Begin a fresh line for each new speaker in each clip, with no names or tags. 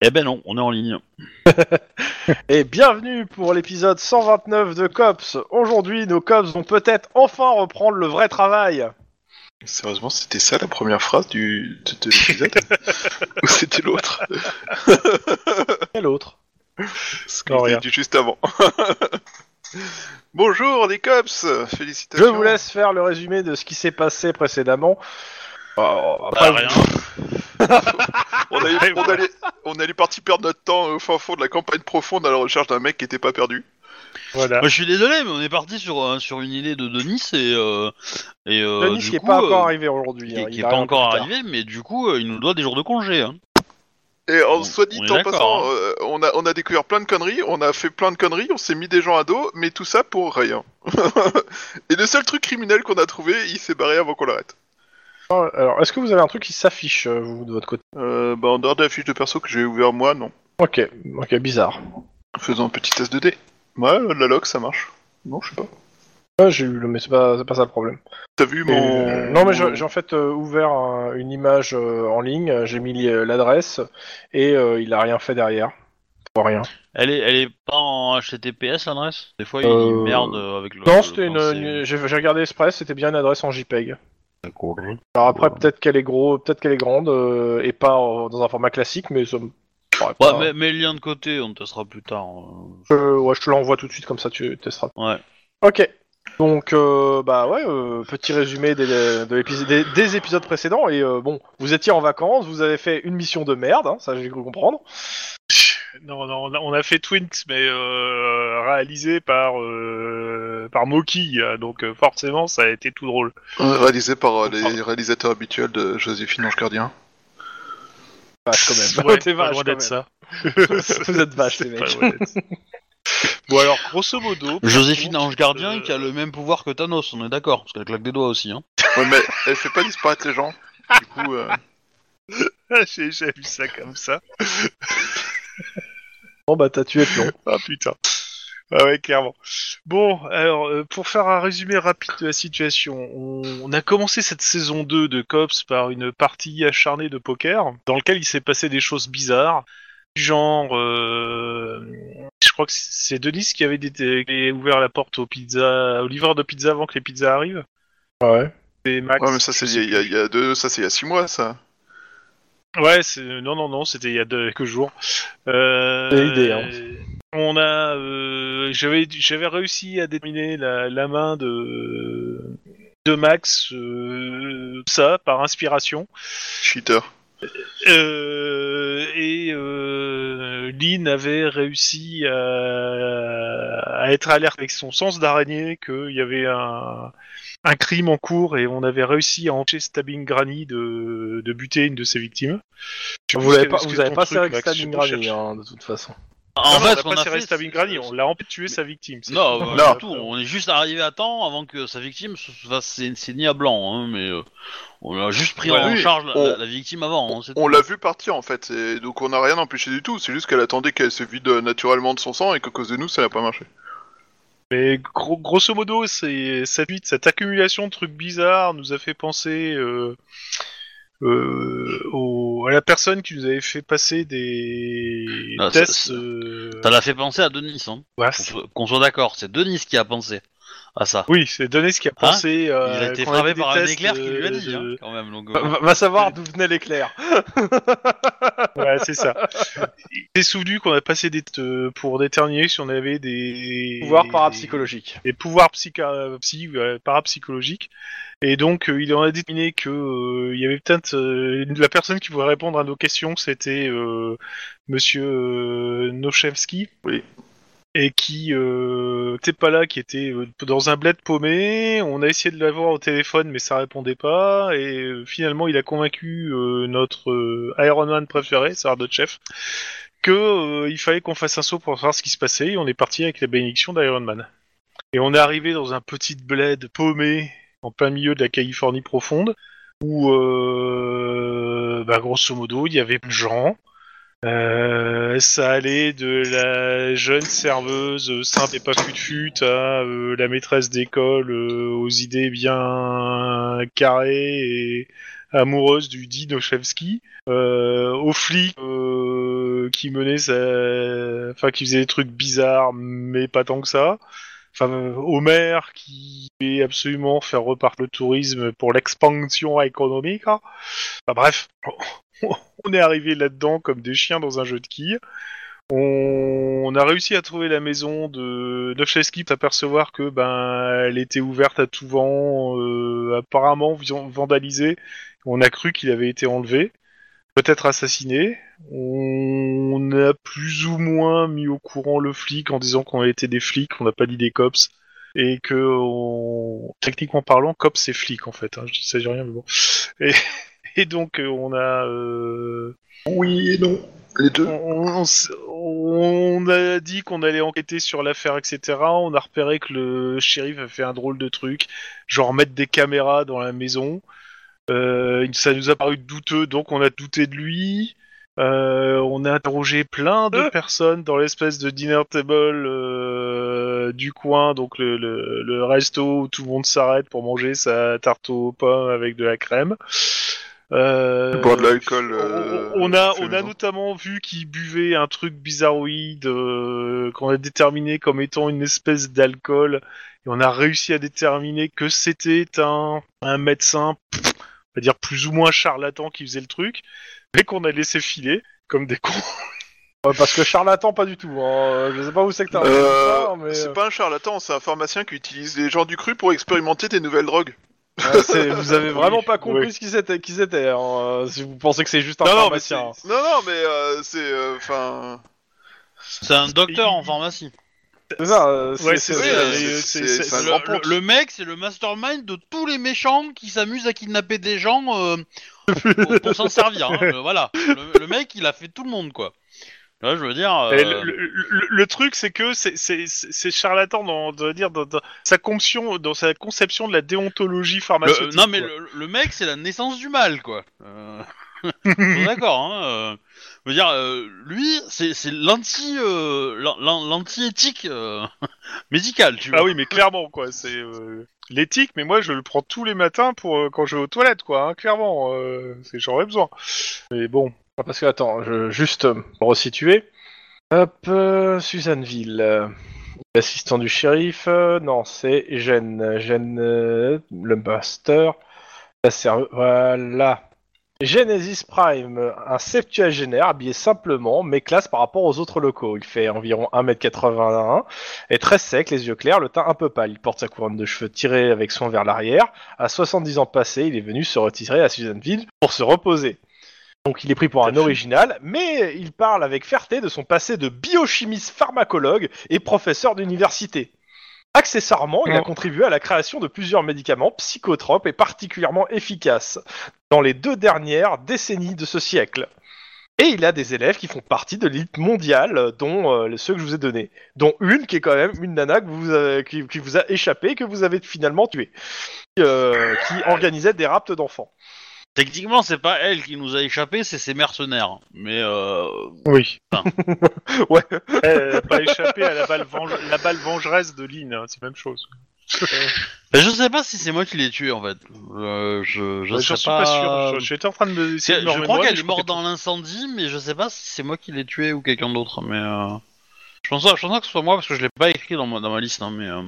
Eh ben non, on est en ligne.
Et bienvenue pour l'épisode 129 de Cops. Aujourd'hui, nos Cops vont peut-être enfin reprendre le vrai travail.
Sérieusement, c'était ça la première phrase du, de, de l'épisode Ou c'était l'autre
Quel autre
Ce
Non, rien.
dit juste avant. Bonjour les cops
Je
Félicitations
vous laisse faire le résumé de ce qui s'est passé précédemment.
Bah, rien.
on allait,
Et
on,
voilà.
allait, on allait partir perdre notre temps au fin fond de la campagne profonde à la recherche d'un mec qui était pas perdu.
Voilà.
Bah, je suis désolé, mais on est parti sur, euh, sur une idée de Denis et. euh, et euh,
Denis
du
qui n'est
coup,
pas
euh,
encore arrivé aujourd'hui.
qui-
hein,
qui
il
est pas
arrive
encore
plus tard.
arrivé, mais du coup, euh, il nous doit des jours de congé. hein.
Et en
On-
soit dit
on est
en
d'accord,
passant,
hein.
euh, on, a, on a découvert plein de conneries, on a fait plein de conneries, on s'est mis des gens à dos, mais tout ça pour rien. Et le seul truc criminel qu'on a trouvé, il s'est barré avant qu'on l'arrête.
Euh, Alors, est-ce que vous avez un truc qui s'affiche, euh, vous, de votre côté
Euh, bah, en dehors de la fiche de perso que j'ai ouvert moi, non.
Ok, ok, bizarre.
Faisons un petit test de dés. Ouais, la log ça marche. Non, je sais pas.
Ah, j'ai eu le, mais c'est pas, c'est pas ça le problème.
T'as vu
Et,
mon.
euh, non, mais
mon-
je- j'ai en fait euh, ouvert un- une image euh, en ligne, euh, j'ai mis euh, l'adresse et euh, il a rien fait derrière. Pour rien.
Elle est, elle est pas en HTTPS l'adresse Des fois, il
Euh,
merde euh, avec le.
non,
le-
c'était une.
quand
une-
c'est-
J'ai j'ai regardé Express, c'était bien une adresse en JPEG. Alors après, peut-être qu'elle est gros, peut-être qu'elle est grande euh, et pas en- dans un format classique, mais ça me paraît
Ouais,
pas-
mais, mais le lien de côté, on testera plus tard. euh.
Je- ouais, je te l'envoie tout de suite comme ça, tu testeras.
Ouais.
Ok. Donc, euh, bah ouais, euh, petit résumé des, de l'épis- des, des épisodes précédents. Et euh, bon, vous étiez en vacances, vous avez fait une mission de merde, hein, ça j'ai cru comprendre.
Non, non, on a, on a fait Twinks, mais euh, réalisé par euh, par Moki, euh, donc euh, forcément ça a été tout drôle.
Euh, Réalisé par euh, les réalisateurs habituels de Joséphine Ange Gardien.
Vache quand même.
Ouais,
T'es
pas
vache,
loin
quand
d'être ça.
Vous êtes vaches, les mecs.
C'est pas loin d'être ça. bon alors, grosso modo.
Joséphine
par
Ange Gardien
contre,
qui a
euh,
le même pouvoir que Thanos, on est d'accord, parce qu'elle claque des doigts aussi. Hein.
Ouais, mais elle fait pas disparaître les gens. Du coup, euh,
J'ai j'ai vu ça comme ça.
Bon, bah t'as tué Plon.
Ah putain. Ah ouais, clairement. Bon, alors, euh, pour faire un résumé rapide de la situation, on, on a commencé cette saison 2 de Cops par une partie acharnée de poker, dans laquelle il s'est passé des choses bizarres, du genre... euh, je crois que c'est Denis qui avait, dété- qui avait ouvert la porte aux pizzas, aux livreurs de pizza avant que les pizzas arrivent.
Ouais.
C'est Max.
ouais, mais ça, c'est il y a- il y, a- il y a deux, ça, c'est il y a six mois, ça.
Ouais, c'est... euh, non, non, non, c'était il y a deux, quelques jours. Euh...
C'est l'idée, hein.
On a, euh, j'avais, j'avais réussi à déterminer la, la main de de Max, euh, ça par inspiration.
Cheater.
Euh, et euh, Lynn avait réussi à, à être alerte avec son sens d'araignée qu'il y avait un, un crime en cours et on avait réussi à empêcher Stabbing Granny de, de buter une de ses victimes. Je sais
Vous
plus
l'avez
ce
pas,
que- ce
vous
que
l'avez
ton
pas
truc,
serré
Max,
avec Stabbing
je sais
Granny,
plus, je cherche.
hein, de toute façon.
En
Non,
fait,
non, on
on
n'a pas
a
serré
fait-
Stabbing Granny, on l'a empêché de tuer sa victime. c'est
Non,
tout.
bah,
Non.
du tout, on est juste arrivé à temps avant que sa victime se fasse saign- saigner à blanc, hein, mais euh, on a juste pris
Ouais,
en
oui,
charge la,
on-
la- la victime avant. hein, c'est
On
tout.
l'a vu partir, en fait. Et donc, on n'a rien empêché du tout. C'est juste qu'elle attendait qu'elle se vide euh, naturellement de son sang et qu'à cause de nous, ça n'a pas marché.
Mais gros- grosso modo, c'est cette, huit- cette accumulation de trucs bizarres nous a fait penser euh, euh, au- à la personne qui nous avait fait passer des
Ah, c'est-
tests.
c'est-
euh,
Ça l'a fait penser à Denis, hein.
ouais,
qu'on
c'est-
soit- qu'on soit d'accord, c'est Denis qui a pensé à ça.
oui, c'est donné ce qu'il a pensé.
Hein
euh,
Il a été frappé par un éclair qui lui a dit, hein, quand même. donc, euh,
Va, va savoir d'où venait l'éclair.
hein.
Ouais, c'est ça. Il s'est souvenu qu'on a passé des tests euh, pour déterminer si on avait des
Pouvoir
des-
parapsychologique.
des pouvoirs psycha- psy- euh, parapsychologiques. Et donc, euh, il en a déterminé que euh, il y avait peut-être euh, la personne qui pouvait répondre à nos questions, c'était euh, Monsieur euh, Nochevski.
Oui.
Et qui euh, n'était pas là, qui était euh, dans un bled paumé. On a essayé de l'avoir au téléphone, mais ça répondait pas. Et euh, finalement, il a convaincu euh, notre euh, Iron Man préféré, Sardotchef, que euh, il fallait qu'on fasse un saut pour voir ce qui se passait. Et on est parti avec la bénédiction d'Iron Man. Et on est arrivé dans un petit bled paumé en plein milieu de la Californie profonde, où, euh, bah, grosso modo, il y avait plein de gens. Euh, ça allait de la jeune serveuse euh, simple et pas fut fut à euh, la maîtresse d'école euh, aux idées bien carrées et amoureuse du Dinochevski, euh, aux flics euh, qui menaient sa... enfin qui faisaient des trucs bizarres mais pas tant que ça, enfin euh, au maire qui voulait absolument faire repartir le tourisme pour l'expansion économique. hein. Enfin bref, on est arrivé là-dedans comme des chiens dans un jeu de quilles. On, on a réussi à trouver la maison de Novcheski, s'apercevoir que ben elle était ouverte à tout vent, euh, apparemment vi- vandalisée. On a cru qu'il avait été enlevé, peut-être assassiné. On a plus ou moins mis au courant le flic en disant qu'on était des flics, on n'a pas dit des cops. Et que, on- techniquement parlant, cops c'est flic en fait. Hein. Je dis ça, j'ai rien, mais bon. Et, et donc, euh, on a euh,
Oui et non. Les deux.
on, on s- on a dit qu'on allait enquêter sur l'affaire, etc. On a repéré que le shérif a fait un drôle de truc, genre mettre des caméras dans la maison. Euh, il- ça nous a paru douteux, donc on a douté de lui. Euh, on a interrogé plein de
Euh.
personnes dans l'espèce de dinner table euh, du coin, donc le, le- le resto où tout le monde s'arrête pour manger sa tarte aux pommes avec de la crème. Euh,
Boire de l'alcool. euh,
on on a, on a
féminin.
notamment vu qu'il buvait un truc bizarroïde euh, qu'on a déterminé comme étant une espèce d'alcool et on a réussi à déterminer que c'était un, un médecin, pff, on va dire plus ou moins charlatan qui faisait le truc, mais qu'on a laissé filer comme des cons.
Euh, parce que charlatan, pas du tout. hein. Euh, Je sais pas où c'est que t'as entendu
Euh,
ça, mais,
C'est
euh,
pas un charlatan, c'est un pharmacien qui utilise les gens du cru pour expérimenter des nouvelles drogues.
ouais, Ah, c'est- vous avez vraiment pas compris
Oui.
ce qu'ils étaient. qu'ils étaient hein, euh, si vous pensez que c'est juste un
Non, non, mais
pharmacien.
c'est-
hein.
Non, non, mais euh, c'est. Enfin.
C'est un docteur en pharmacie.
C'est ça. euh,
Ouais,
c'est- c'est-
c'est ça,
oui,
euh,
euh,
mais, euh,
c'est-
c'est-
c'est
c'est-
un
Le,
grand ponte.
le- le mec, c'est le mastermind de tous les méchants qui s'amusent à kidnapper des gens euh, pour, pour s'en servir. hein. Euh, voilà. Le, le mec, il a fait tout le monde, quoi. Là, je veux dire. euh,
Et Le, le- le- le truc, c'est que c'est- c'est c'est- c'est charlatan dans, dans- dire, dans, dans sa conception, dans sa conception de la
euh,
déontologie
le- euh,
pharmaceutique.
non, mais
quoi.
le, le mec, c'est la naissance du mal, quoi. Euh, bon, D'accord. Hein, euh, je veux dire, euh, lui, c'est c'est l'anti, euh, l'an- l'an- l'anti-éthique euh, médicale, tu vois.
Ah oui, mais clairement, quoi. C'est euh, l'éthique, mais moi, je le prends tous les matins pour euh, quand je vais aux toilettes, quoi. hein, clairement, euh, c'est j'en ai besoin. Mais bon,
Parce que attends, je, juste euh, pour resituer. Hop, euh, Suzanneville. euh, L'assistant du shérif. euh, non, c'est Gêne. Gêne, euh, le master. La serve- Voilà. Genesis Prime, euh, un septuagénaire habillé simplement, mais classe par rapport aux autres locaux. Il fait environ 1m81, est très sec, les yeux clairs, le teint un peu pâle. Il porte sa couronne de cheveux tirée avec soin vers l'arrière. À 70 ans passés, il est venu se retirer à Suzanneville pour se reposer. Donc il est pris pour un original, mais il parle avec fierté de son passé de biochimiste pharmacologue et professeur d'université. Accessoirement, il a
Oh.
contribué à la création de plusieurs médicaments psychotropes et particulièrement efficaces dans les deux dernières décennies de ce siècle. Et il a des élèves qui font partie de l'élite mondiale, euh, dont euh, ceux que je vous ai donnés, dont une qui est quand même une nana que vous avez- qui, qui vous a échappé, que vous avez finalement tuée, euh, qui organisait des raptes d'enfants.
Techniquement, c'est pas elle qui nous a échappé, c'est ses mercenaires. Mais euh,
oui.
Ouais.
Eh, pas échapper à la balle, venge- la balle vengeresse de Lynn, hein, c'est la même chose.
Ben, je sais pas si c'est moi qui l'ai tué en fait. Euh, je je
J'en
sais
suis pas sûr.
Je,
je- J'étais en train de me. essayer de me
crois
remémorer,
qu'elle
mais
est
je crois
morte
qu'elle-
dans l'incendie, mais je sais pas si c'est moi qui l'ai tué ou quelqu'un d'autre. Mais euh, je pense pas, je pense pas que ce soit moi parce que je l'ai pas écrit dans ma, dans ma liste. hein, mais euh,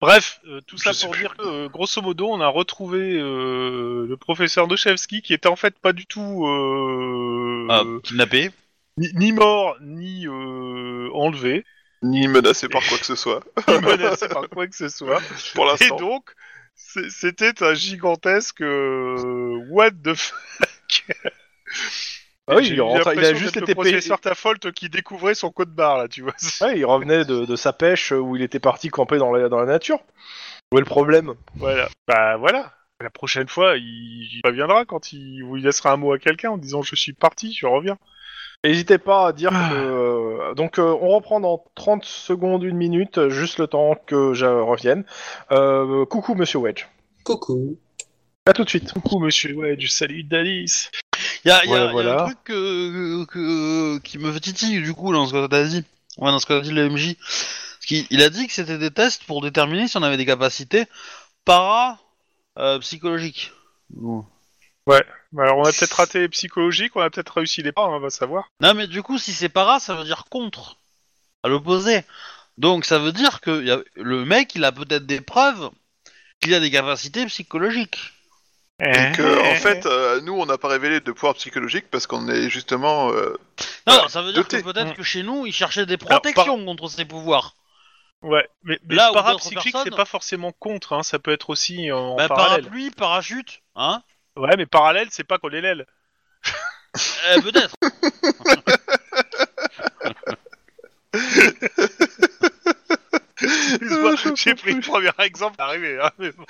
Bref, euh, tout
Je
ça
sais
pour
plus.
dire que, euh, grosso modo, on a retrouvé euh, le professeur Dochevski qui était en fait pas du tout euh,
ah, kidnappé.
ni, ni mort ni euh, enlevé,
Ni menacé par quoi que ce soit,
ni menacé par quoi que ce soit.
pour
Et
l'instant.
donc, c'est- c'était un gigantesque euh, what the fuck.
Ah oui,
J'ai
il,
eu
rentra- il a
l'impression
juste
d'être
été
le
payé.
professeur Tafolt qui découvrait son code barre là, tu vois.
Ouais, il revenait de, de sa pêche euh, où il était parti camper dans la, dans la nature. Où est le problème
voilà. Bah voilà. La prochaine fois, il, il reviendra quand il vous laissera un mot à quelqu'un en disant je suis parti, je reviens.
N'hésitez pas à dire que. euh, donc, euh, on reprend dans 30 secondes, une minute, euh, juste le temps que je revienne. Euh, coucou, monsieur Wedge.
Coucou.
À tout de suite.
Coucou monsieur Wedge, salut d'Alice.
Il y a, y a-
Voilà,
y a
voilà.
un truc que, que- qui me titille du coup dans ce que t'as dit. Ouais, dans ce que t'as dit le MJ. Parce qu'il- il a dit que c'était des tests pour déterminer si on avait des capacités para euh, psychologiques.
Bah, Alors on a peut-être raté les psychologiques, on a peut-être réussi les pas, on va savoir.
Non, mais du coup, si c'est para, ça veut dire contre, à l'opposé. Donc, ça veut dire que y a- le mec, il a peut-être des preuves qu'il a des capacités psychologiques. Eh.
Et que, en fait, euh, nous, on n'a pas révélé de pouvoir psychologique parce qu'on est justement. euh,
Non,
Bah,
non, ça veut dire que
doté.
peut-être que chez nous, il cherchait des
Alors, par-
protections contre ses pouvoirs.
Ouais, mais, mais
Là où
parapsychique,
d'autres
c'est
personnes-
pas forcément contre, hein, ça peut être aussi en
Bah,
parallèle.
parapluie, parachute, hein
Ouais, mais parallèle, c'est pas qu'on les l'aile.
Eh, Peut-être.
Excuse-moi, j'ai pris le premier exemple d'arrivée. hein, mais bon.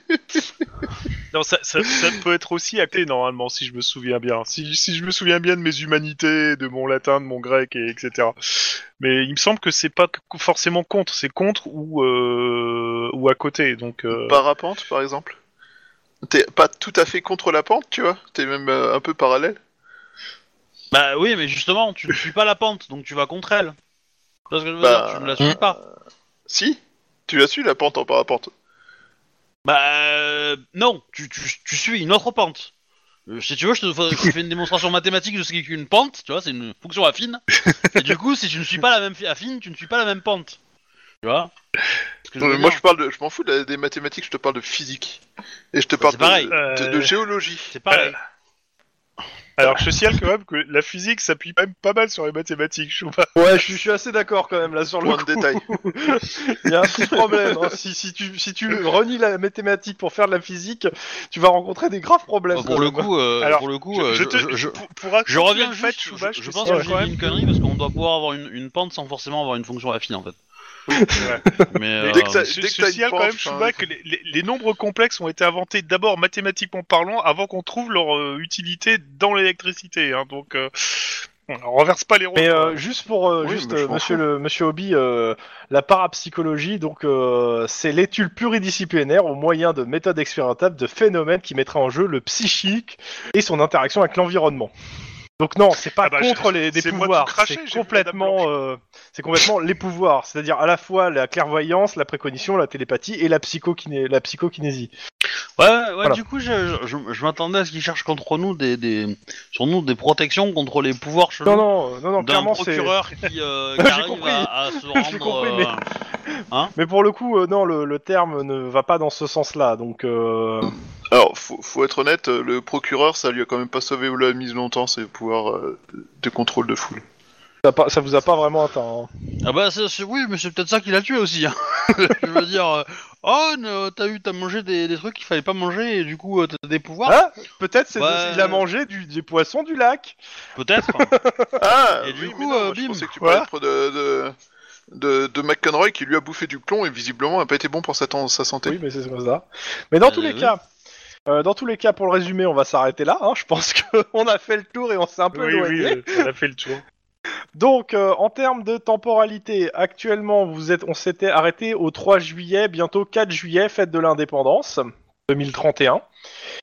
non, ça, ça- ça peut être aussi acté normalement, si je me souviens bien. Si, si je me souviens bien de mes humanités, de mon latin, de mon grec, et etc. Mais il me semble que c'est pas que- forcément contre, c'est contre ou, euh, ou à côté. Donc, euh,
Bah,
Parapente, par exemple. T'es pas tout à fait contre la pente, tu vois. T'es même euh, un peu parallèle.
bah oui, mais justement, tu ne suis pas la pente, donc tu vas contre elle. Tu vois ce que je veux
Bah,
dire Tu ne la suis pas.
Si Tu la suis, la pente en parapente.
Bah euh, non, tu, tu- tu suis une autre pente. Euh, si tu veux, je te fais- je te fais une démonstration mathématique de ce qu'est une pente, tu vois, c'est une fonction affine. Et du coup, si tu ne suis pas la même fi- affine, tu ne suis pas la même pente. Tu vois Ce que je
Non, mais
veux
moi,
dire.
je parle de, je m'en fous de la- des mathématiques, je te parle de physique. Et je te parle
Bah, c'est pareil.
de, de- de
Euh,
géologie.
C'est pareil.
alors je signale quand même que la physique s'appuie même pas mal sur les mathématiques. Je trouve.
Ouais, je suis- je suis assez d'accord quand même là sur le
Point de
coup.
détail.
Il y a un petit problème. hein. Si, si tu, si tu renies la mathématique pour faire de la physique, tu vas rencontrer des graves problèmes.
Bon, pour, le
quand même.
coup, euh,
Alors,
pour le coup,
je-
euh,
je te-
je- je-
pour- pour accentuer
je reviens
le
juste,
fait,
je,
Chouba,
je
te
pense
signale
que j'ai
quand
dit
même
une connerie parce qu'on doit pouvoir avoir une, une pente sans forcément avoir une fonction affine en fait. Mais,
Dès
euh,
que ça-
Je,
dès
je
que t'as une
signale quand
prof,
même, Chouba,
hein.
que les, les- les nombres complexes ont été inventés d'abord mathématiquement parlant avant qu'on trouve leur euh, utilité dans l'électricité. hein, donc, euh, on renverse pas les hein. rôles.
Mais
quoi.
euh, juste pour euh,
Oui,
juste,
mais je
euh,
m'en
monsieur
fous.
le monsieur Hobby, euh, la parapsychologie, donc euh, c'est l'étude pluridisciplinaire au moyen de méthodes expérimentables de phénomènes qui mettraient en jeu le psychique et son interaction avec l'environnement. Donc non, c'est pas
Ah bah,
contre
je-
les des
c'est moi
pouvoirs,
tout craché, j'ai
c'est
vu la dame blanche.
complètement euh, c'est complètement les pouvoirs, c'est-à-dire à la fois la clairvoyance, la précognition, la télépathie et la psychokiné la psychokinésie.
Ouais, ouais,
Voilà.
du coup, je, je, je m'attendais à ce qu'ils cherchent contre nous des, des, sur nous des protections contre les pouvoirs chelous
Non non euh, non non,
Hum. d'un
clairement c'est
procureur qui, euh, qui
J'ai
arrive
compris.
À, à se rendre.
J'ai compris, mais-
euh,
mais pour le coup euh, non le, le terme ne va pas dans ce sens-là donc euh,
Alors, faut, faut être honnête, euh, le procureur, ça lui a quand même pas sauvé la mise longtemps, ses pouvoirs euh, de contrôle de foule.
ça, a pas- ça vous a pas vraiment atteint. hein.
Ah bah c'est- c'est- oui, mais c'est peut-être ça qui l'a tué aussi. hein. Je veux dire, euh, oh, ne- t'as eu, t'as mangé des, des trucs qu'il fallait pas manger et du coup euh, t'as des pouvoirs.
Ah, peut-être c'est
Ouais.
il a mangé du, des poissons du lac.
Peut-être.
Ah
Et du
oui,
coup,
mais non,
euh,
moi, je
bim.
pensais que tu
Voilà.
parlais de, de, de, de McConroy qui lui a bouffé du plomb et visiblement a pas été bon pour sa, ten- sa santé.
Oui, mais c'est comme ça. Mais dans
Euh,
tous les
oui.
cas, euh, dans tous les cas, pour le résumer, on va s'arrêter là. hein. Je pense qu'on a fait le tour et on s'est un peu
oui,
éloigné.
oui, euh, on a fait le tour.
Donc, euh, en termes de temporalité, actuellement, vous êtes, on s'était arrêté au 3 juillet, bientôt 4 juillet, fête de l'indépendance 2031.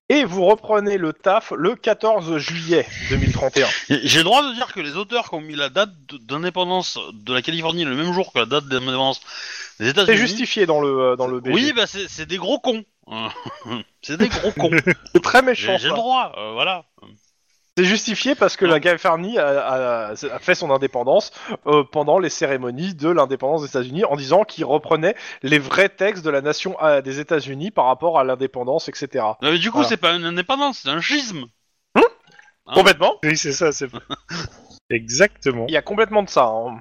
Et vous reprenez le taf le 14 juillet 2031.
J'ai le droit de dire que les auteurs qui ont mis la date de- d'indépendance de la Californie le même jour que la date d'indépendance des
C'est
États-Unis.
justifié dans le, euh, dans le BG.
Oui, bah c'est c'est des gros cons. c'est des gros cons.
c'est très méchant.
J'ai j'ai le
ça.
droit, euh, voilà.
C'est justifié parce que la Californie a, a- a fait son indépendance euh, pendant les cérémonies de l'indépendance des États-Unis en disant qu'ils reprenaient les vrais textes de la nation euh, des États-Unis par rapport à l'indépendance, etc.
Non, mais du coup,
Voilà.
c'est pas une indépendance, c'est un schisme. Hein
complètement.
Oui, c'est ça, c'est Exactement.
Il y a complètement de ça. hein.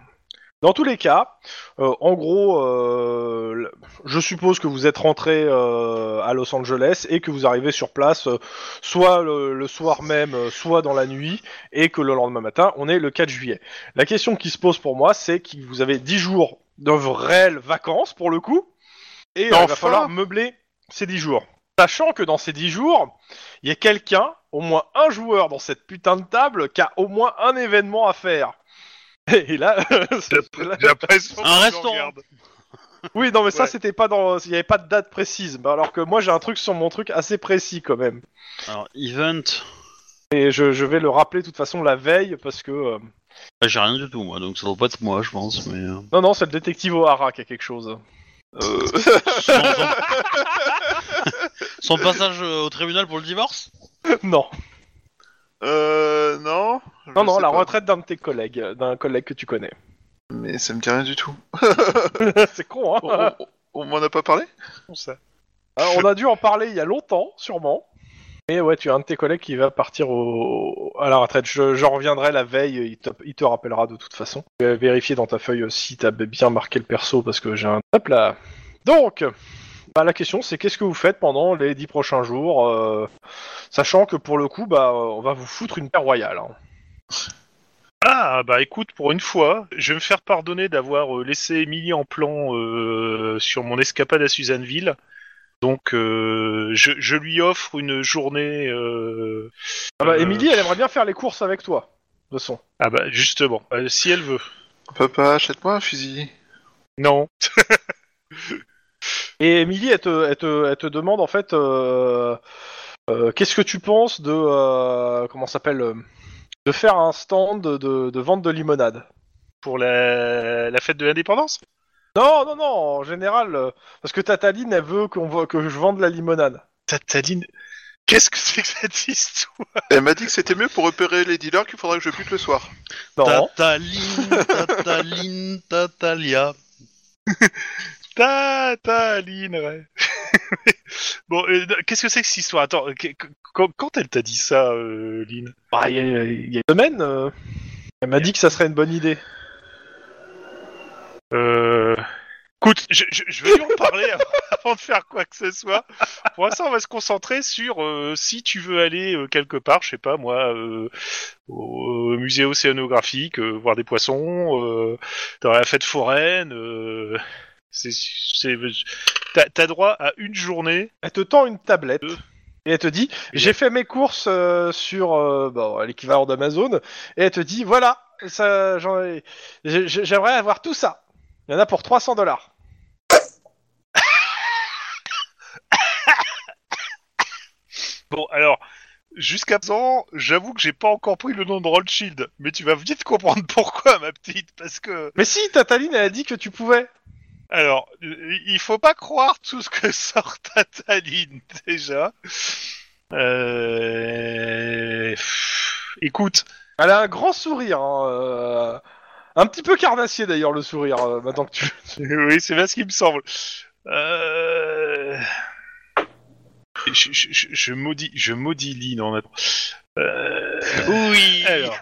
Dans tous les cas, euh, en gros, euh, le- je suppose que vous êtes rentré euh, à Los Angeles et que vous arrivez sur place euh, soit le, le soir même, euh, soit dans la nuit, et que le lendemain matin, on est le 4 juillet. La question qui se pose pour moi, c'est que vous avez 10 jours de vraies vacances pour le coup, et euh, il
Enfin
va falloir meubler ces 10 jours. Sachant que dans ces 10 jours, il y a quelqu'un, au moins un joueur dans cette putain de table, qui a au moins un événement à faire. Et là, c'est- là-
J'ai l'impression
Un
qu'on
restaurant.
regarde.
oui, non, mais ça,
Ouais.
c'était pas dans. Il n'y avait pas de date précise. Bah, Alors que moi, j'ai un truc sur mon truc assez précis quand même.
Alors, event.
Et je, je vais le rappeler de toute façon la veille parce que. euh,
Ah, J'ai rien du tout, moi, donc ça doit pas être moi, je pense. Mais... euh.
Non, non, c'est le détective O'Hara qui a quelque chose.
Euh,
Son, son- son passage euh, au tribunal pour le divorce
Non,
euh, non. je
non, non,
sais
la
pas.
retraite d'un de tes collègues, d'un collègue que tu connais.
Mais ça me dit rien du tout.
C'est con, hein
On, on- on m'en a pas parlé
ça.
Ah, On a dû en parler il y a longtemps, sûrement. Mais ouais, tu as un de tes collègues qui va partir au... à la retraite. Je- J'en reviendrai la veille, il te, il te rappellera de toute façon. Je vais vérifier dans ta feuille si t'as bien marqué le perso parce que j'ai un. Hop là Donc bah, la question c'est qu'est-ce que vous faites pendant les dix prochains jours, euh, sachant que pour le coup, bah, on va vous foutre une paire royale. hein.
Ah, bah écoute, pour une fois, je vais me faire pardonner d'avoir euh, laissé Émilie en plan euh, sur mon escapade à Suzanneville. Donc, euh, je, je lui offre une journée. euh,
Ah bah,
euh,
Émilie, elle aimerait bien faire les courses avec toi, de son.
Ah, bah justement, euh, si elle veut.
Papa, achète-moi un fusil.
Non.
Et Émilie, elle te, elle te- elle te demande en fait, euh, euh, qu'est-ce que tu penses de euh, comment ça s'appelle euh, de faire un stand de, de- de vente de limonade
Pour la, la fête de l'indépendance
Non, non, non, en général, euh, parce que Tataline, elle veut qu'on vo- que je vende la limonade.
Tataline. Qu'est-ce que c'est que cette histoire
Elle m'a dit que c'était mieux pour repérer les dealers qu'il faudrait que je bute le soir.
Non.
Tataline, Tataline, Tatalia.
Tataline, ouais. bon, euh, qu'est-ce que c'est que cette histoire Attends, qu- qu- quand, quand elle t'a dit ça, euh, Lynn
Bah, Il y, a- il y a une semaine, euh, elle m'a dit que ça serait une bonne idée.
Euh... Écoute, je, je, je vais lui en parler avant, avant de faire quoi que ce soit. Pour l'instant, on va se concentrer sur euh, si tu veux aller euh, quelque part, je sais pas moi, euh, au, au musée océanographique, euh, voir des poissons, euh, dans la fête foraine. Euh, c'est- c'est- T'as t'as droit à une journée.
Elle te tend une tablette.
Euh.
Et elle te dit, j'ai fait mes courses euh, sur euh, bon, l'équivalent d'Amazon. Et elle te dit, voilà, ça, j'en ai- j'ai- j'ai- j'aimerais avoir tout ça. Il y en a pour 300 dollars.
Bon, alors, jusqu'à présent, j'avoue que j'ai pas encore pris le nom de Rothschild, mais tu vas vite comprendre pourquoi, ma petite, parce que...
Mais si, Tataline, elle a dit que tu pouvais.
Alors, euh, il faut pas croire tout ce que sort Tataline, déjà. Euh... pff, Écoute,
Elle a un grand sourire. hein, euh, Un petit peu carnassier d'ailleurs, le sourire, euh, maintenant que tu.
oui, c'est bien ce qui me semble. Euh... Je, je, je- je maudis, je maudis Lynn en attendant. Euh...
Oui.
Alors.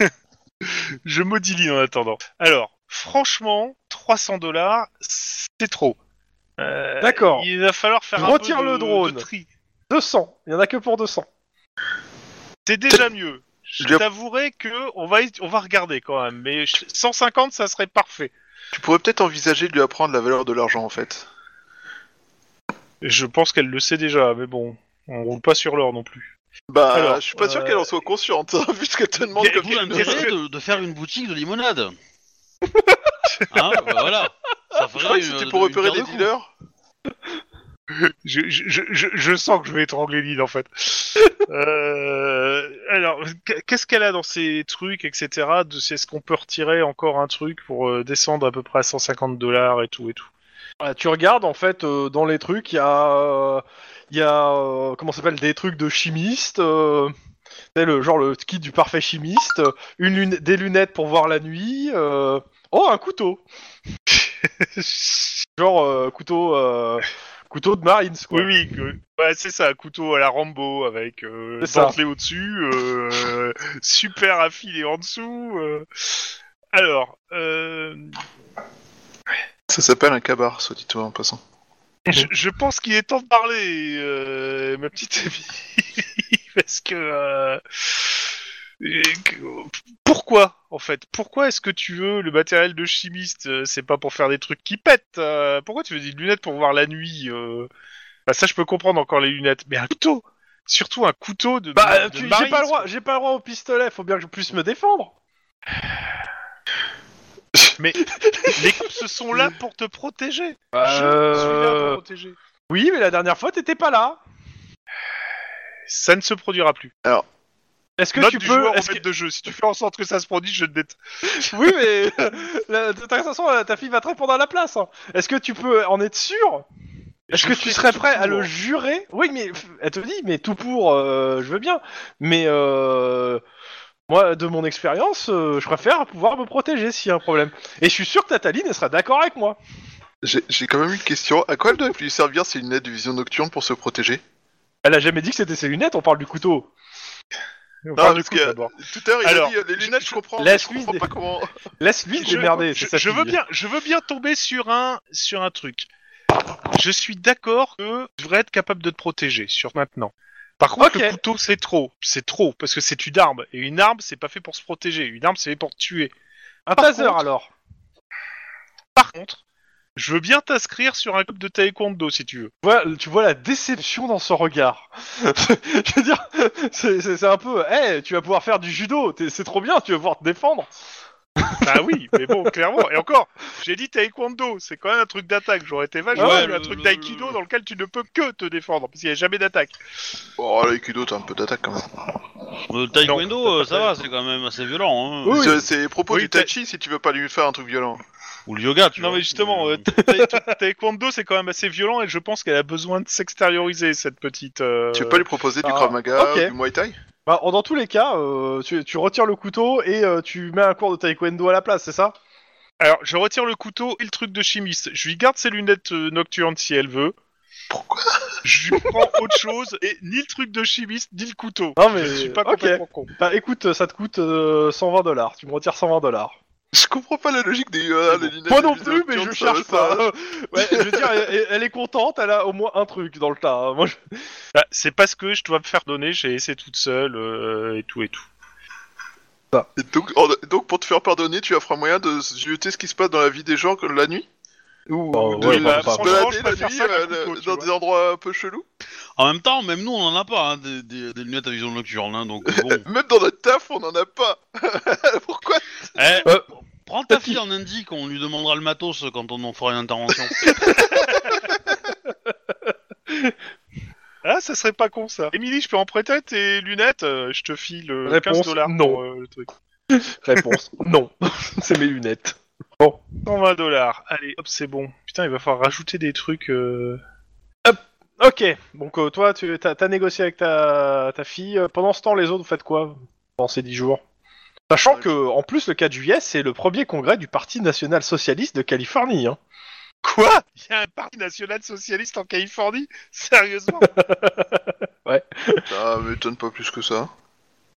je maudis Lynn en attendant. Alors, franchement, 300 dollars, c'est trop. Euh,
D'accord.
Il va falloir faire
Je
un peu
retire
de-
le drone.
de tri.
200. Il y en a que pour 200.
C'est déjà mieux. Je
Bien.
t'avouerai que on va, on va regarder quand même, mais je- 150 ça serait parfait.
Tu pourrais peut-être envisager de lui apprendre la valeur de l'argent en fait.
Je pense qu'elle le sait déjà, mais bon, on roule pas sur l'or non plus.
Bah,
Alors,
je suis pas sûr
euh,
qu'elle en soit consciente, hein, vu ce qu'elle te demande
y a-
comme
D'où l'intérêt de, de faire une boutique de limonade. Hein, bah voilà. Ça
Je crois
ferait
que
une-
euh,
c'était pour
une
repérer
paire de
les
coups.
dealers.
Je, je- je- je- je sens que je vais étrangler l'île en fait. Euh, alors, qu'est-ce qu'elle a dans ces trucs, etc. de- c'est- Est-ce qu'on peut retirer encore un truc pour euh, descendre à peu près à 150 dollars et tout et tout
Voilà, tu regardes en fait euh, dans les trucs, il y a, euh, il y a euh, comment ça s'appelle des trucs de chimiste, euh, t'sais, le genre le kit du parfait chimiste, euh, une lune- des lunettes pour voir la nuit, euh, oh un couteau, genre euh, couteau euh, couteau de marines quoi.
Oui, oui, que- ouais, c'est ça, couteau à la Rambo avec euh,
C'est ça.
dentelé au-dessus, euh, super affilé en dessous. euh. Alors, euh,
Ça s'appelle un cabar, soit dit-toi en passant.
je, je pense qu'il est temps de parler, euh, ma petite amie, parce que. euh, et que- Pourquoi, en fait Pourquoi est-ce que tu veux le matériel de chimiste Euh, C'est pas pour faire des trucs qui pètent. euh, Pourquoi tu veux des lunettes pour voir la nuit euh Bah, ça, je peux comprendre encore les lunettes, mais un couteau Surtout un couteau de.
Bah
de-
euh,
de
tu- j'ai
marine,
pas le
quoi.
droit, j'ai pas le droit au pistolet, faut bien que je puisse me défendre.
Les coupes se sont là pour te protéger. Je suis là pour
Euh,
protéger.
Oui mais la dernière fois t'étais pas là.
Ça ne se produira plus. Est-ce que
Note
tu
du
peux.
joueur au
Est-ce que
maître de jeu. Si tu
tu fais en sorte que ça se produise, je te déteste.
Oui, mais euh, la- de toute façon, la- ta fille va te répondre à la place. hein. Est-ce que tu peux en être sûr Est-ce
Je
que
le
tu
fais
serais
tout
prêt à le
pour.
jurer Oui, mais f- elle te dit, mais tout pour, euh, je veux bien. Mais euh, moi, de mon expérience, euh, je préfère pouvoir me protéger s'il y a un problème. Et je suis sûr que Tataline, elle sera d'accord avec moi.
J'ai j'ai quand même une question. À quoi elle doit lui servir ses lunettes de vision nocturne pour se protéger
Elle a jamais dit que c'était ses lunettes, on parle du couteau. On
Non,
parle du
parce
couteau,
que-
d'abord.
Tout à l'heure, il
Alors,
a dit euh, les lunettes, je, comprends. mais
la
Je comprends
Suisse-
pas comment.
Laisse-lui se
je-
démerder,
je,
c'est sa
je
fille.
veux bien, je veux bien tomber sur un, sur un truc. Je suis d'accord que tu devrais être capable de te protéger sur maintenant. Par contre, le
Ok.
couteau, c'est trop. C'est trop, parce que c'est une arme. Et une arme, c'est pas fait pour se protéger. Une arme, c'est fait pour tuer.
Un
Par
taser
contre-
alors.
Par contre, je veux bien t'inscrire sur un club de taekwondo, si tu veux.
Tu vois, tu vois la déception dans son regard. je veux dire, c'est- c'est c'est un peu, hey, tu vas pouvoir faire du judo, t'es- c'est trop bien, tu vas pouvoir te défendre.
Bah oui, mais bon, clairement. Et encore, j'ai dit taekwondo, c'est quand même un truc d'attaque. J'aurais été vache,
Ouais,
j'aurais eu
le-
un truc d'aïkido dans lequel tu ne peux que te défendre, parce qu'il n'y a jamais d'attaque.
Oh, là, Aikido, t'as un peu d'attaque quand même.
Euh, taekwondo, euh, ça va, c'est quand même assez violent. Hein.
Oui.
C'est- C'est les propos
Oui,
du
t'as-
Tai Chi si tu veux pas lui faire un truc violent.
Ou le yoga, tu
Non
vois.
mais justement, euh, ta- ta- taekwondo c'est quand même assez violent et je pense qu'elle a besoin de s'extérioriser cette petite. euh,
Tu veux pas lui proposer du
ah,
Krav Maga,
ok.
du Muay Thai
Bah, en- dans tous les cas, euh, tu, tu retires le couteau et euh, tu mets un cours de taekwondo à la place, c'est ça
Alors je retire le couteau et le truc de chimiste. Je lui garde ses lunettes euh, nocturnes si elle veut.
Pourquoi
Je lui prends autre chose et ni le truc de chimiste ni le couteau.
Non, mais-
je suis pas
ok.
complètement con.
Bah écoute, ça te coûte euh, 120 dollars, tu me retires 120 dollars.
Je comprends pas la logique des euh, les lunettes.
Moi
de
non
vision
plus, mais
nocturne,
je
ça-
cherche
ça-
pas. ouais, je veux dire, elle, elle est contente, elle a au moins un truc dans le tas. hein. Moi, je-
Bah, c'est parce que je dois me faire donner. J'ai essayé toute seule euh, et tout et tout.
Et Donc, en- donc, pour te faire pardonner, tu offres un moyen de jeter ce qui se passe dans la vie des gens la nuit Ou
Oh,
de
ouais, bah,
la, se
bah,
balader
franchement, je
la
préfère
nuit
ça qu'un
euh,
couteau,
le-
tu
dans
vois.
des endroits un peu chelous
En même temps, même nous, on en a pas hein, des, des- des lunettes à vision nocturne, hein, donc bon.
Même dans notre taf, on en a pas Pourquoi
Eh,
Euh,
prends ta fille en indique, on lui demandera le matos quand on en fera une intervention.
Ah ça serait pas con ça. Émilie, je peux en prêter tes lunettes Euh, Je te file euh,
Réponse,
15 dollars
non.
pour euh, le truc.
Réponse, non. c'est mes lunettes.
120 dollars. Allez, hop, c'est bon. Putain, il va falloir rajouter des trucs. euh,
Ok, donc euh, toi, tu as, négocié avec ta, ta fille. Euh, Pendant ce temps, les autres, vous faites quoi pendant ces 10 jours Sachant que, en plus, le 4 juillet, c'est le premier congrès du Parti national socialiste de Californie. Hein.
Quoi Il y a un parti national socialiste en Californie Sérieusement
Ça m'étonne pas plus que ça.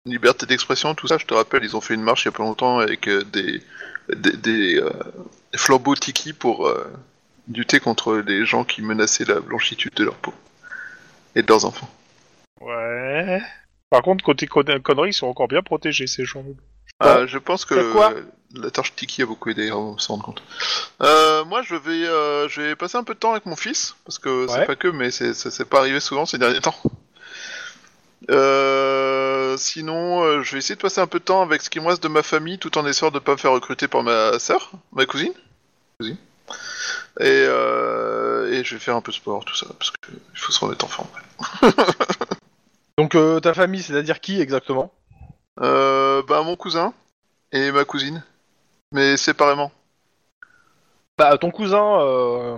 Liberté d'expression, tout ça, je te rappelle, ils ont fait une marche il y a pas longtemps avec euh, des, des, des, euh, des flambeaux tiki pour euh, lutter contre les gens qui menaçaient la blanchitude de leur peau et de leurs enfants.
Ouais. Par contre, côté con- conneries, ils sont encore bien protégés, ces gens.
Euh, je pense que
Bah, c'est quoi
euh, la tâche tiki a beaucoup aidé, hein, on s'en rend compte. Euh, moi, je vais, euh, je vais passer un peu de temps avec mon fils, parce que c'est
Ouais.
pas que, mais c'est- ça s'est pas arrivé souvent ces derniers temps. Euh, sinon, euh, je vais essayer de passer un peu de temps avec ce qui me reste de ma famille, tout en essayant de pas me faire recruter par ma sœur, ma cousine. cousine. Et, euh, et je vais faire un peu de sport, tout ça, parce qu'il faut se remettre en forme.
Donc, euh, ta famille, c'est-à-dire qui exactement
Euh, bah, mon cousin et ma cousine, mais séparément.
Bah, ton cousin euh,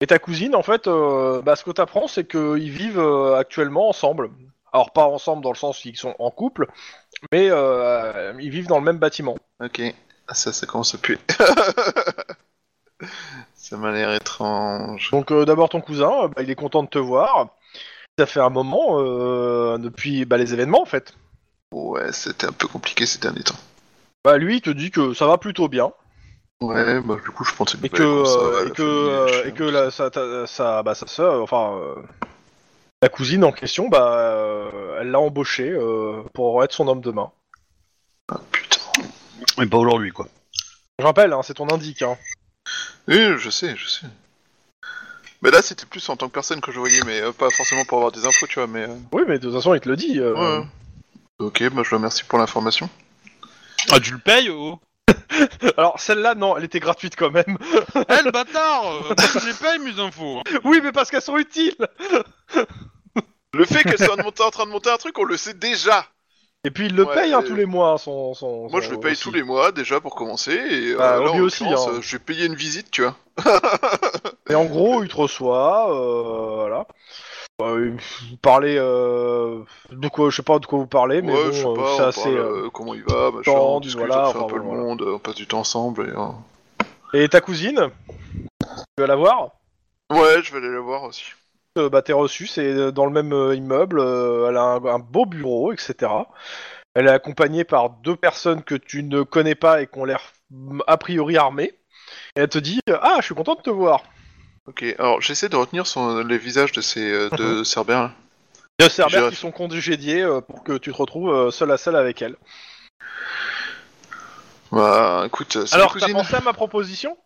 et ta cousine, en fait, euh, bah, ce que t'apprends, c'est qu'ils vivent euh, actuellement ensemble. Alors, pas ensemble dans le sens qu'ils sont en couple, mais euh, ils vivent dans le même bâtiment.
Ok, Ah, ça, ça commence à puer. ça m'a l'air étrange.
Donc euh, d'abord ton cousin, euh, bah, il est content de te voir. Ça fait un moment euh, depuis bah, les événements en fait.
Ouais, c'était un peu compliqué ces derniers temps.
Bah lui il te dit que ça va plutôt bien
Ouais, bah du coup, je pensais
et que euh, et que euh, et que la- sa ta- sa- bah, sa sœur, enfin euh, la cousine en question, bah euh, elle l'a embauché euh, pour être son homme de main.
Putain.
Mais pas aujourd'hui, quoi.
Je rappelle, hein, c'est ton indique. Hein.
Oui, je sais, je sais. Mais là, c'était plus en tant que personne que je voyais, mais euh, pas forcément pour avoir des infos, tu vois, mais... euh,
Oui mais de toute façon il te le dit. euh.
ouais. Ok, bah je vous remercie pour l'information.
Ah, tu le payes oh
Alors celle-là non, elle était gratuite quand même.
Eh, le bâtard euh, moi, Je les paye, mes infos hein.
oui mais parce qu'elles sont utiles.
Le fait qu'elle soit en monta- en train de monter un truc, on le sait déjà
Et puis il le
Ouais,
paye hein,
et-
tous les mois, son. son- son-
Moi, je le paye
bah, aussi.
tous les mois déjà pour commencer. Et
Bah,
euh, là,
Obi
en
aussi,
l'occurrence,
hein.
euh, j'ai payé une visite, tu vois.
Et en gros, il te reçoit, euh, voilà. Euh, vous parlez euh, de quoi, je sais pas de quoi vous parlez, mais
ouais,
bon,
je sais
euh,
pas,
c'est
on
assez.
parle,
euh,
euh, comment il va, machin,
temps,
on discute,
voilà,
on fait un
enfin,
peu le
voilà.
monde, on passe du temps ensemble. Et, euh,
Et ta cousine, tu vas la voir.
Ouais, je vais aller la voir aussi.
Euh, bah, t'es reçu, c'est euh, dans le même euh, immeuble, euh, elle a un, un beau bureau, etc. Elle est accompagnée par deux personnes que tu ne connais pas et qui ont l'air mm, a priori armées. Et elle te dit euh, Ah, je suis contente de te voir.
Ok, alors j'essaie de retenir son- les visages de ces euh, deux
Mhm.
Serbiens. là.
Deux Cerbères
J'ai-
qui sont congédiés euh, pour que tu te retrouves euh, seul à seul avec elle.
Bah, écoute, euh, salut
Alors, t'as
cousine.
pensé à ma proposition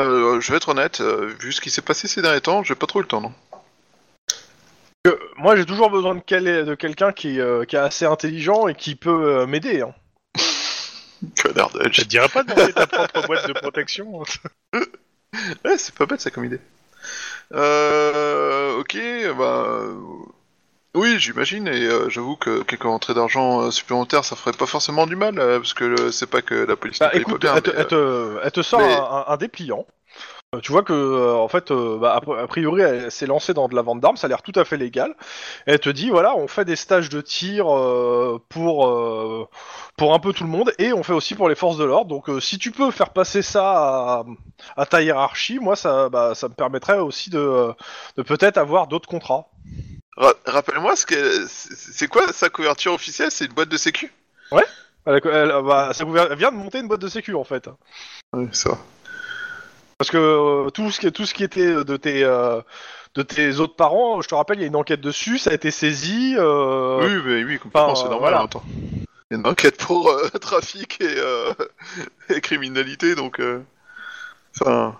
Euh, je vais être honnête, euh, vu ce qui s'est passé ces derniers temps, j'ai pas trop eu le temps, non
que Moi, j'ai toujours besoin de, quel- de quelqu'un qui, euh, qui est assez intelligent et qui peut euh, m'aider. hein.
Connard de
Je te dirais pas de monter ta propre boîte de protection. hein,
Ouais, c'est pas bête ça comme idée. Euh, ok, bah. euh, Oui, j'imagine, et euh, j'avoue que quelques rentrées d'argent euh, supplémentaires, ça ferait pas forcément du mal, euh, parce que euh, c'est pas que la police
Bah,
ne paye
écoute,
pas bien.
elle, te,
mais,
elle te- elle te sort
mais-
un, un- un dépliant. Euh, Tu vois que, euh, en fait, euh, bah, a pri- a priori, elle s'est lancée dans de la vente d'armes, ça a l'air tout à fait légal. Elle te dit, voilà, on fait des stages de tir euh, pour, euh, pour un peu tout le monde, et on fait aussi pour les forces de l'ordre. Donc, euh, si tu peux faire passer ça à, à ta hiérarchie, moi, ça, bah, ça me permettrait aussi de, euh, de peut-être avoir d'autres contrats.
euh, ra- Rappelle-moi, ce que- c'est c'est quoi sa couverture officielle C'est une boîte de sécu
Elle, a- elle- bah, ça gouver- elle vient de monter une boîte de sécu, en fait.
Oui, ça.
Parce que euh, tout, ce qui, tout ce qui était de tes, euh, de tes autres parents, je te rappelle, il y a une enquête dessus, ça a été saisi. euh,
Oui, mais oui, complètement,
Enfin,
c'est
euh,
normal.
voilà.
Attends. Il y a une enquête pour euh, trafic et, euh, et criminalité, donc. euh, Enfin.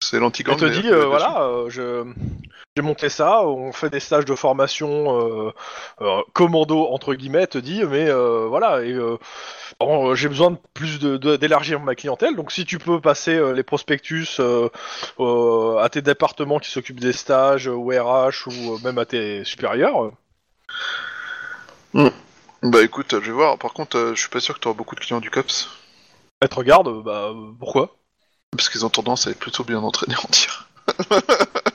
c'est l'anti-gang.
Elle te
mais
dit,
la
euh,
boîte de
voilà, euh, je- j'ai monté ça, on fait des stages de formation euh, euh, commando, entre guillemets, elle te dit, mais euh, voilà, et, euh, bon, euh, j'ai besoin de plus de- de- d'élargir ma clientèle, donc si tu peux passer euh, les prospectus euh, euh, à tes départements qui s'occupent des stages, euh, au RH ou euh, même à tes supérieurs, euh,
Bah écoute, euh, je vais voir. Par contre, euh, je suis pas sûr que tu auras beaucoup de clients du COPS.
elle te regarde, euh, bah euh, pourquoi
Parce qu'ils ont tendance à être plutôt bien entraînés en tir.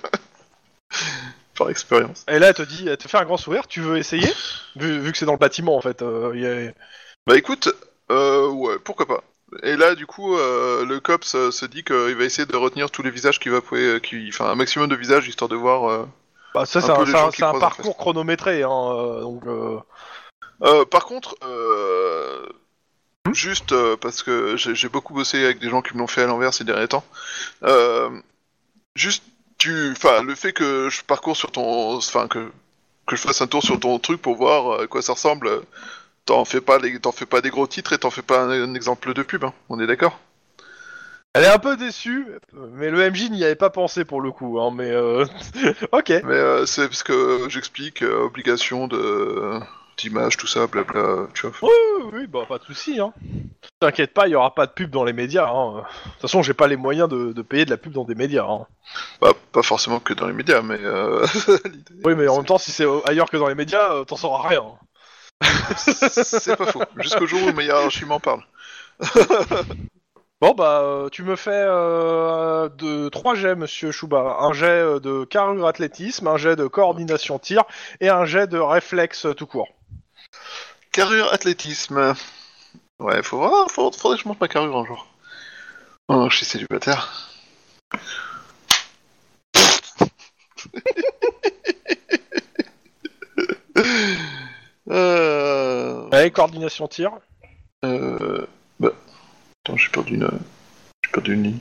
Par expérience.
Et là, elle te dit, elle te fait un grand sourire, tu veux essayer vu, vu que c'est dans le bâtiment en fait. euh, il y a-
Bah écoute, euh, ouais, pourquoi pas. Et là, du coup, euh, le COPS euh, se dit qu'il va essayer de retenir tous les visages qu'il va pouvoir. euh, qu'il- Enfin, un maximum de visages histoire de voir. euh,
bah, ça,
Un
c'est
peu
un,
les
c'est
gens
un-
qui
c'est un
croisent, en fait.
parcours chronométré. Hein, euh, donc, euh,
Euh, par contre, euh, juste euh, parce que j'ai j'ai beaucoup bossé avec des gens qui me l'ont fait à l'envers ces derniers temps. euh, juste, tu, enfin, le fait que je parcours sur ton, enfin que que je fasse un tour sur ton truc pour voir euh, à quoi ça ressemble. euh, T'en fais pas, les- t'en fais pas des gros titres et t'en fais pas un, un exemple de pub. hein, on est d'accord.
Elle est un peu déçue, mais le MJ n'y avait pas pensé pour le coup. Hein, mais euh, ok.
Mais euh, c'est parce que j'explique euh, obligation de d'image, tout ça, blabla. Tu vois.
Oui, oui, bah pas de souci. Hein. T'inquiète pas, il y aura pas de pub dans les médias. hein. De toute façon, j'ai pas les moyens de, de payer de la pub dans des médias. hein.
Bah, pas forcément que dans les médias, mais euh, l'idée-
Oui, mais en même temps, si c'est ailleurs que dans les médias, euh, t'en sauras rien.
c'est pas faux. Jusqu'au jour où ma hiérarchie m'en parle.
Bon bah euh, tu me fais euh, de trois jets monsieur Chouba, un jet euh, de carrure athlétisme, un jet de coordination tir et un jet de réflexe euh, tout court.
Carrure athlétisme. Ouais, faut voir, faut- faudrait que je monte ma carrure un jour. Oh, je suis célibataire. euh...
Allez coordination tir.
euh, bah. Attends, j'ai perdu une. J'ai perdu une ligne.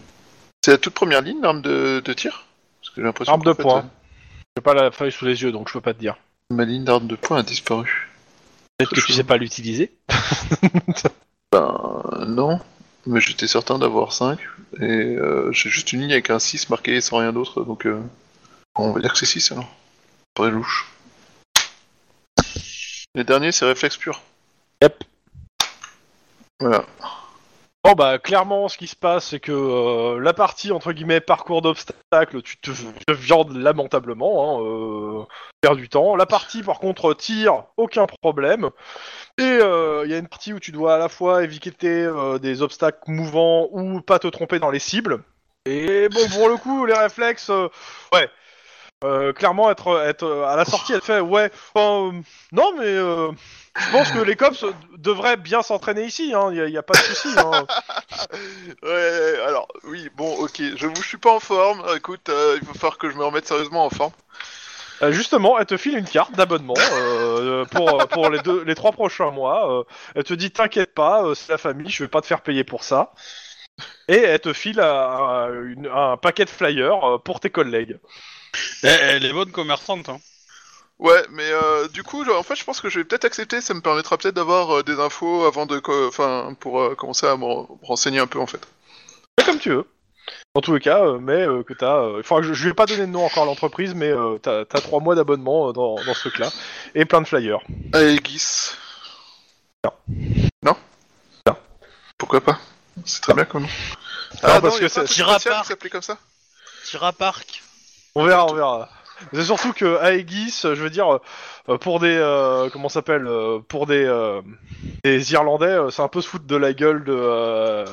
C'est la toute première ligne, l'arme de, de tir Parce que j'ai l'impression
Arme
qu'en
de
fait,
poing. euh, J'ai pas la feuille sous les yeux donc je peux pas te dire.
euh, ma ligne d'arme de poing a disparu.
Peut-être que tu sais pas l'utiliser.
Euh, non, mais j'étais certain d'avoir 5. Et euh, j'ai juste une ligne avec un 6 marqué sans rien d'autre, donc euh, on va dire que c'est 6 alors. Très louche. Les derniers, c'est réflexe pur.
Yep.
Voilà.
Oh bah clairement ce qui se passe c'est que euh, la partie entre guillemets parcours d'obstacles tu te, tu te viandes lamentablement hein, euh, perds du temps. La partie par contre tire aucun problème et euh, il y a une partie où tu dois à la fois éviter euh, des obstacles mouvants ou pas te tromper dans les cibles. Et bon pour le coup les réflexes euh, ouais Euh, clairement être être euh, à la sortie elle fait ouais euh, non mais euh, je pense que les cops devraient bien s'entraîner ici, hein. il n'y a, pas de souci. Hein.
Ouais, alors, oui, bon, ok, je vous je suis pas en forme. Écoute, euh, il va falloir que je me remette sérieusement en forme.
Euh, justement, elle te file une carte d'abonnement euh, euh, pour, euh, pour les, deux, les trois prochains mois. euh, elle te dit T'inquiète pas, euh, c'est la famille, je vais pas te faire payer pour ça. Et elle te file un, un- une- un paquet de flyers euh, pour tes collègues.
Elle, Eh, elle est bonne commerçante. Hein.
Ouais, mais euh, du coup, je- en fait, je pense que je vais peut-être accepter. Ça me permettra peut-être d'avoir euh, des infos avant de, co- enfin, pour euh, commencer à me ren- me renseigner un peu, en fait.
Fais comme tu veux. Dans tous les cas, euh, mais euh, que t'as. euh, il faudra que je, je vais pas donner de nom encore à l'entreprise, mais euh, t'as t'as trois mois d'abonnement euh, dans, dans ce truc-là. Et plein de flyers.
Allez, Guis.
Non.
Non Ah,
Non.
Pourquoi pas C'est très bien comme nom.
parce que
y
c'est-
a pas un truc
Tira
spécial
Park.
qui s'appelait comme ça
Tira Park.
On verra, on verra. C'est surtout que Aegis, euh, je veux dire, euh, pour des euh, comment ça s'appelle, euh, pour des euh, des Irlandais, euh, c'est un peu se foutre de la gueule de euh,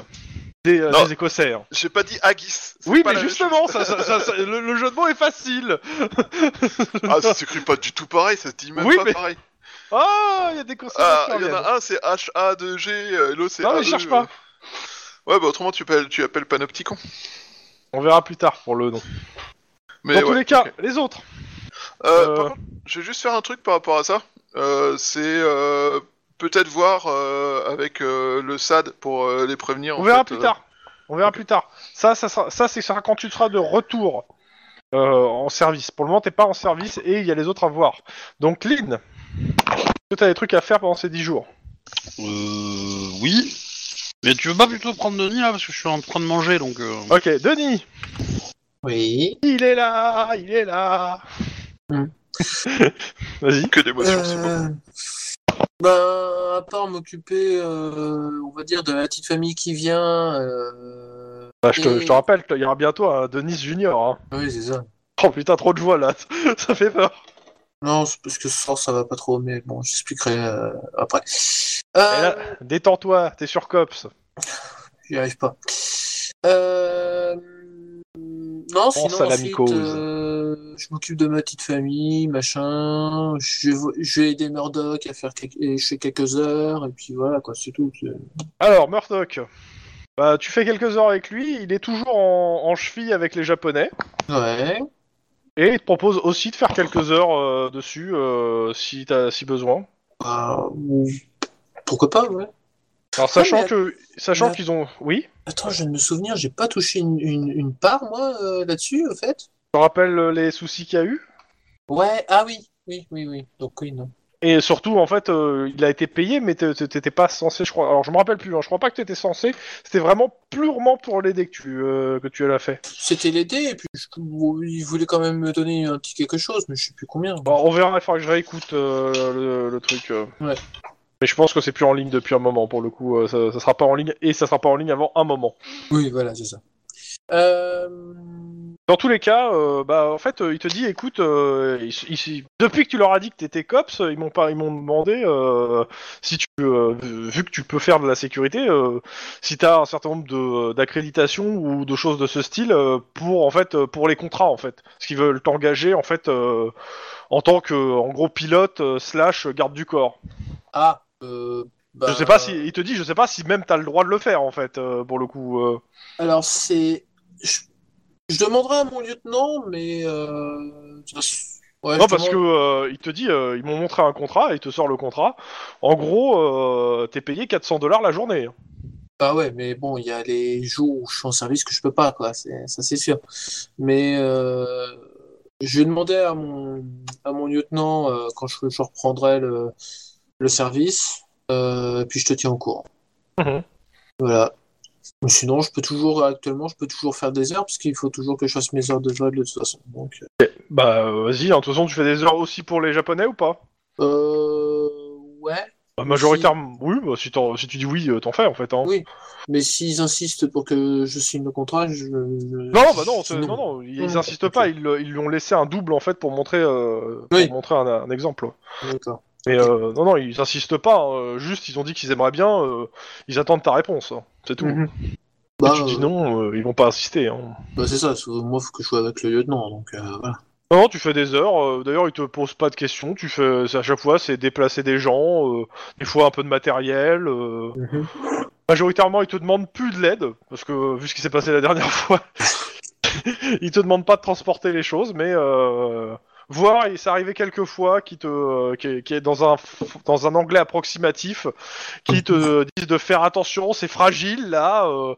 des, euh,
Non.
des Écossais. hein.
J'ai pas dit Agis. c'est
Oui,
pas
mais
la même
justement, ça, ça- ça- ça- le, le jeu de mots est facile.
chose. Ah, ça s'écrit pas du tout pareil, ça se dit même
Oui,
pas
mais-
pareil.
Ah, il y a des Écossais.
Ah,
qui
il y en
reviennent.
a un, c'est H-A-2-G, euh, l'autre c'est
Non, mais
A2,
cherche
euh.
pas.
Ouais, bah autrement, tu appelles, tu appelles Panopticon.
On verra plus tard pour le nom.
Mais
Dans
ouais,
tous les cas,
ok.
les autres.
Euh, par
euh,
contre, je vais juste faire un truc par rapport à ça. Euh, c'est euh, peut-être voir euh, avec euh, le SAD pour euh, les prévenir.
On
en
verra
fait,
plus
euh.
tard. On verra
ok.
plus tard. Ça, ça, sera- ça, c'est ça quand tu seras de retour euh, en service. Pour le moment, t'es pas en service et il y a les autres à voir. Donc, Lynn, est-ce que t'as des trucs à faire pendant ces 10 jours
Euh, oui. Mais tu veux pas plutôt prendre Denis là parce que je suis en train de manger donc. euh,
Ok, Denis,
Oui.
il est là, il est là.
Hmm.
Vas-y.
Que d'émotions, c'est beau.
Euh, bah, à part m'occuper, euh, on va dire, de la petite famille qui vient. euh,
Bah, je, te,
et-
je te rappelle, il y aura bientôt un Denis Junior. hein.
Oui, c'est ça.
Oh putain, trop de joie là, ça fait peur.
Non, c'est parce que ce soir ça va pas trop, mais bon, j'expliquerai euh, après.
Et
Euh,
là, détends-toi, t'es sur Cops.
J'y arrive pas. Euh... Non, sinon,
à la
ensuite,
mycose.
euh, je m'occupe de ma petite famille, machin. Je, vais- je vais aider Murdoch à faire quelques, et je fais quelques heures, et puis voilà, quoi, c'est tout. C'est-
Alors, Murdoch, bah, tu fais quelques heures avec lui, il est toujours en- en cheville avec les Japonais.
Ouais.
Et il te propose aussi de faire quelques heures euh, dessus euh, si, t'as- si besoin.
Bah, ou- pourquoi pas, ouais.
Alors sachant
mais-
que sachant
mais-
qu'ils ont oui,
Attends, je viens de me souvenir, j'ai pas touché une, une, une part, moi, euh, là-dessus, au fait.
je te rappelle euh, les soucis qu'il y a eu.
Ouais, ah oui, oui, oui, oui. Donc, oui, non.
Et surtout en fait euh, il a été payé mais t'é- t'é- t'étais pas censé je crois. Alors je me rappelle plus, hein, je crois pas que t'étais censé. C'était vraiment purement pour l'aider que tu euh, que tu l'as fait.
C'était l'aider, et puis je- il voulait quand même me donner un petit quelque chose, mais je sais plus combien.
Bon, on verra, il faudra que je réécoute euh, le, le truc. euh.
Ouais.
Mais je pense que c'est plus en ligne depuis un moment pour le coup. euh, ça, ça sera pas en ligne et ça sera pas en ligne avant un moment.
Oui, voilà, c'est ça. Euh...
Dans tous les cas, euh, bah, en fait, euh, il te dit, écoute, euh, ils- ils- ils- depuis que tu leur as dit que t'étais cops, euh, ils m'ont pas, ils m'ont demandé euh, si tu, euh, vu que tu peux faire de la sécurité, euh, si t'as un certain nombre de d'accréditations ou de choses de ce style euh, pour en fait euh, pour les contrats en fait, ce qu'ils veulent t'engager en fait euh, en tant que en gros pilote euh, slash garde du corps.
Ah, euh, bah,
Je sais pas si, il te dit, je sais pas si même t'as le droit de le faire en fait euh, pour le coup. euh.
Alors, c'est. Je... je demanderai à mon lieutenant, mais. Euh... je- Ouais,
Non,
je
parce que
demande-
euh, il te dit, euh, ils m'ont montré un contrat, il te sort le contrat. En gros, euh, t'es payé 400 dollars la journée.
Bah ouais, mais bon, il y a les jours où je suis en service que je peux pas, quoi, c'est... ça c'est sûr. Mais. Euh... Je vais demander à mon, à mon lieutenant euh, quand je, je reprendrai le, le service, euh, puis je te tiens au courant.
Mhm.
Voilà. Mais Sinon, je peux toujours, actuellement, je peux toujours faire des heures, parce qu'il faut toujours que je fasse mes heures de vol de toute façon. Donc, euh,
Bah euh, vas-y, hein, de toute façon, tu fais des heures aussi pour les Japonais ou pas
Euh, ouais,
Bah, majoritairement, oui, bah, si, t'en- si tu dis oui, euh, t'en fais en fait. Hein.
Oui. Mais s'ils insistent pour que je signe le contrat, je. Non,
Non, bah non, c'est- non, non, ils
Non.
insistent pas, ils, le- ils lui ont laissé un double en fait pour montrer, euh, pour
Oui.
montrer un, un exemple.
D'accord.
Mais euh, non, non, ils insistent pas, hein, juste ils ont dit qu'ils aimeraient bien, euh, ils attendent ta réponse, hein, c'est tout.
Mhm.
Si
Bah,
tu dis
euh,
non, euh, ils vont pas insister. hein.
bah, c'est ça, parce que moi, faut que je sois avec le lieutenant, donc euh, voilà.
Non, non, tu fais des heures. euh, D'ailleurs, ils te posent pas de questions. Tu fais, c'est à chaque fois, c'est déplacer des gens, euh, des fois un peu de matériel. euh. Majoritairement, ils te demandent plus de l'aide parce que euh, vu ce qui s'est passé la dernière fois, ils te demandent pas de transporter les choses, mais euh, voir, et c'est arrivé quelques fois qui te, euh, qui, qui est dans un f- dans un anglais approximatif, qui te disent de faire attention, c'est fragile là. euh,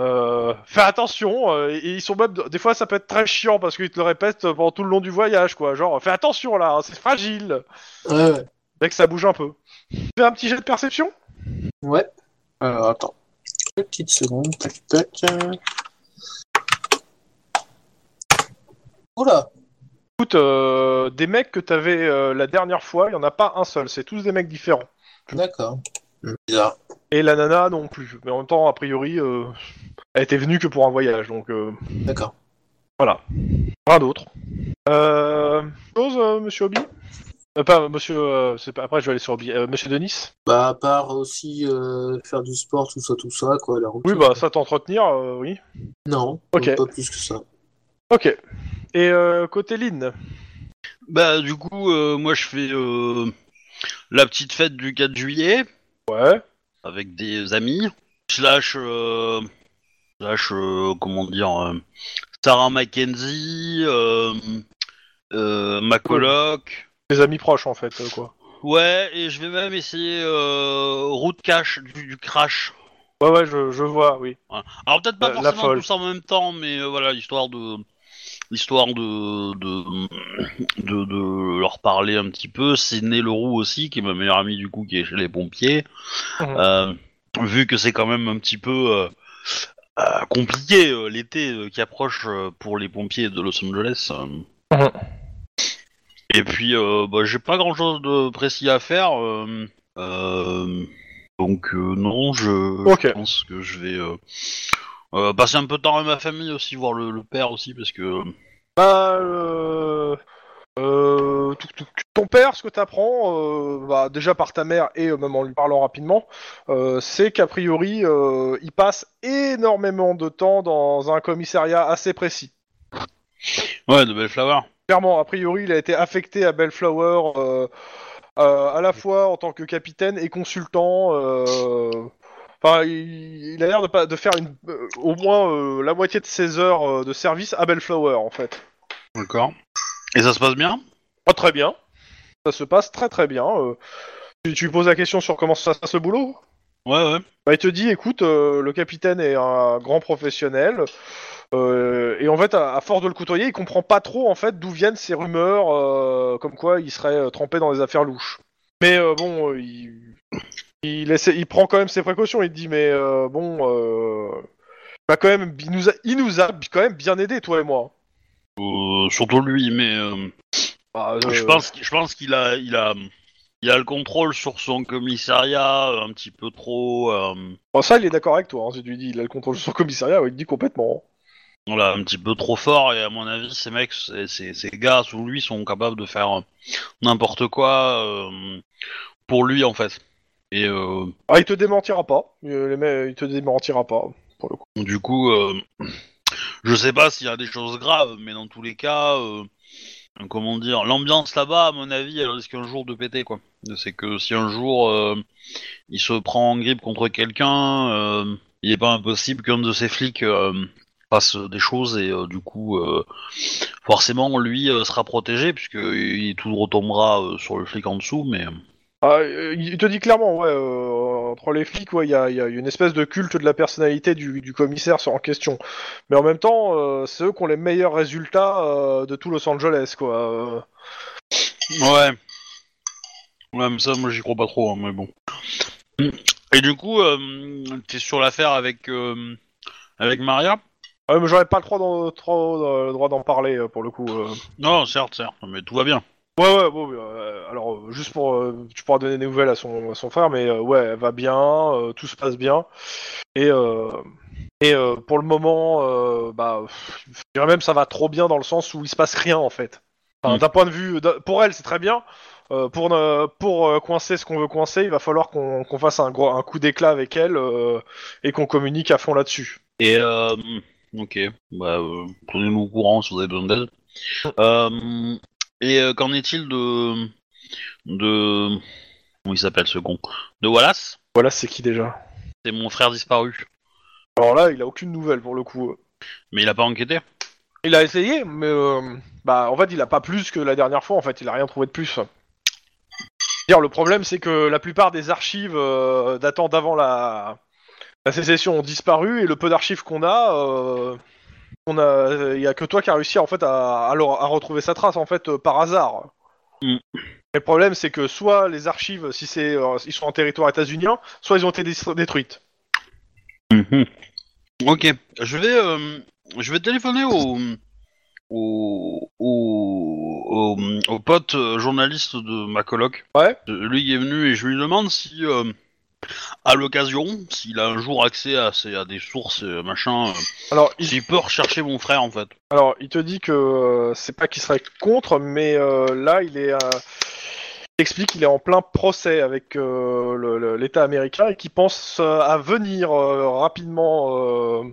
euh, fais attention, euh, et ils sont même des fois ça peut être très chiant parce qu'ils te le répètent pendant tout le long du voyage, quoi. Genre, fais attention là, hein, c'est fragile.
Ouais, ouais.
Dès que ça bouge un peu. Fais un petit jet de perception.
Ouais. Alors, attends. Petite seconde, tac, tac. Oula
Écoute, euh, des mecs que t'avais euh, la dernière fois, il y en a pas un seul, c'est tous des mecs différents.
D'accord. Bizarre.
Et la nana non plus. Mais en même temps, a priori, euh, elle était venue que pour un voyage, donc euh,
D'accord.
rien d'autre. Euh, chose, euh, Monsieur Obi Euh, Pas Monsieur. euh, c'est pas- après, je vais aller sur Obi. Euh, monsieur Denis.
Bah, à part aussi euh, faire du sport, tout ça, tout ça, quoi, la
Oui,
routine.
bah ça t'entretenir, euh, oui.
Non,
Ok.
pas plus que ça.
Ok. Et euh, côté Lynn,
Bah, du coup, euh, moi je fais euh, la petite fête du 4 juillet
Ouais.
avec des amis. Je lâche, euh, je lâche, euh, comment dire, euh, Sarah Mackenzie, euh, euh, ma coloc.
Des amis proches en fait, euh, quoi.
Ouais, et je vais même essayer euh, Route Cash du, du Crash.
Ouais, ouais, je, je vois, oui.
Voilà. Alors peut-être pas
Euh, la
forcément
folle.
tous en même temps, mais euh, voilà, histoire de histoire de de, de de leur parler un petit peu. C'est Né Leroux aussi, qui est ma meilleure amie du coup, qui est chez les pompiers.
Mhm.
Euh, vu que c'est quand même un petit peu euh, euh, compliqué euh, l'été euh, qui approche euh, pour les pompiers de Los Angeles. euh.
Mhm.
Et puis, euh, bah, j'ai pas grand chose de précis à faire. euh, euh, donc euh, non, je, je
Ok.
pense que je vais euh, euh, passer un peu de temps avec ma famille aussi, voir le, le père aussi, parce que
Bah, euh, euh, tout- tout- ton père, ce que t'apprends, euh, bah, déjà par ta mère et euh, même en lui parlant rapidement, euh, c'est qu'a priori, euh, il passe énormément de temps dans un commissariat assez précis.
ouais, de belles flowers.
Clairement, a priori, il a été affecté à Bellflower euh, euh, à la fois en tant que capitaine et consultant. euh, Enfin, il, il a l'air de, pas- de faire une, euh, au moins euh, la moitié de ses heures euh, de service à Bellflower, en fait.
D'accord. Et ça se passe bien
Ah, très bien. Ça se passe très très bien. Euh, tu, tu lui poses la question sur comment ça se passe le boulot
Ouais, ouais.
bah, Il te dit, écoute, euh, le capitaine est un grand professionnel. euh, et en fait, à, à force de le côtoyer, il comprend pas trop en fait d'où viennent ces rumeurs euh, comme quoi il serait euh, trempé dans des affaires louches. Mais euh, bon, euh, il, il, essaie- il prend quand même ses précautions. Il te dit, mais euh, bon, euh, bah, quand même, il nous, a, il nous a quand même bien aidé, toi et moi.
Euh, surtout lui, mais euh,
Bah,
je
euh,
pense, qu'il- je pense qu'il a, il a, il a le contrôle sur son commissariat euh, un petit peu trop, euh,
Bon, bah, ça, il est d'accord avec toi. Hein. Si tu lui dis, il a le contrôle sur le commissariat, ouais, il te dit complètement.
voilà, un petit peu trop fort. Et à mon avis, ces mecs, ces, ces- ces gars sous lui sont capables de faire euh, n'importe quoi euh, pour lui en fait. Et euh,
Ah, il te démentira pas. Euh, les mecs, Il te démentira pas, pour le coup.
Du coup, euh, je sais pas s'il y a des choses graves, mais dans tous les cas, euh, comment dire, l'ambiance là-bas, à mon avis, elle risque un jour de péter, quoi. C'est que si un jour euh, il se prend en grippe contre quelqu'un, euh, il est pas impossible qu'un de ses flics euh, fasse des choses et euh, du coup, euh, forcément, lui euh, sera protégé puisque il, tout retombera euh, sur le flic en dessous, mais.
Ah, euh, il te dit clairement, ouais, euh, entre les flics, ouais, il y a, il y a une espèce de culte de la personnalité du, du commissaire en question. Mais en même temps, euh, c'est eux qui ont les meilleurs résultats euh, de tout Los Angeles, quoi. Euh,
Ouais. Ouais, mais ça, moi, j'y crois pas trop, hein, mais bon. Et du coup, euh, t'es sur l'affaire avec, euh, avec Maria
ouais, mais j'aurais pas le droit d'en, trop, euh, le droit d'en parler, euh, pour le coup. euh.
Non, certes, certes, mais tout va bien.
Ouais, ouais, bon, euh, alors euh, juste pour, euh, tu pourras donner des nouvelles à son, à son frère, mais euh, ouais, elle va bien, euh, tout se passe bien, et euh, et euh, pour le moment, euh, bah, pff, je dirais même ça va trop bien dans le sens où il se passe rien en fait. Enfin,
Mm.
D'un point de vue, d'un- pour elle c'est très bien. Euh, pour ne- pour euh, coincer ce qu'on veut coincer, il va falloir qu'on qu'on fasse un gros un coup d'éclat avec elle euh, et qu'on communique à fond là-dessus.
Et euh, ok, bah, euh, prenez-nous au courant si vous avez besoin d'aide. Euh, et euh, qu'en est-il de de comment il s'appelle ce con de Wallace
Voilà, c'est qui déjà
C'est mon frère disparu,
Alors là, il a aucune nouvelle pour le coup.
mais il a pas enquêté.
Il a essayé, mais euh, bah en fait il a pas plus que la dernière fois. En fait, il a rien trouvé de plus. Dire le problème, c'est que la plupart des archives euh, datant d'avant la... la sécession ont disparu et le peu d'archives qu'on a, euh, on a, il y a que toi qui as réussi en fait à, à leur- à retrouver sa trace en fait euh, par hasard.
Mm.
Le problème, c'est que soit les archives, si c'est, euh, ils sont en territoire états-unien, soit ils ont été dés- détruites.
Mhm. Ok, je vais, euh, je vais téléphoner au, au, au, au- au pote euh, journaliste de ma coloc.
Ouais.
Euh, Lui il est venu et je lui demande si, euh, à l'occasion, s'il a un jour accès à, ses- à des sources, euh, machin, euh,
Alors, il-
s'il peut rechercher mon frère en fait.
Alors, il te dit que euh, c'est pas qu'il serait contre, mais euh, là, il est. euh, il explique qu'il est en plein procès avec euh, le- le- l'État américain et qu'il pense euh, à venir euh, rapidement euh,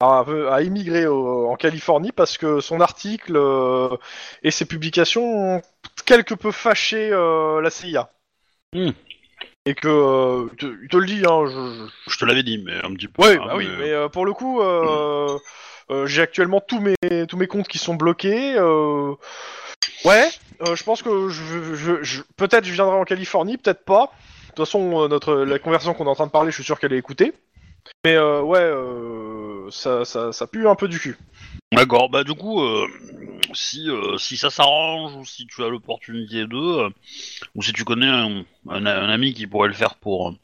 à, à immigrer au- en Californie parce que son article euh, et ses publications ont quelque peu fâché euh, la CIA.
Hmm.
Et que. euh, il, te, il te le dit, hein, je- je-
Je te l'avais dit, mais un petit peu.
oui,
hein,
bah oui,
mais- hmm.
mais euh, pour le coup, euh, euh, j'ai actuellement tous mes tous mes comptes qui sont bloqués. euh, Ouais, euh, je pense que je, je, je- peut-être je viendrai en Californie, peut-être pas. De toute façon, euh, notre la conversation qu'on est en train de parler, je suis sûr qu'elle est écoutée. Mais euh, ouais, euh, ça, ça, ça pue un peu du cul.
D'accord, bah du coup, euh, si, euh, si ça s'arrange, ou si tu as l'opportunité d'eux, euh, ou si tu connais un, un- un ami qui pourrait le faire pour, euh,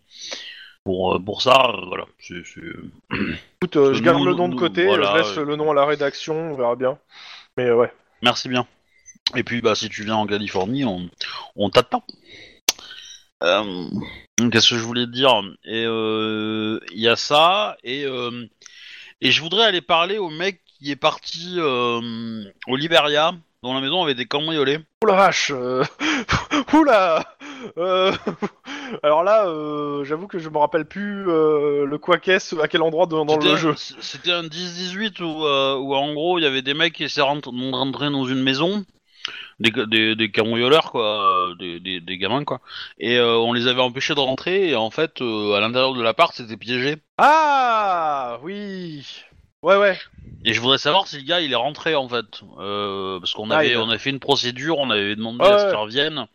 pour, euh, pour ça, euh, voilà. c'est- c'est-
Écoute, euh, je
Nous,
garde le
nous,
nom de
nous,
côté,
voilà,
je laisse
euh,
le nom à la rédaction, on verra bien. Mais euh, ouais.
Merci bien. Et puis, bah si tu viens en Californie, on, on t'attend. Euh, Qu'est-ce que je voulais te dire Et euh, il y a ça, et, euh, et je voudrais aller parler au mec qui est parti euh, au Liberia, dont la maison avait été cambriolée.
Oh la vache euh, Oula euh, Alors là, euh, j'avoue que je me rappelle plus euh, le quoi qu'est-ce, à quel endroit dans, dans
C'était
le
un-
jeu.
c- C'était un 10-18 où, euh, où en gros il y avait des mecs qui étaient rent- rentrés dans une maison, des, ca- des, des cambrioleurs quoi, euh, des, des, des gamins quoi, et euh, on les avait empêchés de rentrer et en fait euh, à l'intérieur de l'appart c'était piégé.
Ah Oui Ouais, ouais.
Et je voudrais savoir si le gars il est rentré en fait, euh, parce qu'on
Ah,
avait,
il est-
on avait fait une procédure, on avait demandé
Ouais,
à ce
ouais.
qu'il revienne.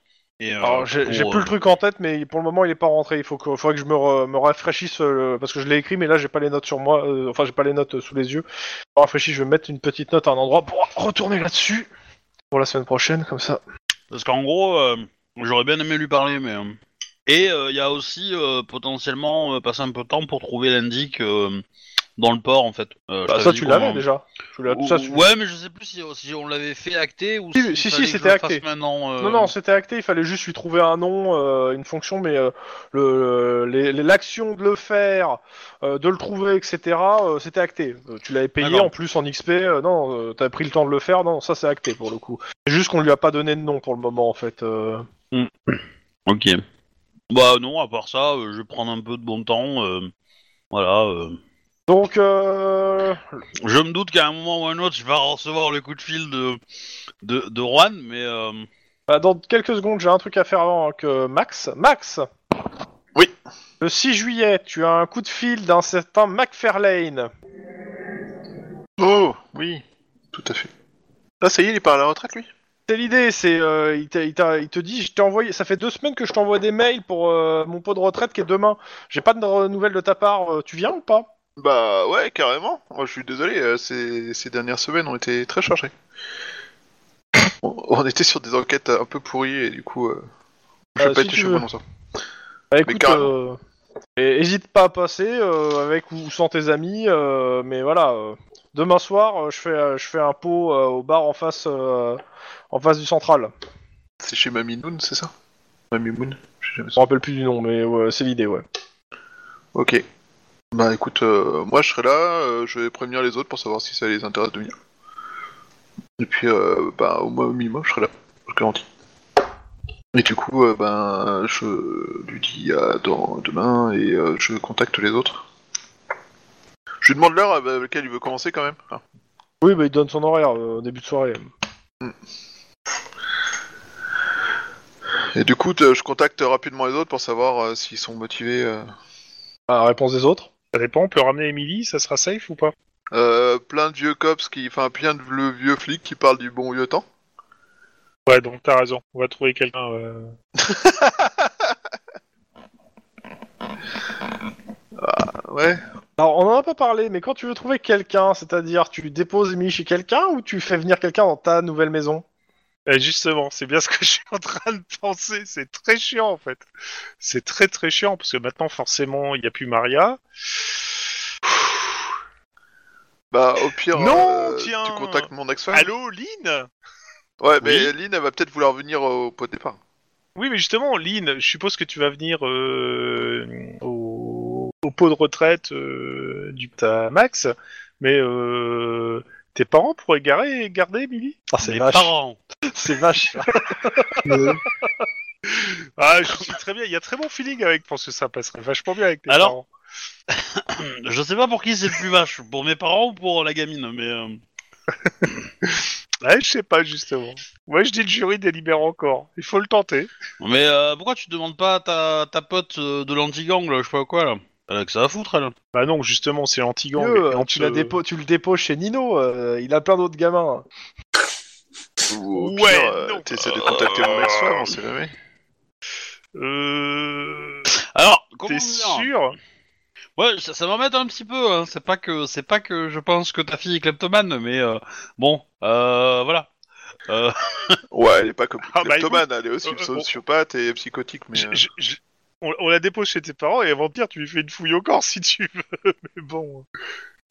Et, euh,
Alors, j'ai
pour,
j'ai plus
euh,
le truc en tête, mais pour le moment, il est pas rentré. Il faut que, faudrait que je me, re- me rafraîchisse, euh, parce que je l'ai écrit, mais là, j'ai pas les notes sur moi, euh, enfin, j'ai pas les notes euh, sous les yeux. Je me rafraîchis, je vais mettre une petite note à un endroit pour retourner là-dessus pour la semaine prochaine, comme ça.
Parce qu'en gros, euh, j'aurais bien aimé lui parler, mais. euh, Et euh, il y a aussi euh, potentiellement euh, passer un peu de temps pour trouver l'indic euh, dans le port en fait. Euh, je
Bah,
t'avais
ça,
dit
tu
qu'on
l'avais
en-
déjà. Tu l'as-
Ou-
ça, tu-
Ouais, mais je sais plus si, si on l'avait fait acter ou
Si,
s'il
si, si,
fallait que je
c'était
le fasse
acté.
Maintenant, euh,
Non, non, c'était acté, il fallait juste lui trouver un nom, euh, une fonction, mais euh, le- les- les- l'action de le faire, euh, de le trouver, etc., euh, c'était acté. Euh, tu l'avais payé
D'accord.
en plus en XP, euh, non, euh, t'as pris le temps de le faire, non, ça c'est acté pour le coup. C'est juste qu'on lui a pas donné de nom pour le moment en fait. euh.
Ok. Bah non, à part ça, euh, je vais prendre un peu de bon temps. euh, Voilà. euh.
Donc, euh,
Je me doute qu'à un moment ou un autre, je vais recevoir le coup de fil de, de, de Juan, mais. euh,
bah, dans quelques secondes, j'ai un truc à faire avant que Max. Max
Oui.
Le 6 juillet, tu as un coup de fil d'un certain McFarlane.
Oh, oui, tout à fait. Là, ça y est, il est pas à la retraite, lui
C'est l'idée, c'est euh, il, t'a- il t'a- il te dit, je t'ai envoyé, ça fait deux semaines que je t'envoie des mails pour euh, mon pot de retraite qui est demain. J'ai pas de re- nouvelles de ta part, euh, tu viens ou pas
Bah ouais, carrément. Moi, je suis désolé, euh, ces, ces dernières semaines ont été très chargées. On, on était sur des enquêtes un peu pourries et du coup, euh, je vais
Euh,
pas
si
été
tu
chez
veux.
moi dans ça.
Bah écoute,
carrément.
euh, et- hésite pas à passer euh, avec ou sans tes amis, euh, mais voilà. euh, demain soir, euh, je fais euh, je fais un pot euh, au bar en face euh, en face du central.
C'est chez Mamie Noon, c'est ça Mamie Moon Je sais jamais
Je me rappelle plus du nom, mais ouais, c'est l'idée, ouais.
Ok. Bah écoute, euh, moi je serai là, euh, je vais prévenir les autres pour savoir si ça les intéresse de venir. Et puis, euh, bah au moins au minimum, je serai là, je garantis. Et du coup, euh, ben je lui dis à dans, demain et euh, je contacte les autres. Je lui demande l'heure à laquelle il veut commencer quand même. Ah.
Oui, bah il donne son horaire euh, au début de soirée.
Et du coup, t- je contacte rapidement les autres pour savoir euh, s'ils sont motivés. euh.
Ah, réponse des autres
Ça dépend, on peut ramener Emily, ça sera safe ou pas
Euh, plein de vieux cops qui, enfin plein de le vieux flics qui parlent du bon vieux temps.
Ouais, donc t'as raison, on va trouver quelqu'un. euh,
Ouais.
Alors, on en a pas parlé, mais quand tu veux trouver quelqu'un, c'est-à-dire tu déposes Emily chez quelqu'un ou tu fais venir quelqu'un dans ta nouvelle maison
Eh, justement, c'est bien ce que je suis en train de penser. C'est très chiant en fait. C'est très très chiant parce que maintenant forcément il n'y a plus Maria.
Bah au pire,
Non,
euh,
tiens.
tu contactes mon ex-femme.
Allô, Lynn
Ouais, mais Lynn, elle va peut-être vouloir venir au pot de départ.
Oui, mais justement, Lynn, je suppose que tu vas venir euh, au... au pot de retraite euh, du ta Max, mais euh, tes parents pourraient garer, garder Emily
Ah, c'est
Les
vache.
parents.
C'est vache.
Euh,
Ah, je suis très bien, il y a très bon feeling avec, je pense que ça passerait vachement bien avec tes
Alors,
parents.
Je sais pas pour qui c'est le plus vache, pour mes parents ou pour la gamine, mais. euh,
Ouais, Ah, je sais pas, justement. Moi, je dis le jury délibère encore. Il faut le tenter.
Mais euh, pourquoi tu demandes pas à ta, ta pote euh, de l'anti-gang, là, je sais pas quoi, là Elle a que ça à foutre, elle.
Bah non, justement, c'est anti-gang.
Mieux,
et
euh,
on
tu,
te-
la dépo- tu le déposes chez Nino, euh, il a plein d'autres gamins.
Ou au
Ouais,
pire, euh,
non.
t'essaies de contacter mon ex-femme, on sait jamais.
Euh...
Alors, comment
T'es
dire
sûr
Ouais, ça, ça m'embête un petit peu. hein. C'est pas que c'est pas que je pense que ta fille est kleptomane, mais euh, bon, euh, voilà. Euh,
Ouais, elle est pas comme
Ah, bah,
kleptomane, elle est aussi
euh, euh,
sociopathe et psychotique, mais...
Je-
euh,
je- je- On, on la dépose chez tes parents et avant de dire, tu lui fais une fouille au corps si tu veux. Mais bon.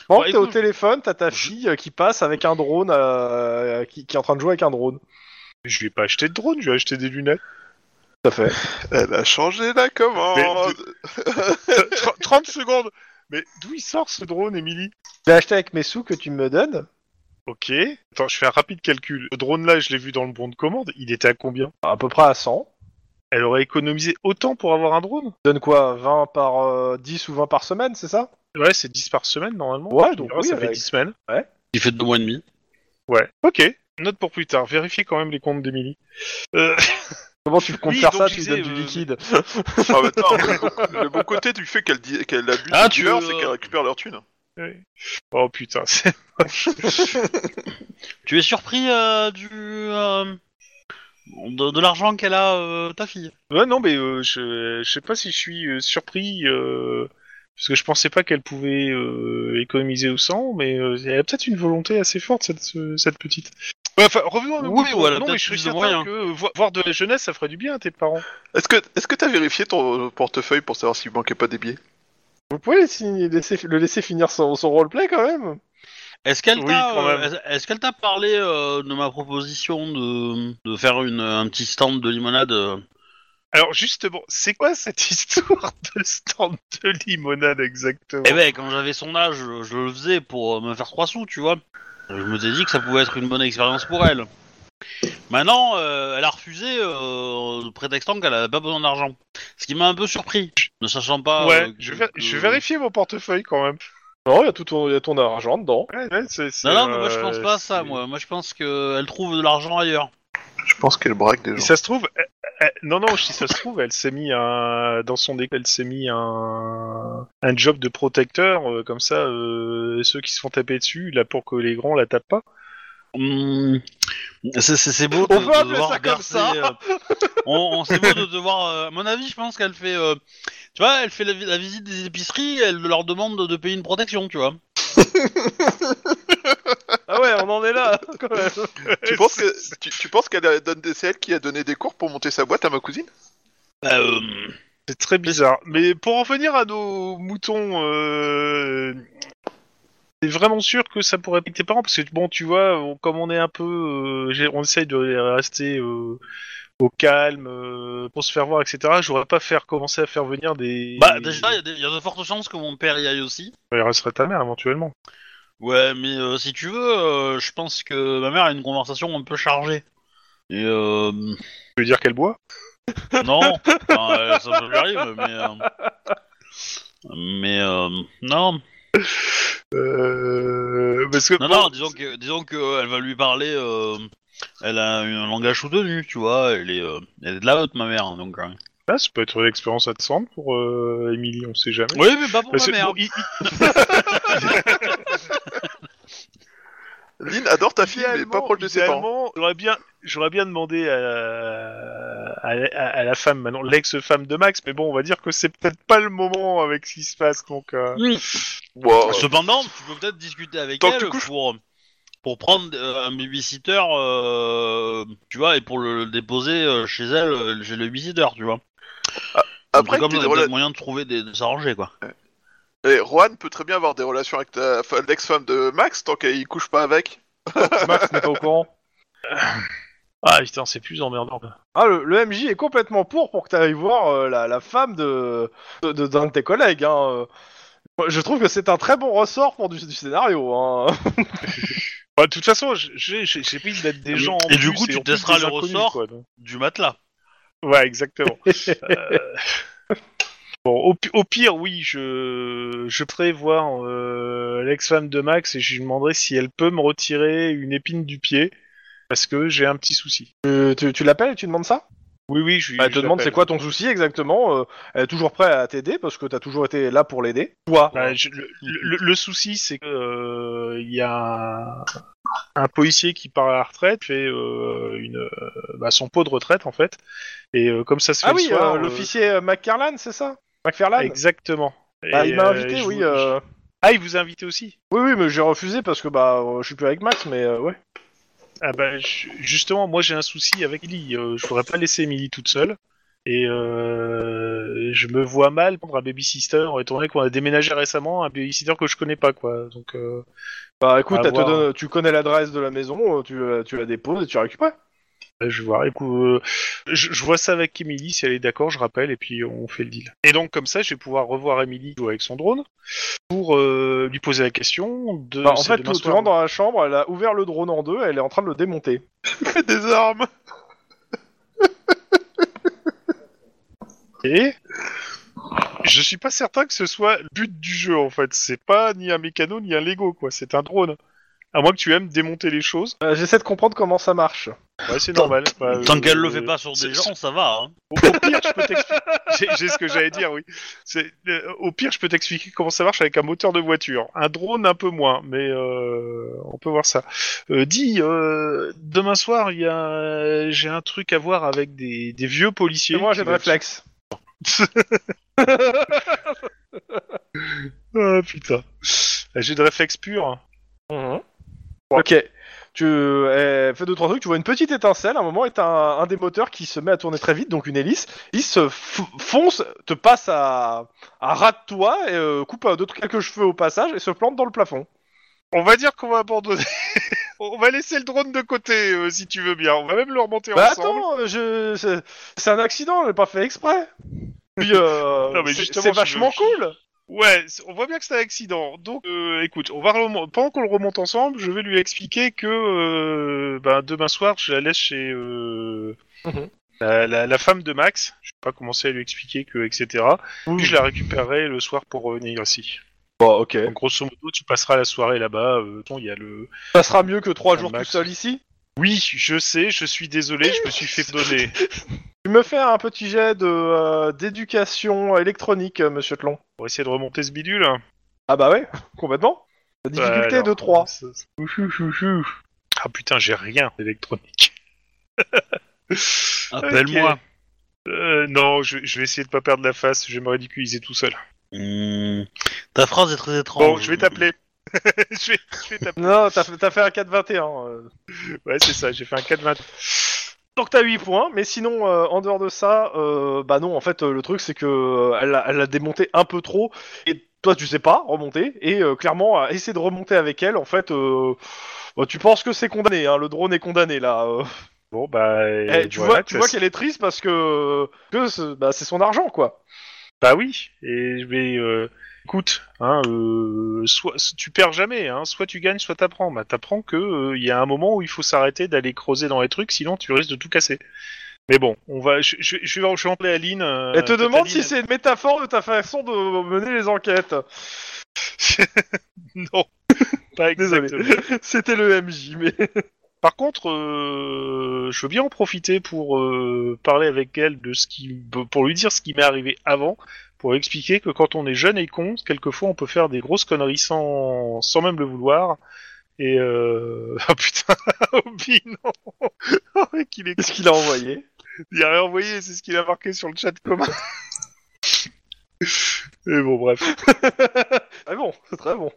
Bon,
Bah,
t'es
écoute,
au téléphone, t'as ta fille euh, qui passe avec un drone, euh, qui, qui est en train de jouer avec un drone.
Je lui ai pas acheté de drone, je lui ai acheté des lunettes.
Tout à fait.
Elle a changé la commande
Tr- 30 secondes Mais d'où il sort ce drone, Émilie
Je l'ai acheté avec mes sous que tu me donnes.
Ok. Attends, je fais un rapide calcul. Le drone là, je l'ai vu dans le bon de commande. Il était à combien
À peu près à 100.
Elle aurait économisé autant pour avoir un drone
Tu donnes quoi 20 par euh, 10 ou 20 par semaine, c'est ça
Ouais, c'est 10 par semaine normalement.
Ouais, donc
Ah,
oui,
ça
avec-
fait 10 semaines.
il fait deux mois et demi.
Ouais. Ok. Note pour plus tard. Vérifiez quand même les comptes d'Emily. Euh,
Comment tu comptes
Oui,
faire
donc
ça
je
Tu lui
disais,
donnes du
euh,
liquide.
Ah, bah, attends, le bon côté du fait qu'elle dit- qu'elle abuse
Ah,
ah,
tu
tu
veux,
c'est
euh,
qu'elle récupère leur thune.
ouais. Oh putain. c'est-
Tu es surpris euh, du euh, de, de l'argent qu'elle a euh, ta fille.
Ouais, non, mais euh, je, je sais pas si je suis euh, surpris euh, parce que je pensais pas qu'elle pouvait euh, économiser au sang, mais euh, elle a peut-être une volonté assez forte cette, ce- cette petite. Ouais, enfin, revenons à nos
Oui,
moutons.
voilà,
Non,
peut-être
mais je suis
plus de
certain
hein.
moyens.
que euh, vo- voir de la jeunesse, ça ferait du bien à tes parents.
Est-ce que est-ce que t'as vérifié ton portefeuille pour savoir s'il manquait pas des billets
Vous pouvez laisser, laisser- le laisser finir son, son roleplay quand même
Est-ce qu'elle
Oui,
t'a
quand
euh,
même.
est-ce- est-ce qu'elle t'a parlé euh, de ma proposition de, de faire une un petit stand de limonade euh
Alors justement, c'est quoi cette histoire de stand de limonade exactement
Eh ben, quand j'avais son âge, je, je le faisais pour euh, me faire trois sous, tu vois. Je me suis dit que ça pouvait être une bonne expérience pour elle. Maintenant, euh, elle a refusé, euh, prétextant qu'elle avait pas besoin d'argent. Ce qui m'a un peu surpris, ne sachant pas.
Ouais,
euh,
je,
que-
vais, je
que-
vais vérifier mon portefeuille quand même.
Non, il y a tout ton, il y a ton argent dedans.
Ouais, ouais, c'est- c'est,
Non, non, mais moi je
euh,
pense pas à ça,
c'est-
moi. Moi je pense qu'elle trouve de l'argent ailleurs.
Je pense qu'elle braque des
Si
gens.
ça se trouve, elle- elle- non, non, si ça se trouve, elle s'est mis un, dans son école, elle s'est mis un, un job de protecteur, euh, comme ça, euh, ceux qui se font taper dessus, là, pour que les grands la tapent pas.
Hmm, c'est- C'est c'est beau de,
On peut
de
appeler
devoir
ça comme
bercer,
ça.
euh, on, on- c'est beau de devoir. euh, à mon avis, je pense qu'elle fait. euh, tu vois, elle fait la, vi- la visite des épiceries, elle leur demande de- de payer une protection, tu vois.
Ah ouais, on en est là quand même.
Tu penses que tu, tu penses qu'elle a- donne des c'est elle qui a donné des cours pour monter sa boîte à ma cousine
Bah, euh,
C'est très bizarre. Mais pour en venir à nos moutons, euh... t'es vraiment sûr que ça pourrait être tes parents Parce que bon, tu vois, on- comme on est un peu, euh, j'ai- on essaye de rester euh, au calme, euh, pour se faire voir, etc. J'aurais pas faire commencer à faire venir des.
Bah, déjà, il y a des- il y, a de fortes chances que mon père y aille aussi.
il resterait ta mère éventuellement.
Ouais, mais euh, si tu veux, euh, je pense que ma mère a une conversation un peu chargée. Et euh,
Tu veux dire qu'elle boit
non, enfin, euh, ça peut lui arrive, mais euh, mais euh, non,
Euh, parce que
non, non, disons que disons que euh, elle va lui parler. euh, elle a un langage soutenu, tu vois. Elle est euh, elle est de la haute, ma mère, donc. euh.
Là, ça peut être une expérience attendante pour euh, Émilie, on sait jamais.
Oui, mais pas pour
Parce
ma
que,
mère.
bon, il- il-
Lynn adore ta fille, mais
idéalement-
pas proche de ses parents.
idéalement, J'aurais bien, j'aurais bien demandé à, à, à la femme, maintenant l'ex-femme de Max, mais bon, on va dire que c'est peut-être pas le moment avec ce qui se passe, donc. euh,
Mm.
Wow.
Cependant, tu peux peut-être discuter avec
Tant que
elle
tu couches-
pour, pour prendre euh, un babysitter, euh, tu vois, et pour le, le déposer euh, chez elle, euh, chez le babysitter, tu vois.
Après,
Après, comme
t'es
il y
des
a peut-être
rela-
moyen de trouver des, de s'arranger, quoi.
Eh, Juan peut très bien avoir des relations avec ta- enfin, l'ex-femme de Max tant qu'il couche pas avec.
Max n'est pas au courant.
Ah putain, c'est plus emmerdant.
Ah, le, le MJ est complètement pour pour que tu ailles voir euh, la, la femme de de- de- d'un de, tes collègues. hein, euh. Moi, Je trouve que c'est un très bon ressort pour du, du scénario. Hein.
Bah, de toute façon, j'ai j'ai- j'ai pris d'être des gens. en
Et du
plus,
coup, tu
en plus
testeras
des
le
inconnus,
ressort.
quoi, donc.
Du matelas.
Ouais, exactement. Euh, Bon, au, pi- au pire, oui, je, je pourrais voir euh, l'ex-femme de Max et je lui demanderai si elle peut me retirer une épine du pied parce que j'ai un petit souci.
Tu, tu- tu l'appelles, tu demandes ça
Oui, oui, je lui.
Bah, Elle te
je
demande c'est
l'appelle.
quoi ton souci exactement. euh, elle est toujours prête à t'aider parce que t'as toujours été là pour l'aider. Toi.
Bah, je- le, le- le souci, c'est que euh, il y a un, un policier qui part à la retraite, fait euh, une, euh, bah, son pot de retraite en fait, et euh, comme ça se fait
ah
le
oui, euh,
soir, euh,
l'officier euh, McCarlan, c'est ça McFarlan
exactement.
Bah,
Et,
Il m'a
euh,
invité,
je
oui.
vous-
euh,
Ah, il vous a invité aussi.
Oui, oui, mais j'ai refusé parce que bah, euh, je suis plus avec Max, mais euh, ouais.
Ah bah, ju- justement, moi j'ai un souci avec Emily. Euh, je voudrais pas laisser Emily toute seule. Et euh, je me vois mal prendre un babysitter, étant donné qu'on a déménagé récemment, un babysitter que je connais pas, quoi. Donc, euh,
Bah écoute,
À
elle te
voir.
donne- tu connais l'adresse de la maison, euh, tu, euh, tu la déposes et tu la récupères.
bah, je vais voir. Écoute, euh, je, je vois ça avec Emily, si elle est d'accord, je rappelle, et puis on fait le deal. Et donc, comme ça, je vais pouvoir revoir Emily jouer avec son drone pour euh, lui poser la question de.
Bah, en
c'est
fait,
demain
tout
soir,
le monde dans la chambre, elle a ouvert le drone en deux, elle est en train de le démonter.
des armes.
Et je suis pas certain que ce soit le but du jeu en fait. C'est pas ni un mécano ni un Lego quoi. C'est un drone. À moins que tu aimes démonter les choses.
Euh, J'essaie de comprendre comment ça marche.
Ouais, c'est normal. Bah,
Tant
euh,
qu'elle le fait pas sur
c'est-
des gens, ça va. hein.
Au, au pire, je peux t'expliquer. J'ai- J'ai ce que j'allais dire, oui. C'est euh, au pire, je peux t'expliquer comment ça marche avec un moteur de voiture. Un drone, un peu moins, mais euh, on peut voir ça. Euh, dis, euh, demain soir, il y a, j'ai un truc à voir avec des, des vieux policiers.
Et moi, j'ai
qui-
le réflexe.
Ah putain. J'ai de réflexe pur.
Ok. Tu euh, fais deux trois trucs, tu vois une petite étincelle. À un moment, et t'as un, un des moteurs qui se met à tourner très vite, donc une hélice. Il se f- fonce, te passe à, à ras de toi, et, euh, coupe euh, deux, quelques cheveux au passage et se plante dans le plafond.
On va dire qu'on va abandonner. on va laisser le drone de côté, euh, si tu veux bien. On va même le remonter
Bah
ensemble.
attends, euh, je... c'est- c'est un accident, je l'ai pas fait exprès. Puis euh,
Non, mais
c'est-
justement,
c'est
je-
vachement
je-
cool.
Ouais, c'est- on voit bien que c'est un accident. Donc, euh, écoute, on va remon- pendant qu'on le remonte ensemble, je vais lui expliquer que euh, ben, demain soir, je la laisse chez euh,
Mhm.
la, la- la femme de Max. Je vais pas commencer à lui expliquer que, etc. Puis je la récupérerai le soir pour revenir ici.
Bon, ok.
Donc, grosso modo, tu passeras la soirée là-bas. Euh, bon, il y a le.
Ça sera mieux que trois
Un
jours
max.
tout seul ici.
Oui, je sais, je suis désolé, je me suis fait donner.
Tu me fais un petit jet de euh, d'éducation électronique, euh, monsieur Tlon.
Pour essayer de remonter ce bidule. hein.
Ah bah ouais, complètement. La difficulté
Ouais, alors,
de 3.
ça, ça- Ouhou, ouhou. Ah putain, j'ai rien d'électronique.
Ah, Appelle-moi.
Ok. Euh, non, je, je vais essayer de pas perdre la face, je vais me ridiculiser tout seul.
Hmm, Ta phrase est très étrange.
Bon, je vais t'appeler. je vais, je vais t'appeler.
Non, t'as fait, t'as fait un 4-21. euh.
Ouais, c'est ça, j'ai fait un 4-20.
Donc t'as 8 points, mais sinon, euh, en dehors de ça, euh, bah non, en fait, euh, le truc c'est que euh, elle l'a elle l'a démonté un peu trop, et toi tu sais pas remonter, et euh, clairement, à essayer de remonter avec elle, en fait, euh, bah, tu penses que c'est condamné, hein, le drone est condamné là. euh. Bon, bah.
Eh,
tu
tu vois-
vois,
tu
tu
vois
vois qu'elle est triste parce que. c'est son argent, quoi.
Bah oui, et je vais. euh, écoute, hein, euh, soit tu perds jamais, hein, soit tu gagnes, soit t'apprends. Bah t'apprends que euh, il y a un moment où il faut s'arrêter d'aller creuser dans les trucs, sinon tu risques de tout casser. Mais bon, on va. Je, je, je vais je vais appeler Aline. euh,
Elle te
peut-être
demande
Aline,
si c'est une métaphore de ta façon de mener les enquêtes.
non, pas
Désolé.
exactement.
C'était le MJ, mais.
Par contre, euh, je veux bien en profiter pour euh, parler avec elle de ce qui, pour lui dire ce qui m'est arrivé avant, pour lui expliquer que quand on est jeune et con, quelquefois on peut faire des grosses conneries sans, sans même le vouloir. Et euh... ah putain, Obi non, Oh, mec, il est,
Qu'est-ce qu'il a envoyé
il a réenvoyé, c'est ce qu'il a marqué sur le chat commun. Mais bon, bref.
Ah bon, c'est très bon.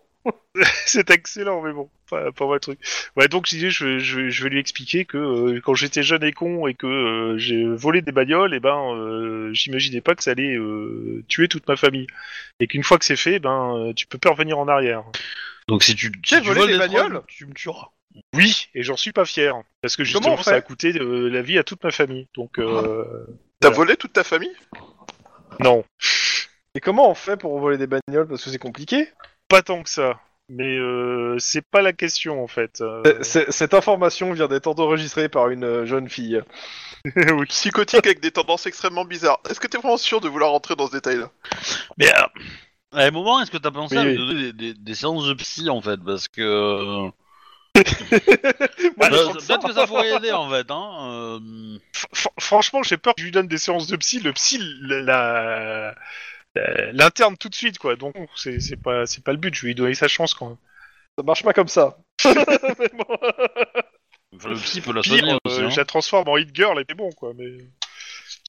c'est excellent, mais bon, pas, pas moi le truc. Ouais, donc je disais, je, je, je vais lui expliquer que euh, quand j'étais jeune et con et que euh, j'ai volé des bagnoles, et ben, euh, j'imaginais pas que ça allait euh, tuer toute ma famille. Et qu'une fois que c'est fait, ben, euh, tu peux pas revenir en arrière.
Donc si tu,
J'ai
si tu
volé
voles
des
des
bagnoles
bagnoles, tu me tueras.
Oui, et j'en suis pas fier, parce que
Comment
justement,
on fait
ça a coûté euh, la vie à toute ma famille. Donc euh,
T'as
Voilà.
volé toute ta famille
Ah.
non,
Et comment on fait pour voler des bagnoles Parce que c'est compliqué.
pas tant que ça. Mais euh, c'est pas la question en fait. Euh,
C'est- c'est- Cette information vient d'être enregistrée par une euh, jeune fille.
oui.
Psychotique avec des tendances extrêmement bizarres. Est-ce que t'es vraiment sûr de vouloir rentrer dans ce détail-là
Mais euh, à un moment, est-ce que t'as pensé
Oui,
à lui
oui.
donner des, des- des séances de psy en fait Parce que. euh,
Moi,
bah,
je sens que
Peut-être que ça pourrait aider en fait. Hein. euh,
Fr- fr- franchement, j'ai peur que je lui donne des séances de psy. Le psy, la- la- la- l'interne tout de suite, quoi. Donc, bon, c'est c'est pas, c'est pas le but. Je vais lui donner sa chance quand même.
ça marche pas comme ça. Mais bon.
enfin, le psy peut la
Pire,
soigner
euh,
aussi. hein.
je la transforme en hit girl et c'est bon, quoi. Mais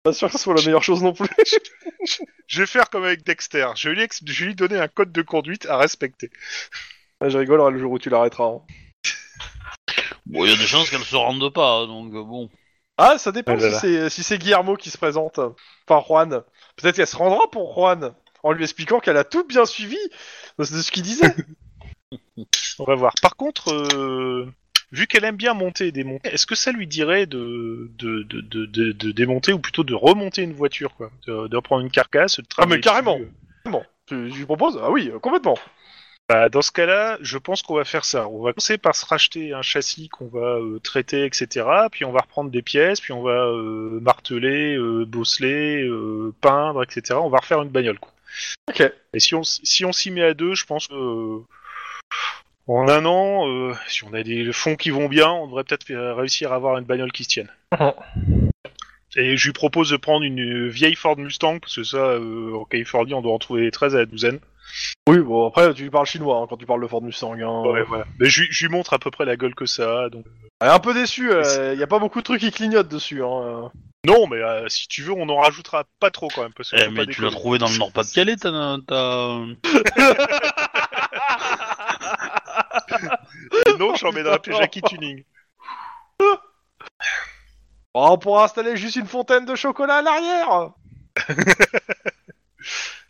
Pas sûr que ce soit la meilleure chose non plus.
je vais faire comme avec Dexter. Je vais lui, ex- je vais lui donner un code de conduite à respecter.
Ah, Je rigole, le jour où tu l'arrêteras. hein.
Bon, il y a des chances qu'elle se rende pas, donc euh, bon.
Ah, ça dépend
Ah là
si
là.
c'est si c'est Guillermo qui se présente. Enfin, Juan. Peut-être qu'elle se rendra pour Juan en lui expliquant qu'elle a tout bien suivi de de ce qu'il disait.
On va voir. Par contre, euh, vu qu'elle aime bien monter et démonter, est-ce que ça lui dirait de, de, de, de, de- de démonter ou plutôt de remonter une voiture, quoi, de, de reprendre une carcasse, de
Ah, mais
travailler
carrément.
dessus, euh.
Tu, tu lui proposes Ah oui, euh, complètement.
Bah, dans ce cas-là, je pense qu'on va faire ça. On va commencer par se racheter un châssis qu'on va euh, traiter, etc. Puis on va reprendre des pièces, puis on va euh, marteler, euh, bosseler, euh, peindre, etc. On va refaire une bagnole. Quoi.
Ok.
Et si on s- si on s'y met à deux, je pense que euh, en un an, euh, si on a des fonds qui vont bien, on devrait peut-être euh, réussir à avoir une bagnole qui se tienne.
Mhm.
Et je lui propose de prendre une euh, vieille Ford Mustang, parce que ça, euh, en Californie, on doit en trouver 13 à la douzaine.
Oui, bon, après, tu lui parles chinois hein, quand tu parles de Fort Mustang. Hein.
Ouais, voilà. Mais je, lui- je lui montre à peu près la gueule que ça a. Donc...
Elle est un peu déçue,
Mais
il n'y a pas beaucoup de trucs qui clignotent dessus. Hein.
Non, mais euh, si tu veux, on en rajoutera pas trop quand même. Parce que
Eh,
faut
mais
pas
tu l'as
déconner.
trouvé dans le Nord-Pas-de-Calais, t'as. t'as-
Non, j'emmènerai plus Jackie Tuning.
Oh, on pourra installer juste une fontaine de chocolat à l'arrière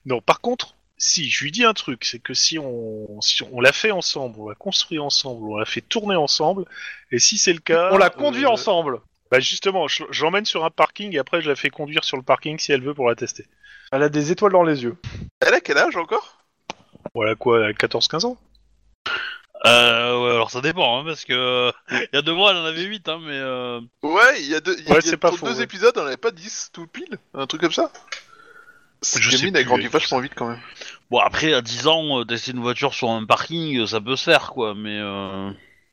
Non, par contre, si, je lui dis un truc, c'est que si on, si on l'a fait ensemble, on l'a construit ensemble, on l'a fait tourner ensemble, et si c'est le cas.
On la conduit
euh,
ensemble.
Bah justement, je, je l'emmène sur un parking et après je la fais conduire sur le parking si elle veut pour la tester.
Elle a des étoiles dans les yeux.
Elle a quel âge encore
Voilà quoi, elle a 14-15 ans
Euh, ouais, alors ça dépend, hein, parce que. Il y a deux mois, elle en avait 8, hein, mais. euh,
Ouais, il y a deux, il y a-
Ouais,
il y a
c'est pas
pour
faux,
deux
ouais.
épisodes, on avait pas 10 tout pile Un truc comme ça
Je sais
Gemini a
plus,
grandi
elle.
vachement vite quand même.
Bon, après, à 10 ans, euh, tester une voiture sur un parking, euh, ça peut se faire, quoi, mais. euh,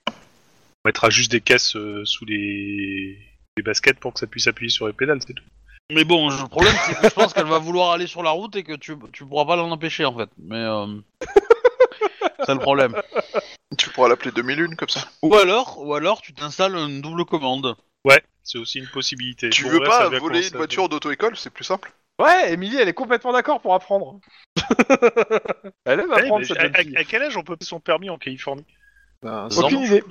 On mettra juste des caisses euh, sous les... les baskets pour que ça puisse appuyer sur les pédales, c'est tout.
Mais bon, je- le problème, c'est que je pense qu'elle va vouloir aller sur la route et que tu, tu pourras pas l'en empêcher, en fait. Mais. euh, C'est le problème.
Tu pourras l'appeler 2001 comme ça.
Ou alors, ou alors tu t'installes une double commande.
Ouais, c'est aussi une possibilité.
Tu
Bon,
veux
bref, ça
pas voler
va commencer
une
à-
voiture d'auto-école C'est plus simple.
Ouais, Émilie, elle est complètement d'accord pour apprendre. elle aime
Eh,
apprendre,
mais
cette
à,
jeune
à-
fille.
à quel âge on peut passer son permis en Californie
Ben,
Zan.
Aucune idée.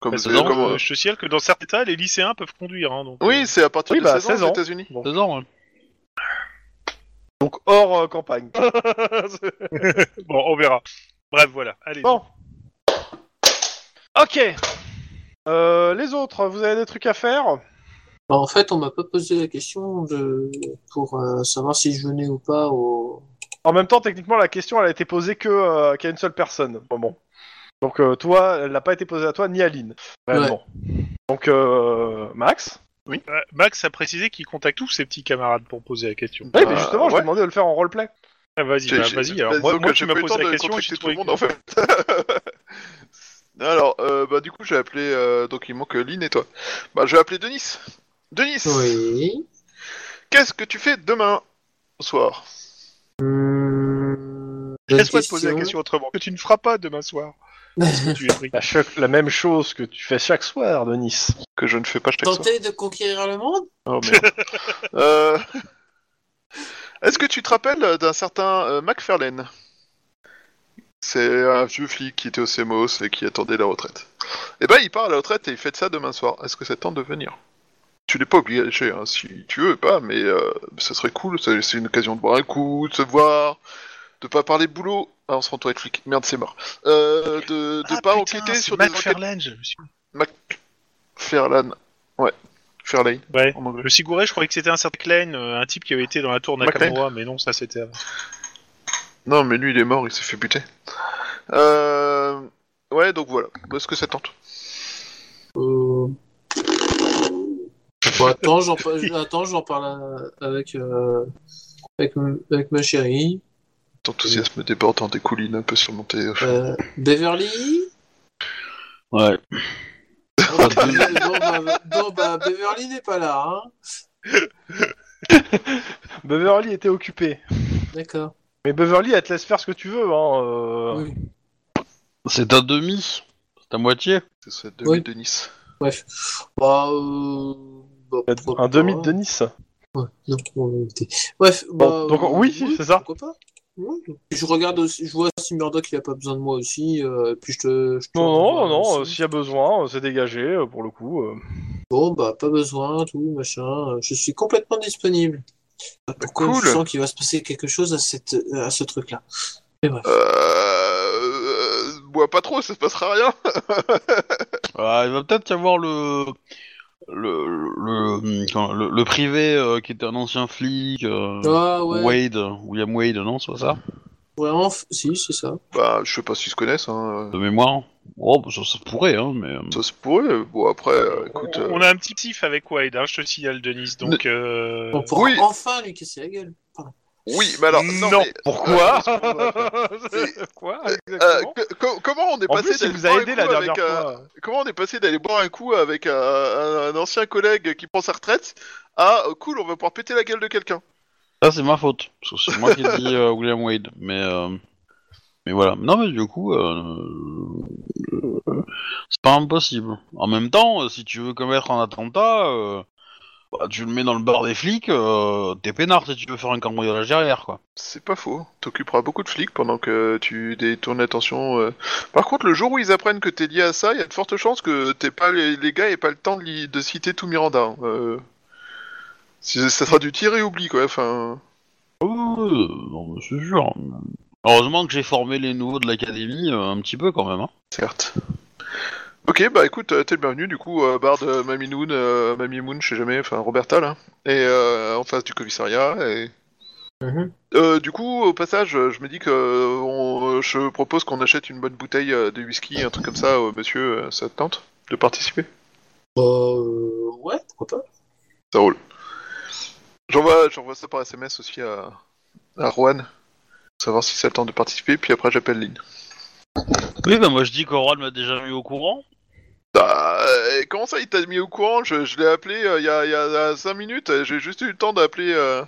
Comme,
Parce que
c'est-
Zan,
comme-
euh, Je te signale que dans certains états, les lycéens peuvent conduire. hein, donc,
Oui, c'est à partir
Oui,
de
bah,
16 ans,
16 ans.
aux États-Unis.
C'est ça, hein. ouais.
Donc hors euh, campagne.
euh, Bon, on verra. Bref, voilà. Allez.
Bon. Ok. Euh, les autres, vous avez des trucs à faire
Bah, en fait, on m'a pas posé la question de... pour euh, savoir si je venais ou pas au.
En même temps, techniquement, la question, elle a été posée que, euh, qu'à une seule personne. Bon, bon. Donc, euh, toi, elle n'a pas été posée à toi, ni à Lynn. Réellement. Donc, euh, Max
Euh, Max a précisé qu'il contacte tous ses petits camarades pour poser la question.
Oui, mais
Euh,
justement, je
ouais.
t'ai demandé de le faire en roleplay.
Ah, vas-y,
J'ai-
bah,
j'ai-
vas-y.
bah,
Alors, moi,
disons
moi,
que
tu
j'ai
m'as
pas eu le temps
posé la
de
question,
contacter
j'ai
tout le
trouvé
monde
que-
en fait. Alors, euh, bah du coup, j'ai appelé. euh, donc, il manque Lynn et toi. Bah, je vais appeler Denis. Denis,
Oui.
qu'est-ce que tu fais demain soir
Hum, bonne
Laisse-moi te poser la question autrement. Que tu ne feras pas demain soir. Parce que tu es pris.
La, choc- Bah, la même chose que tu fais chaque soir, Denis.
Que je ne fais pas chaque soir.
Tenter de conquérir le monde
Oh merde. Euh, Est-ce que tu te rappelles d'un certain euh, McFarlane C'est un vieux flic qui était au CMOS et qui attendait la retraite. Eh ben, il part à la retraite et il fait ça demain soir. Est-ce que ça te tente de venir Tu n'es pas obligé, hein, si tu veux pas, mais euh, ça serait cool. ça- C'est une occasion de boire un coup, de se voir, de pas parler boulot. Ah, on se rend toi être flic. Merde, c'est mort. Euh, de de
Ah,
pas
putain,
enquêter
c'est
sur des
Matt
enquêtes.
Fairlane, je me suis-
Ferlan. Ouais. Fairlane,
Ouais.
en anglais.
Je me suis gouré, je croyais que c'était un certain Klein, euh, un type qui avait été dans la tour Nakamura, mais non, ça c'était. avant.
Non, mais lui, il est mort, il s'est fait buter. Euh... Ouais, donc voilà. Est-ce que ça tente
Euh, bon, Bah, attends, j'en par- attends, j'en parle à- avec, euh, avec, m- avec ma chérie.
T'enthousiasme débordant hein, des collines un peu surmontées.
Euh, Beverly
Ouais.
Ah,
Bon, bah, non, bah, non, bah, Beverly n'est pas là, hein.
Beverly était occupé.
D'accord.
Mais Beverly, elle te laisse faire ce que tu veux. Hein, euh.
Oui.
C'est à demi. C'est à moitié.
C'est ça,
Oui.
demi de Nice.
Bah, euh, bah, pourquoi
Un
pas.
demi de Denis.
Ouais, non, on- t'es- Bref, bah,
Bon, donc, oui, c'est ça.
Pourquoi pas Ouais. Je regarde aussi, je vois si Murdoch il a pas besoin de moi aussi, euh, puis je te. je te
Non, non, non,
renvoie hein,
Bah,
non, euh,
aussi.
s'il y a besoin, euh, c'est dégagé, euh, pour le coup. euh.
Bon, bah, pas besoin, tout, machin. euh, Je suis complètement disponible. Bah, Pourquoi
cool.
je sens qu'il va se passer quelque chose à, cette, euh, à ce truc-là. Mais bref.
Euh... euh, Bois pas trop, ça se passera rien.
Ah, il va peut-être y avoir le le le, le- quand- le- le privé euh, qui était un ancien flic. euh,
Ah ouais,
Wade, William Wade, non, c'est pas ça
vraiment, f- si, c'est ça.
Bah, je sais pas s'ils se connaissent. Hein.
De mémoire Oh, bah, ça, ça pourrait, hein, mais. euh,
Ça se pourrait. Bon, après, euh, écoute.
on,
euh,
on a un petit pif avec Wade, hein, je te signale, Denis. Donc, euh,
On pourra
oui.
enfin lui casser la gueule. Pardon.
Oui, mais alors. Non,
Non.
mais,
Pourquoi
euh, C'est-
Quoi
euh,
exactement
que- co- comment on est
En
passé
plus, il
d'aller
vous
boire
a
un
aidé
coup
la dernière
avec, euh,
fois.
Comment on est passé d'aller boire un coup avec un, un- un ancien collègue qui prend sa retraite à euh, cool, on va pouvoir péter la gueule de quelqu'un
Ça, c'est ma faute. parce que C'est moi qui ai dit euh, William Wade, mais. euh, Mais voilà. Non, mais du coup. euh, euh, C'est pas impossible. En même temps, euh, si tu veux commettre un attentat. euh, bah, tu le mets dans le bar des flics, euh, t'es peinard si tu veux faire un cambriolage derrière, quoi.
C'est pas faux. T'occuperas beaucoup de flics pendant que tu détournes l'attention. euh. Par contre, le jour où ils apprennent que t'es lié à ça, il y a de fortes chances que t'es pas les, les gars aient pas le temps de, li- de citer tout Miranda. hein. Euh, si- Ça sera du tir et oubli, quoi. Enfin,
Ah oui, oui, oui, euh, non, mais c'est sûr. Heureusement que j'ai formé les nouveaux de l'académie euh, un petit peu quand même. Hein.
certes. Ok, bah écoute, euh, t'es le bienvenu, du coup, euh, barre de Mamie Noon, euh, Mamie Moon, je sais jamais, enfin Roberta, là. Et euh, en face du commissariat, et...
Mhm.
Euh, du coup, au passage, euh, je me dis que euh, on- euh, je propose qu'on achète une bonne bouteille euh, de whisky, un truc comme ça, euh, monsieur. euh, Ça te tente de participer
Bah, euh, ouais, pourquoi pas.
Ça roule. J'envoie, j'envoie ça par SMS aussi à, à Juan, savoir si ça le tente de participer. Puis après, j'appelle Lynn.
Oui, bah moi je dis qu'Oral m'a déjà mis au courant.
Bah, euh, comment ça, il t'a mis au courant Je, je l'ai appelé euh, il y, a, il y a 5 minutes. euh, J'ai juste eu le temps d'appeler, euh,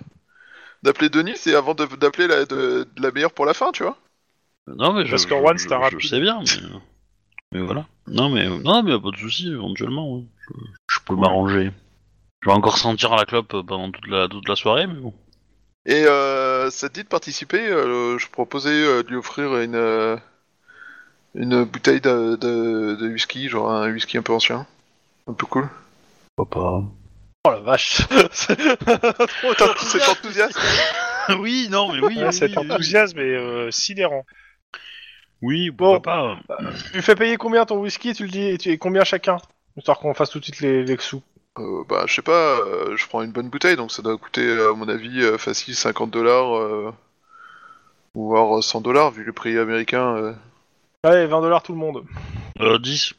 d'appeler Denis et avant de- d'appeler la, de- de la meilleure pour la fin, tu vois.
Non mais je,
Parce que
je-
Rouen, c'est un
je-
rapide.
Je sais bien, mais, mais voilà. Non mais non mais pas de souci éventuellement. ouais. Je, je peux m'arranger. Je vais encore sentir la clope pendant toute la toute la soirée, mais bon.
Et euh, ça te dit de participer, euh, je proposais euh, de lui offrir une, euh, une bouteille de, de- de whisky, genre un whisky un peu ancien, un peu cool.
Papa.
Oh la vache
Putain, c'est enthousiaste
oui, non mais oui.
ouais,
oui,
cet
oui, oui.
enthousiasme est euh, sidérant.
Oui,
Bon.
bon. pas. hein.
Tu fais payer combien ton whisky, tu le dis, et tu et combien chacun Histoire qu'on fasse tout de suite les, les sous.
Euh, bah, je sais pas, euh, je prends une bonne bouteille, donc ça doit coûter, euh, à mon avis, euh, facile 50 dollars, euh, ou voire 100 dollars, vu le prix américain. euh.
Allez, 20 dollars tout le monde.
Euh, 10.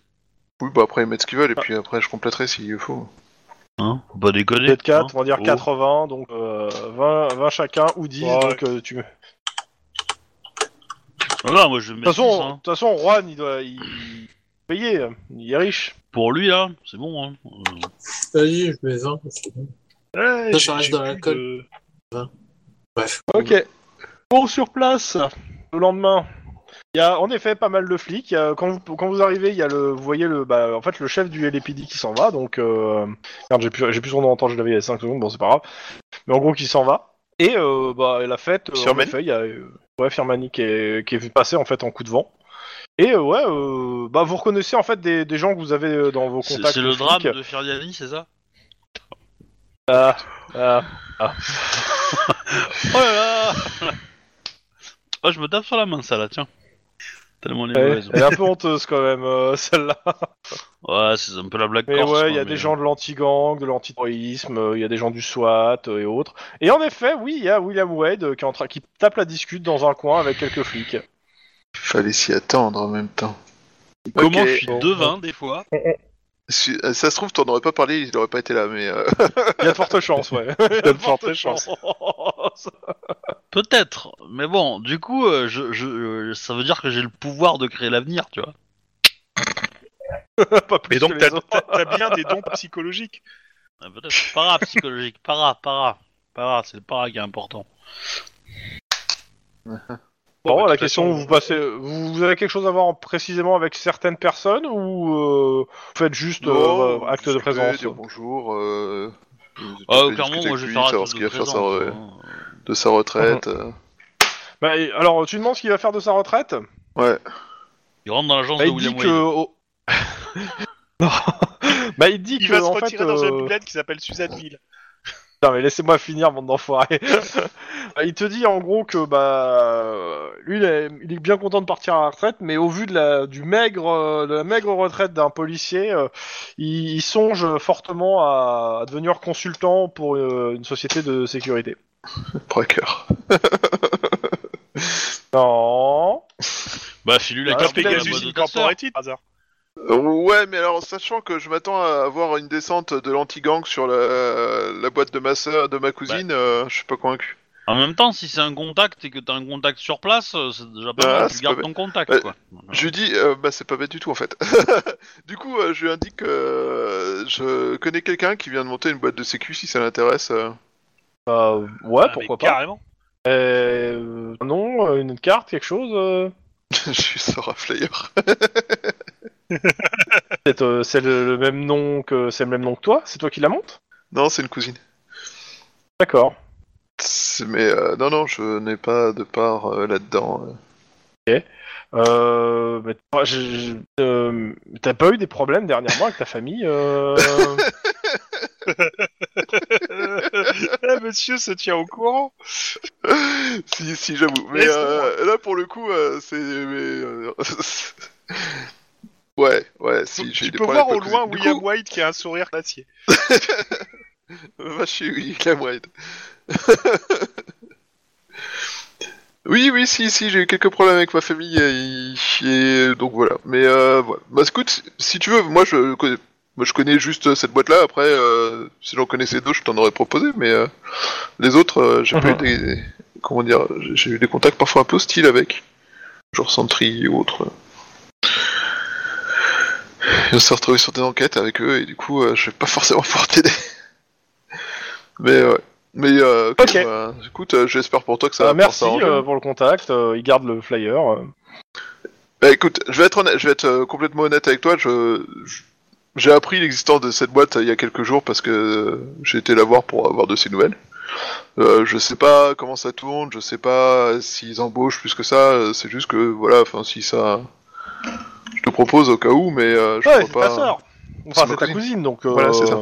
Oui, bah après, ils mettent ce qu'ils veulent, et puis après, je compléterai s'il faut.
Hein Faut pas déconner.
Peut-être 4,
hein.
on va dire
Oh.
80, donc euh, 20, 20 chacun ou 10,
Ouais.
donc euh, tu me...
Ah non, moi je vais
De
mettre
toute
10,
façon, de
hein.
toute façon, Juan, il doit il... il est payé, euh, il est riche.
Pour lui, là, c'est bon. Hein. Euh,
Vas-y, je mets 20.
Ouais,
Ça,
j'ai-
ça reste
j'ai
dans
plus
l'alcool.
de-
Bref.
Ok. Pour sur place, le lendemain, il y a en effet pas mal de flics. Il y a- quand, vous, quand vous arrivez, il y a le, vous voyez le, bah, en fait, le chef du LAPD qui s'en va. Donc, euh, merde, j'ai plus, j'ai plus son nom en temps, je l'avais il y a 5 secondes, bon, c'est pas grave. Mais en gros, qui s'en va. Et euh, bah, la fête, euh, en
Firmin
effet, il y a euh, ouais, Firmani qui est, qui est vu passer en fait en coup de vent. Et euh, ouais, euh, bah, vous reconnaissez en fait des, des gens que vous avez euh, dans vos
C'est
contacts.
c'est le
flics.
drame de Ferdiani, c'est ça
Ah, ah.
Oh là là Oh, je me tape sur la main, ça là, tiens. Tellement les
Ouais,
mauvaises.
elle est un peu honteuse quand même, euh, celle-là.
Ouais, c'est un peu la blague
Mais
corse.
ouais,
quoi,
il y a
mais,
des
euh,
gens de l'anti-gang, de l'anti-terrorisme, euh, il y a des gens du SWAT euh, et autres. Et en effet, oui, il y a William Wade euh, qui, est en train- qui tape la discute dans un coin avec quelques flics.
Fallait s'y attendre en même temps.
Comment
Ok.
je suis devin, des fois
Si- euh, Ça se trouve, t'en aurais pas parlé, il aurait pas été là, mais. euh,
Il y a de fortes chances, ouais. Il y a de fortes chances.
Peut-être, mais bon, du coup, euh, je, je, euh, ça veut dire que j'ai le pouvoir de créer l'avenir, tu vois.
Pas plus
Mais
que
donc,
les
t'as
autres.
t'as- t'as bien des dons psychologiques.
Ah, Peut-être para psychologique, para, para, para, c'est le para qui est important.
Bon,
bah, de
la
toute
question,
façon,
vous, passez, vous, vous avez quelque chose à voir en- précisément avec certaines personnes ou euh, vous faites juste euh,
non,
acte de
discuter,
présence
dire bonjour. Euh...
Euh,
discuter
clairement,
avec
moi je vais
lui,
faire un
savoir
truc
ce
de
qu'il va faire sa
présence,
re-
hein.
de sa retraite. euh.
Bah, et- Alors, tu demandes ce qu'il va faire de sa retraite
Ouais.
Il rentre dans l'agence
Bah,
de
il dit
William
que...
Wade.
oh. Non. Bah, il dit
Il
que,
va se
en fait,
retirer dans
euh,
une boulette qui s'appelle Suzanneville.
Non mais laissez-moi finir, bande d'enfoirés. Bah, il te dit en gros que bah lui il est, il est bien content de partir à la retraite, mais au vu de la du maigre euh, de la maigre retraite d'un policier, euh, il, il songe fortement à, à devenir consultant pour euh, une société de sécurité.
Braqueur.
Non.
Bah, file-lui la
Ah,
carte
c'est
de la
Pegasus
boîte de ta sœur.
Incorporated, par hasard.
Euh, Ouais, mais alors, sachant que je m'attends à avoir une descente de l'anti-gang sur la, la boîte de ma soeur, de ma
Bah.
cousine, euh, je suis pas convaincu.
En même temps, si c'est un contact et que t'as un contact sur place, euh, c'est déjà pas
Ah,
mal, tu
c'est
gardes
pas
ton contact,
Euh,
quoi.
Je lui dis, euh, bah c'est pas bête du tout en fait. du coup, euh, je lui indique que euh, je connais quelqu'un qui vient de monter une boîte de sécu si ça l'intéresse. euh.
Bah, ouais,
Ah, mais
pourquoi pas.
Carrément.
Euh, non, une carte, quelque chose. euh.
je lui sors un flyer.
Peut-être, euh, c'est le, le même nom que c'est le même nom que toi. C'est toi qui la monte.
Non, c'est une cousine.
D'accord.
C'est- Mais euh, non, non, je n'ai pas de part euh, là-dedans. euh.
Euh, mais t'as- je- je- euh, t'as pas eu des problèmes dernièrement avec ta famille euh...
Ah, monsieur se tient au courant.
si, si, j'avoue. Mais
Laisse-moi.
euh, là, pour le coup, euh, c'est. mais, euh, ouais, ouais, si, j'ai eu
tu
des
peux
problèmes
voir au
avec ma
loin
cousine. Du
William
coup,
White qui a un sourire d'acier.
Va chez William White. oui, oui, si, si, j'ai eu quelques problèmes avec ma famille, euh, et, et donc voilà. Mais euh, voilà. Bah, écoute, si tu veux, moi je connais, moi, je connais juste cette boîte-là, après, euh, si j'en connaissais deux, je t'en aurais proposé, mais euh, les autres, euh, j'ai pas eu
Mhm.
des... Comment dire j'ai- J'ai eu des contacts parfois un peu hostiles avec, genre Sentry ou autre. Et on s'est retrouvé sur des enquêtes avec eux, et du coup, euh, je vais pas forcément pouvoir t'aider. Mais euh, ouais. Mais euh,
Ok.
bah, écoute, euh, j'espère pour toi que ça
Euh,
va pouvoir
merci
s'arranger.
euh, pour le contact. euh, il garde le flyer. euh.
Bah écoute, je vais être, honnête- je vais être euh, complètement honnête avec toi. Je, je- j'ai appris l'existence de cette boîte euh, il y a quelques jours parce que euh, j'ai été la voir pour avoir de ses nouvelles. Euh, je sais pas comment ça tourne, je sais pas s'ils embauchent plus que ça. euh, C'est juste que voilà, enfin si ça, je te propose au cas où, mais euh, je
Ouais,
crois
c'est
pas. euh,
ta sœur. Enfin,
C'est ma
c'est ta
cousine.
cousine, donc.
Voilà, c'est ça.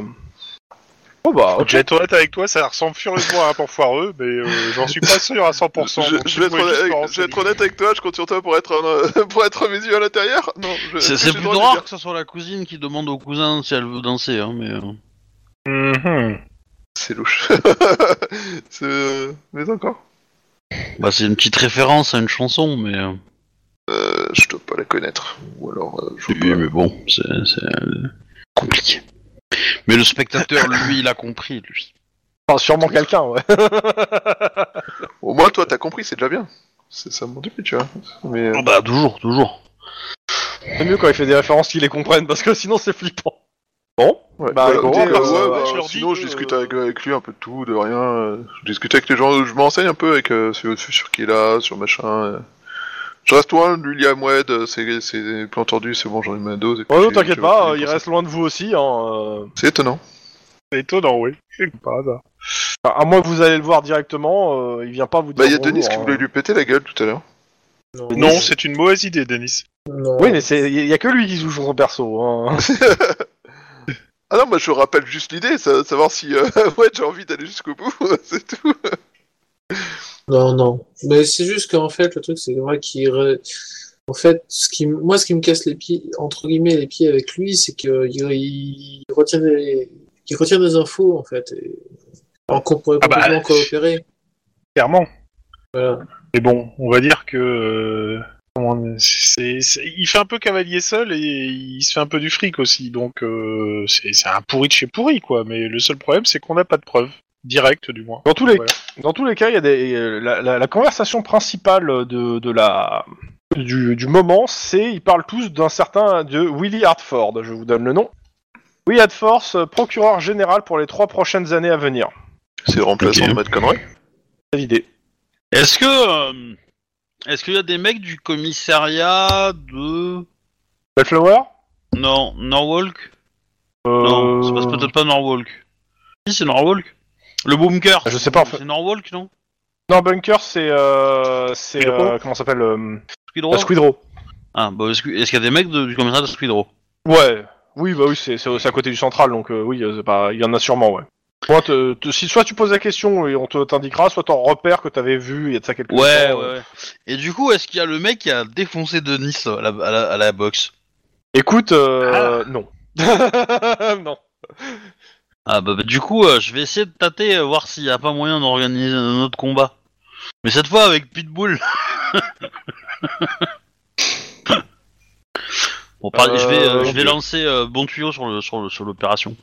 Oh bah, ok.
Jet honnête avec toi, ça ressemble furieusement à un pan foireux, mais euh, j'en suis pas sûr à 100%.
je,
donc
je
tu
vais être
pourrais juste me
honnête, je vais
renseigner.
être honnête avec toi, je compte sur toi pour être, un, euh, pour être mes yeux à l'intérieur. Non, je-
C'est
j'ai
c'est
le
plutôt
droit de
rare
dire.
que ce soit la cousine qui demande au cousin si elle veut danser, hein, mais... euh,
Mhm.
C'est louche. C'est, euh, Mais encore.
Bah, c'est une petite référence à une chanson, mais... euh,
Euh, je dois pas la connaître. Ou alors, euh, je
Oui,
vois pas.
mais bon, c'est c'est, euh, compliqué. Mais le spectateur, lui, il a compris, lui.
Enfin, sûrement quelqu'un, ouais.
Au moins, toi, t'as compris, c'est déjà bien. C'est ça mon début, tu vois. Mais, euh,
Ah Bah, toujours, toujours.
C'est mieux quand il fait des références qu'ils les comprennent, parce que sinon c'est flippant. Bon,
ouais.
bah,
Voilà,
écoutez,
ouais, bah,
euh,
ouais,
ouais,
bah,
je leur
sinon,
dis
je
que,
discute
euh,
avec, avec lui un peu de tout, de rien. euh, Je discute avec les gens, je m'enseigne un peu avec euh, sur, sur qui est là, sur machin. euh. Je reste loin, lui, il y a Moued, euh, c'est c'est plus entendu, c'est bon, j'en ai ma dose. et puis
Ouais, non,
j'ai-
t'inquiète
j'ai
pas,
aucune
euh, il
pensée.
reste loin de vous aussi. Hein, euh.
C'est étonnant.
C'est étonnant, oui. Par hasard.
Enfin, à moins que vous allez le voir directement, euh, il vient pas vous dire.
Bah, il y a
bonjour,
Denis qui
hein.
voulait lui péter la gueule tout à l'heure.
Non,
Non, c'est une mauvaise idée, Denis.
non.
Oui, mais c'est- il y a que lui qui joue son perso. Hein.
Ah non, moi je rappelle juste l'idée, ça- savoir si euh, ouais, j'ai envie d'aller jusqu'au bout, c'est tout.
Non, non. Mais c'est juste qu'en fait, le truc, c'est que moi qui. re- En fait, ce qui... m- moi, ce qui me casse les pieds, entre guillemets, les pieds avec lui, c'est qu'il il retient des... il retient des infos, en fait. Et... Alors qu'on pourrait
Ah bah,
complètement coopérer.
Clairement.
Voilà.
Mais bon, on va dire que. euh, comment on- c'est- c'est- il fait un peu cavalier seul et il se fait un peu du fric aussi, donc euh, c'est c'est un pourri de chez pourri, quoi. Mais le seul problème, c'est qu'on n'a pas de preuves. Direct, du moins.
Dans tous les
Voilà.
Dans tous les cas, il y a des, euh, la, la- la conversation principale de, de la du, du moment, c'est ils parlent tous d'un certain de Willie Hartford. Je vous donne le nom. Willie Hartford, euh, procureur général pour les trois prochaines années à venir.
C'est le remplaçant
Ok.
de Matt Conroy
C'est l'idée.
Est-ce que... euh, Est-ce qu'il y a des mecs du commissariat de...
Bellflower
Non, Norwalk
Euh,
Non, c'est pas- c'est peut-être pas Norwalk. Si, c'est Norwalk. Le Boomker.
Je sais pas, en fait.
C'est Norwalk, non
Non, Bunker, c'est euh, c'est
Squidrow
euh, comment ça s'appelle euh,
Squidrow
Squidrow.
Ah, bah, est-ce que- est-ce qu'il y a des mecs de- du commissariat de Squidrow
Ouais. Oui, bah oui, c'est c'est- c'est à côté du central, donc euh, oui, euh, c'est pas- il y en a sûrement, ouais. Soit, te- te- si, soit tu poses la question et on te- t'indiquera, soit t'en repères que t'avais vu il y a de ça quelque
Ouais, ouais,
temps, euh.
ouais. Et du coup, est-ce qu'il y a le mec qui a défoncé Denis euh, à la, à la- à la boxe
Écoute, euh, non. non.
Ah bah, bah, du coup, euh, je vais essayer de tâter, euh, voir s'il n'y a pas moyen d'organiser un autre combat. Mais cette fois avec Pitbull. bon, par- je vais, euh,
Euh,
je vais
ok.
lancer euh, bon tuyau sur le sur le- sur l'opération.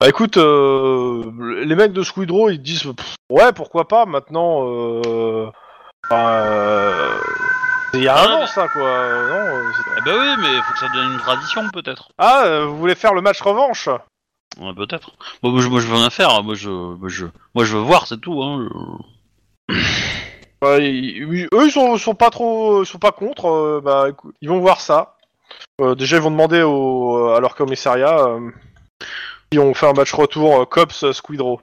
Bah écoute, euh, les mecs de Squidrow, ils disent pff, ouais, pourquoi pas. Maintenant, euh, enfin, euh, c'est il y a
Ah,
un an
mais-
ça quoi. Non, euh, c'est-
Eh ben oui, mais faut que ça devienne une tradition peut-être.
ah, euh, vous voulez faire le match revanche
Ouais, peut-être. Moi, moi, je, moi, je veux rien faire. hein. Moi, je, moi, je, moi, je veux voir, c'est tout. Hein.
Bah, ils- ils- Eux, ils sont, sont pas trop, ils sont pas contre. euh, bah, écou- ils vont voir ça. Euh, déjà, ils vont demander au, à leur commissariat euh, si on fait un match retour euh, cops Squidrow.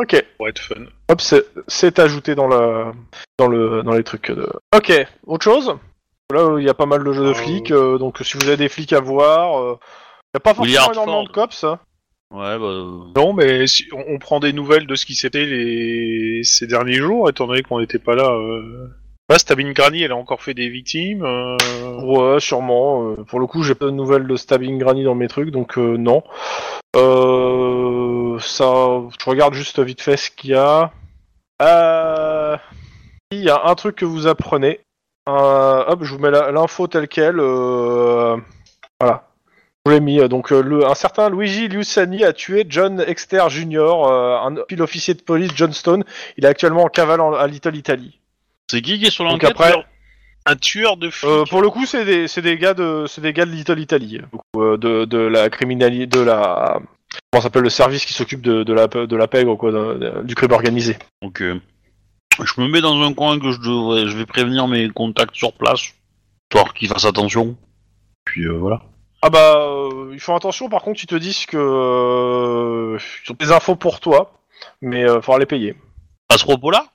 Ok.
Pour être fun.
Hop, c'est- c'est ajouté dans le, dans le, dans les trucs de. Ok, autre chose. Là, il y a pas mal de jeux de
Euh.
flics, euh, donc si vous avez des flics à voir, euh, il n'y a pas forcément
Williard
énormément de
Ford.
cops. hein.
Ouais, bah. euh,
Non, mais si- on, on prend des nouvelles de ce qui s'était les... ces derniers jours, étant donné qu'on n'était pas là. Euh... Là, Stabine Granny, elle a encore fait des victimes. euh,
Ouais, sûrement. euh, pour le coup, j'ai pas de nouvelles de Stabbing Granny dans mes trucs, donc euh, non. Euh, ça, je regarde juste vite fait ce qu'il y a. Euh, Il y a un truc que vous apprenez. Euh, hop, je vous mets la- l'info telle quelle. euh, Voilà. Je vous l'ai mis. euh, Donc, euh, le, un certain Luigi Luciani a tué John Exter Jr., euh, un pile officier de police Johnstone. Il est actuellement en cavale en- à Little Italy.
C'est qui qui est sur
Donc
l'enquête
après-
d'ailleurs
Un tueur de flics.
Euh, pour le coup, c'est des, c'est des gars de, c'est des gars de Little Italy, beaucoup, euh, de, de la criminalité, de la, comment ça s'appelle le service qui s'occupe de, de la, pe- de la pègre, quoi, de- de- du crime organisé.
Donc, euh, je me mets dans un coin que je devrais. Je vais prévenir mes contacts sur place, histoire qu'ils fassent attention. Puis euh, voilà.
Ah bah, euh, ils font attention. Par contre, ils te disent que euh, ils ont des infos pour toi, mais euh, faudra les payer.
À ce propos-là,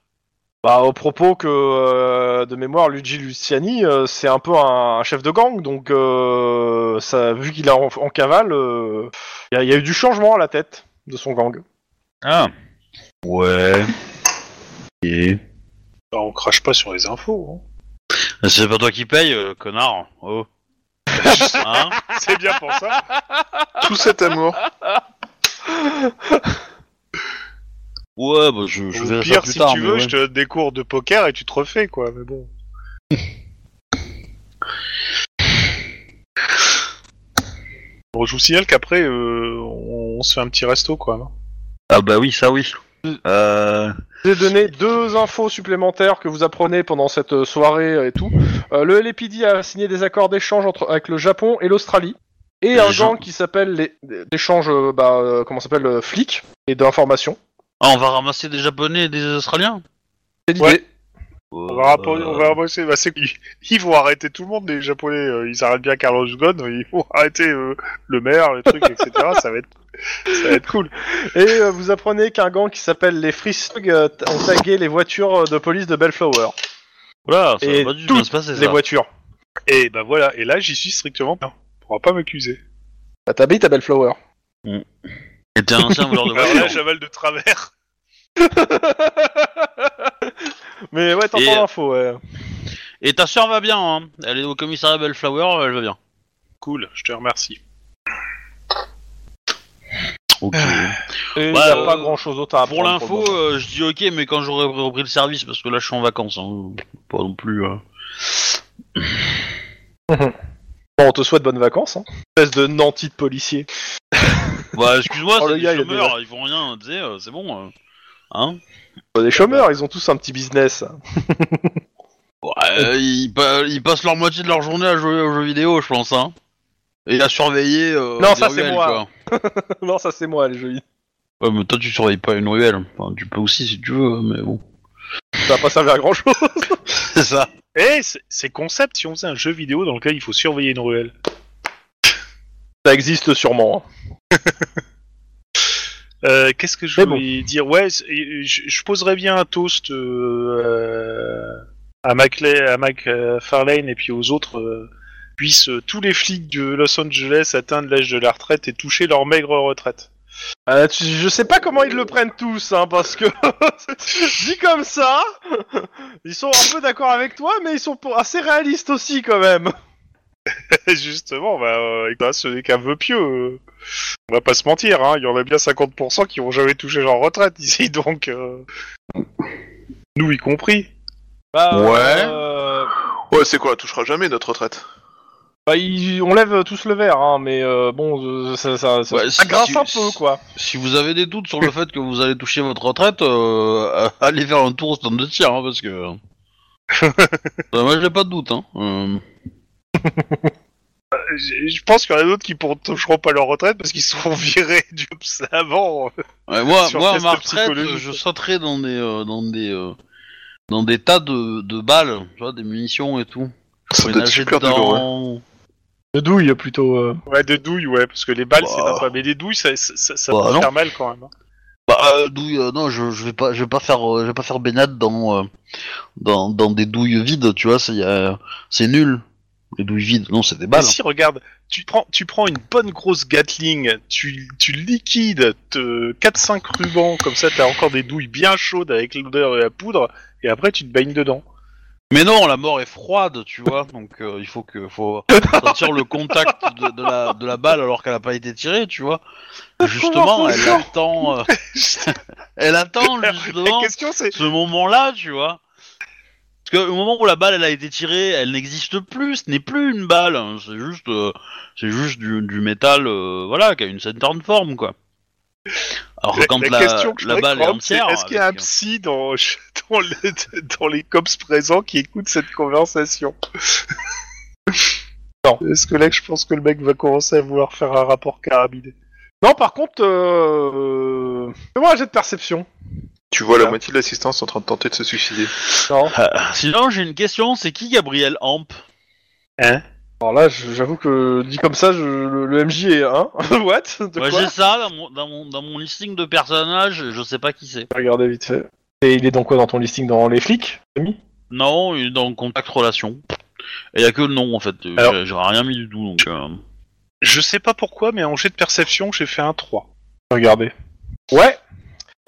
Bah, au propos que euh, de mémoire, Luigi Luciani, euh, c'est un peu un, un chef de gang, donc euh, ça, vu qu'il est en, en cavale, euh, il y a- il y a eu du changement à la tête de son gang.
Ah. Ouais. Et...
Bah, on crache pas sur les infos. hein.
Ah, C'est pas toi qui paye, euh, connard. Oh. Hein
hein. C'est bien pour ça.
Tout cet amour.
ouais, bah, je, je
Au
verrai ça
pire,
plus
si
tard.
tu
mais
veux,
ouais.
je te donne des cours de poker et tu te refais, quoi. Mais bon. bon je vous signale qu'après, euh, on, on se fait un petit resto, quoi.
Ah bah oui, ça oui.
Mm.
Euh...
Je vous ai donné deux infos supplémentaires que vous apprenez pendant cette euh, soirée et tout. Euh, le LAPD a signé des accords d'échange entre avec le Japon et l'Australie. Et
Les
un
gens-
gang qui s'appelle les d'échange euh, bah euh, comment ça s'appelle euh, flics et d'informations.
Ah, on va ramasser des Japonais et des Australiens
C'est l'idée.
Ouais. On
Euh,
va, rappo- on va ramasser- bah, c'est qu'ils- ils vont arrêter tout le monde, les Japonais. euh, Ils arrêtent bien Carlos Ghosn, ils vont arrêter euh, le maire, le truc, etc. ça, va être, ça va être cool.
Et euh, vous apprenez qu'un gang qui s'appelle les Free Thugs, euh, t- ont tagué les voitures euh, de police de Bellflower.
Oula, ça
Et
va pas du tout bien se
toutes
passer,
Les
ça.
voitures.
Et bah voilà, et là, j'y suis strictement. pas. On pourra pas m'accuser.
Bah, T'habites à Bellflower.
Et t'es un ancien voleur de
Alors là,
voiture.
j'avale Bah, de travers.
Mais ouais, t'entends
Et- euh,
l'info. Ouais.
Et ta soeur va bien, hein Elle est au commissariat Bellflower, elle va bien.
Cool, je te remercie.
Ok.
Ah. Et
Bah,
y a
euh,
pas grand chose d'autre à
Pour
apprendre le
l'info,
moment.
euh, je dis ok, mais quand j'aurai repris le service, parce que là je suis en vacances, hein, pas non plus. euh.
Bon, on te souhaite bonnes vacances. Hein. Espèce de nanti de policier.
Bah, excuse-moi,
Oh,
c'est
le
des
gars, il a
chômeurs, ils font rien, tu sais, euh, c'est bon. euh. Hein
Bah, des chômeurs, ils ont tous un petit business.
Ouais, euh, ils, pa- ils passent leur moitié de leur journée à jouer aux jeux vidéo, je pense, hein. Et à surveiller. euh,
Non,
des
ça, c'est
ruelles,
moi.
quoi.
non, ça c'est moi les jeux.
Ouais, mais toi tu surveilles pas une ruelle. Enfin, tu peux aussi si tu veux, hein, mais bon.
Ça va pas servir à grand chose.
C'est ça.
Eh, c'est- c'est concept si on faisait un jeu vidéo dans lequel il faut surveiller une ruelle.
Ça existe sûrement. hein.
Euh, Qu'est-ce que je
Mais
voulais dire Ouais, c'est- et- et je je poserais bien un toast euh, à McLean, à McFarlane et puis aux autres. euh, puissent euh, tous les flics de Los Angeles atteindre l'âge de la retraite et toucher leur maigre retraite.
Euh, tu- je sais pas comment ils le prennent tous, hein, parce que dit comme ça, ils sont un peu d'accord avec toi, mais ils sont pour- assez réalistes aussi quand même.
Justement, bah, euh, et bah, ce n'est qu'un vœu pieux. euh. On va pas se mentir, hein, il y en a bien 50% qui vont jamais toucher leur retraite ici, donc... euh, Nous y compris.
Bah,
Ouais.
euh,
Ouais, c'est quoi, on touchera jamais notre retraite.
bah, ils- on lève tous le verre, hein, mais euh, bon, euh, ça, ça, ça,
Ouais,
ça
si
grince
tu-
un peu quoi.
Si vous avez des doutes sur le fait que vous allez toucher votre retraite, euh, allez faire un tour au stand de tir, hein, parce que. Bah, moi j'ai pas de doute, hein. Euh,
Euh, Je je pense qu'il y en a d'autres qui ne toucheront pas leur retraite parce qu'ils seront virés du PSA avant.
ouais, moi,
Sur
moi à
test
ma retraite,
psychologique.
je sauterai dans des. euh, dans des. euh, dans des tas de, de balles, tu vois, des munitions et tout.
Ça
Faut
doit être
nager
super douloureux.
dedans.
De douille plutôt. euh.
Ouais, de douille, ouais, parce que les balles, c'est
Bah.
sympa. Mais des douilles, ça, ça, ça, ça
Bah,
peut
non.
faire mal quand même. hein.
Bah, euh, douille, euh, non, je, je vais pas, je vais pas faire, euh, je vais pas faire baignade dans, euh, dans, dans des douilles vides, tu vois, c'est, euh, c'est nul. Les douilles vides, Bah, non, c'est des
Mais
balles.
si, regarde, tu prends, tu prends une bonne grosse Gatling, tu, tu liquides te- 4-5 rubans, comme ça, t'as encore des douilles bien chaudes avec l'odeur et la poudre, et après, tu te baignes dedans.
Mais non, la mort est froide, tu vois, donc euh, il faut que, faut sentir le contact de, de la, de la balle alors qu'elle a pas été tirée, tu vois. Justement, elle attend, euh, elle attend
La
justement
question, c'est
ce moment-là, tu vois. Parce que au moment où la balle elle a été tirée, elle n'existe plus, ce n'est plus une balle, hein, c'est juste, euh, c'est juste du, du métal, euh, voilà, qui a une certaine forme, quoi. Alors que
La-
quand
la,
la,
question que je
la
voudrais
balle est
comprendre, c'est
entière,
est-ce qu'il y a un
avec-
psy dans, dans, les, dans les cops présents qui écoute cette conversation
Non.
Est-ce que là, je pense que le mec va commencer à vouloir faire un rapport carabiné
Non, par contre, euh... euh, fais-moi un jet de perception.
Tu vois
Voilà.
la moitié de l'assistance en train de tenter de se suicider.
Non.
Bah, Sinon, j'ai une question, c'est qui Gabriel Amp
Alors là, je- j'avoue que dit comme ça, je- le, le MJ est 1. What De
Ouais,
quoi
j'ai ça dans mon, dans, mon, dans mon listing de personnages, je sais pas qui c'est.
Regardez vite fait. Et il est dans quoi dans ton listing Dans les flics Ami
Non, il est dans contact relation. Et y a que le nom en fait,
Alors-
J'ai- j'aurais rien mis du tout donc. euh.
Je sais pas pourquoi, mais en jet de perception, j'ai fait un 3.
Regardez. Ouais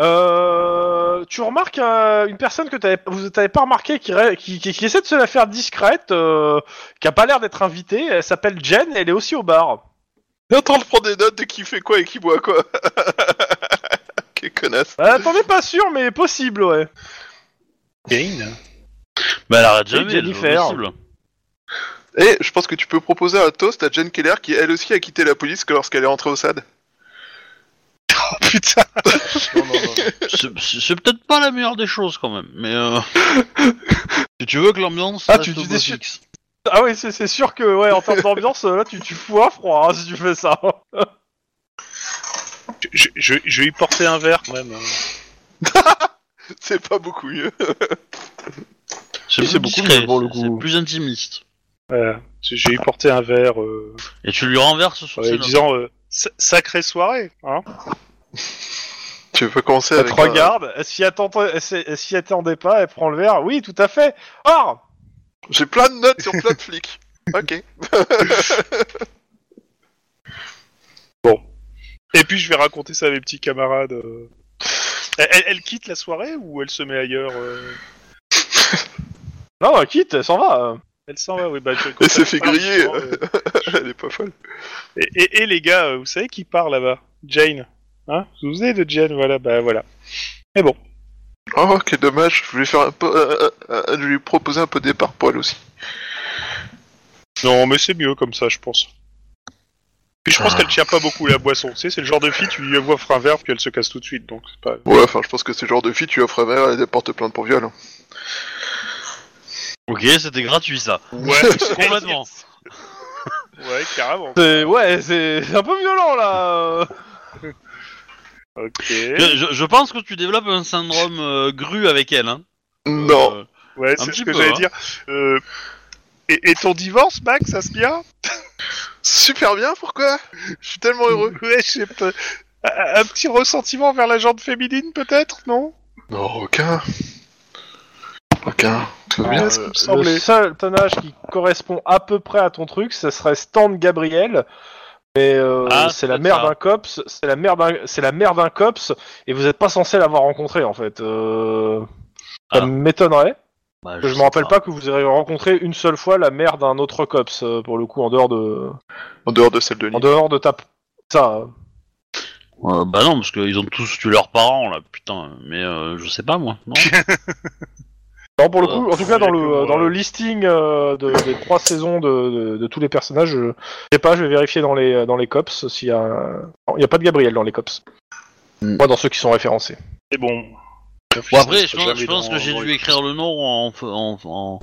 Euh, tu remarques euh, une personne que t'avais- vous n'avez pas remarqué qui, ré- qui- qui- qui essaie de se la faire discrète, euh, qui a pas l'air d'être invitée. Elle s'appelle Jen et elle est aussi au bar.
Il est en train de prendre des notes de qui fait quoi et qui boit quoi. Quelle connasse.
Euh, T'en es pas sûr, mais possible, ouais.
Kane
Bah, elle arrête jamais, elle
Jennifer.
est cible.
Et je pense que tu peux proposer un toast à Jen Keller qui elle aussi a quitté la police que lorsqu'elle est entrée au SAD.
Oh putain
Non, non, non.
C'est- C'est c'est peut-être pas la meilleure des choses quand même, mais euh... si tu veux que l'ambiance.
Ah,
reste
tu
au
dis
beau
des chutes.
fixe.
Ah ouais, c'est c'est sûr que ouais, en termes d'ambiance, euh, là tu, tu fous un froid hein, si tu fais ça.
je, je, je vais y porter un verre quand même. hein.
C'est pas beaucoup mieux.
C'est
Oui, c'est
plus
beaucoup
discret,
mieux pour le
c'est-
coup.
C'est plus intimiste.
Voilà. Je je vais y porter un verre euh,
Et tu lui renverses sur
en
ses notes.
disant euh, Sa- sacrée soirée. Hein
Tu peux commencer
Elle
avec.
te
un-
regarde, elle s'y attend- elle s'y- elle s'y attendait pas, elle prend le verre. Oui, tout à fait. Or,
J'ai plein de notes sur plein de flics. Ok.
Et puis je vais raconter ça à mes petits camarades. euh. Elle, elle- elle quitte la soirée ou elle se met ailleurs euh
non, quitte, elle s'en va. euh.
Elle s'en va, oui. Bah, je-
Elle s'est fait
parle,
griller.
souvent, euh,
Elle est pas folle.
Et, et- et les gars, euh, vous savez qui part là-bas Jane. Hein Vous vous souvenez de Jane Voilà, bah voilà. Mais bon.
Oh, quel dommage. Je voulais faire un peu. euh, euh, euh, je lui proposer un peu de départ pour elle aussi.
Non, mais c'est mieux comme ça, je pense. Puis je pense
Ah.
qu'elle tient pas beaucoup la boisson. Tu sais, c'est le genre de fille, tu lui offres un verre, puis elle se casse tout de suite, donc c'est pas.
Ouais, enfin, je pense que ce genre de fille, tu offres un verre, elle porte plainte pour viol.
Ok, c'était gratuit ça.
Ouais,
Complètement.
Ouais, carrément.
C'est- Ouais, c'est c'est un peu violent là. euh.
Ok.
Je, je- je pense que tu développes un syndrome euh, grue avec elle. Hein.
Non.
Euh,
Ouais,
Un
c'est ce
petit
que
peu,
j'allais
hein.
dire. Euh, Et, et ton divorce, Max, ça se bien
Super bien, pourquoi Je suis tellement heureux.
Ouais, je sais pas. Un un petit ressentiment vers la jante féminine, peut-être, non
Non, aucun. Aucun. Tout va bien. Euh,
ce qui me
Euh, Le
semblait.
seul tonnage qui correspond à peu près à ton truc, ce serait Stan Gabriel. Mais euh,
Ah,
c'est la
c'est
mère
ça.
d'un cops, c'est la mère d'un, c'est la mère d'un cops, et vous n'êtes pas censé l'avoir rencontré en fait. Euh, Ça
Ah.
m'étonnerait.
bah,
Je
sais
me rappelle pas. que vous ayez rencontré une seule fois la mère d'un autre cops euh, pour le coup en dehors de,
En dehors de celle de
en
Nice.
dehors de ta ça. euh.
Euh, bah non, parce qu'ils ont tous tué leurs parents là, putain. Mais euh, je sais pas moi. Non.
Non, pour le
Ah,
coup, en tout
il
cas,
y a
dans
Euh, que
le,
moi.
dans le listing euh, de- des trois saisons de, de- de tous les personnages, je je sais pas, je vais vérifier dans les, dans les cops s'il y a. un- Non, il n'y a pas de Gabriel dans les cops.
Hmm.
Pas dans ceux qui sont référencés.
C'est bon.
Bon après, je pense, je pense que j'ai dû écrire le nom en, ph- en, en,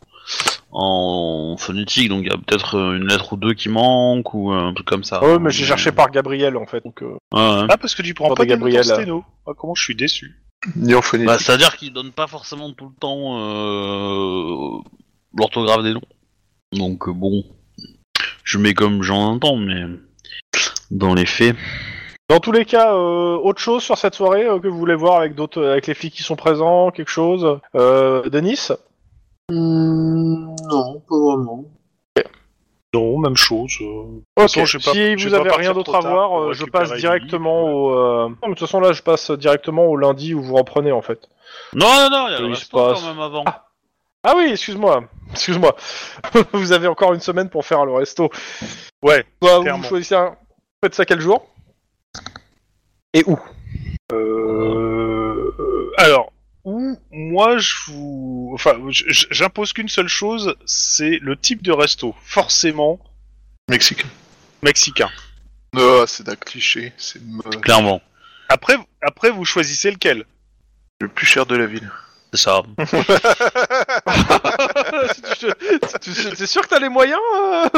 en phonétique, donc il y a peut-être euh, une lettre ou deux qui manque ou euh, un truc comme ça.
Ah ouais, mais j'ai cherché par Gabriel en fait. Donc, euh,
Ouais, ouais.
Ah, parce que tu prends
Attendez,
pas des notes en
Gabriel, là.
sténo. Ah, comment je suis déçu.
Ni en phonétique.
Bah, c'est-à-dire qu'ils donnent pas forcément tout le temps euh, l'orthographe des noms. Donc euh, bon, je mets comme j'en entends, mais dans les faits.
Dans tous les cas, euh, autre chose sur cette soirée euh, que vous voulez voir avec d'autres, avec les filles qui sont présents, quelque chose. Euh, Denis
Hmm, non, pas vraiment.
Non, même chose. euh.
Ok,
toute façon, je vais pas-
si
je
vous
vais pas
avez rien
partir
d'autre
trop
à
tard
voir,
pour
euh, je
récupérer
passe
Lily,
directement
ouais.
au. euh, non, mais de toute façon, là, je passe directement au lundi où vous reprenez en fait.
Non, non, non, il y a le
Oui, il se
restant
passe.
quand même avant.
Ah. Ah oui, excuse-moi, excuse-moi. vous avez encore une semaine pour faire le resto.
Ouais,
Soit vous
clairement.
choisissez un. Vous faites ça quel jour Et où
Euh, euh, alors, où moi je vous. Enfin, je- je- j'impose qu'une seule chose, c'est le type de resto. Forcément
Mexicain.
mexicain.
Non, Ah, c'est d'un cliché. C'est moche.
Clairement,
Après, après vous choisissez lequel.
le plus cher de la ville.
c'est ça.
euh, C'est sûr que t'as les moyens euh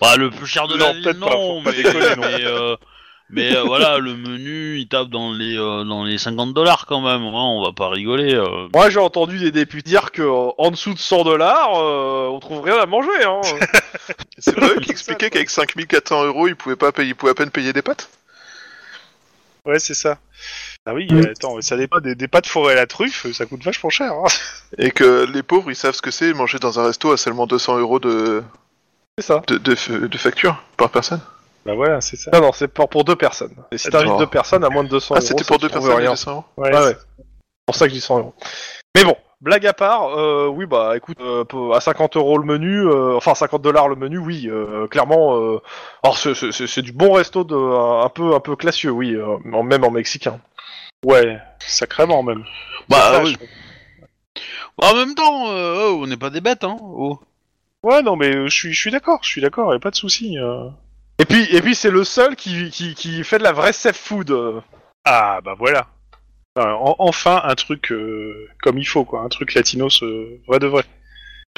Bah, le plus cher de
Non,
la ville,
peut-être pas,
non,
faut pas
mais,
déconner, non.
mais, euh, mais, euh, voilà, le menu, il tape dans les, euh, dans les 50 dollars quand même, hein, on va pas rigoler. euh.
Moi, j'ai entendu des députés dire que euh, en dessous de 100 dollars, euh, on trouve rien à manger. Hein.
C'est pas eux qui expliquaient qu'avec 5400 euros, ils pouvaient, pas payer, ils pouvaient à peine payer des pâtes
Ouais, c'est ça. Ah oui,
Mm.
euh, attends, ça dépend des, des pâtes forêt à la truffe, ça coûte vachement cher. hein.
Et que les pauvres, ils savent ce que c'est manger dans un resto à seulement 200 euros de,
C'est ça.
de, de, de facture par personne.
Bah voilà, c'est ça.
Non, non, c'est pour, pour deux personnes. Et si t'invites
D'accord.
deux personnes à moins de 200
Ah,
euros,
c'était
ça
pour
te
deux
trouve
personnes hein.
rien.
les 100 euros
Ah Ouais,
Ouais, ouais. C'est pour ça que je dis 100 euros. Mais bon, blague à part, euh, oui, bah écoute, euh, pour- à 50 euros le menu, euh, enfin 50 dollars le menu, oui, euh, clairement. euh, alors c'est- c'est c'est- c'est du bon resto de, un, un peu un peu classieux, oui, euh, en- même en mexicain.
Ouais, sacrément même.
Bah
Vache.
oui. Bah, en même temps, euh, oh, on n'est pas des bêtes, hein. Oh.
Ouais, non, mais euh, je suis, je suis d'accord, je suis d'accord, y a pas de souci. euh.
Et puis et puis c'est le seul qui, qui, qui fait de la vraie safe food. euh.
Ah, bah voilà. Enfin, en- enfin, un truc euh, comme il faut, quoi. Un truc latinos, euh, vrai de vrai.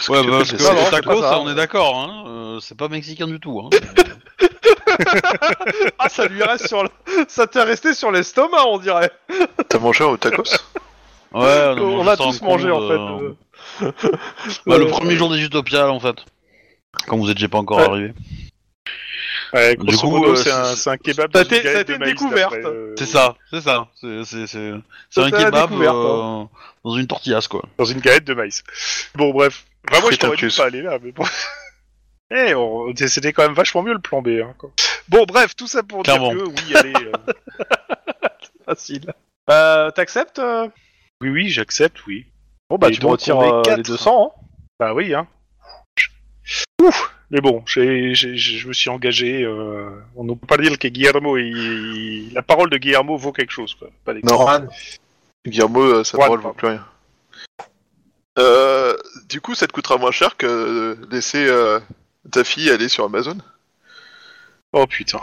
Ouais,
que-
bah, parce
parce que
que
c'est
les
pas
tacos,
ça,
ça,
ouais.
on est d'accord, hein. euh, c'est pas mexicain du tout, hein.
Ah, ça lui reste sur le... ça t'est resté sur l'estomac, on dirait.
T'as mangé au tacos
Ah,
ouais,
on
mange
a
ça
tous
en
mangé en
combo,
fait.
euh,
euh.
Bah, le
Euh,
premier jour des Utopiales, en fait. Quand vous étiez pas encore
Ouais.
arrivé.
Ouais,
Du
grosso
coup,
modo,
euh,
c'est
c'est-
un, c'est un kebab.
ça a
dans
été-
une galette
ça a été
de
une
maïs
découverte.
d'après, euh,
C'est ça, c'est ça. C'est c'est- c'est- c'est un
C'était la
kebab
découverte,
euh, dans une tortillasse, quoi.
Dans une galette de maïs. Bon, bref. Bah, moi, je
Frites à
t'aurais dû
puce.
pas aller là, mais bon. Eh, on- c'était quand même vachement mieux le plan B. Hein, quoi. Bon, bref, tout ça pour
Clairement.
dire que oui, allez. euh,
Facile. Euh, T'acceptes euh
Oui, oui, j'accepte, oui.
Bon bah
Et
tu me
donc,
retires
on est
euh, les
quatre.
200. Hein.
Bah oui, hein. Ouf Mais bon, j'ai- j'ai- j'ai- je me suis engagé. euh, on ne peut pas dire que Guillermo, il- la parole de Guillermo vaut quelque chose, quoi. Pas des-
Non,
Juan,
Guillermo, euh, sa
Ouais,
parole vaut
pardon.
plus rien. Euh, du coup, ça te coûtera moins cher que euh, laisser euh, ta fille aller sur Amazon.
Oh putain.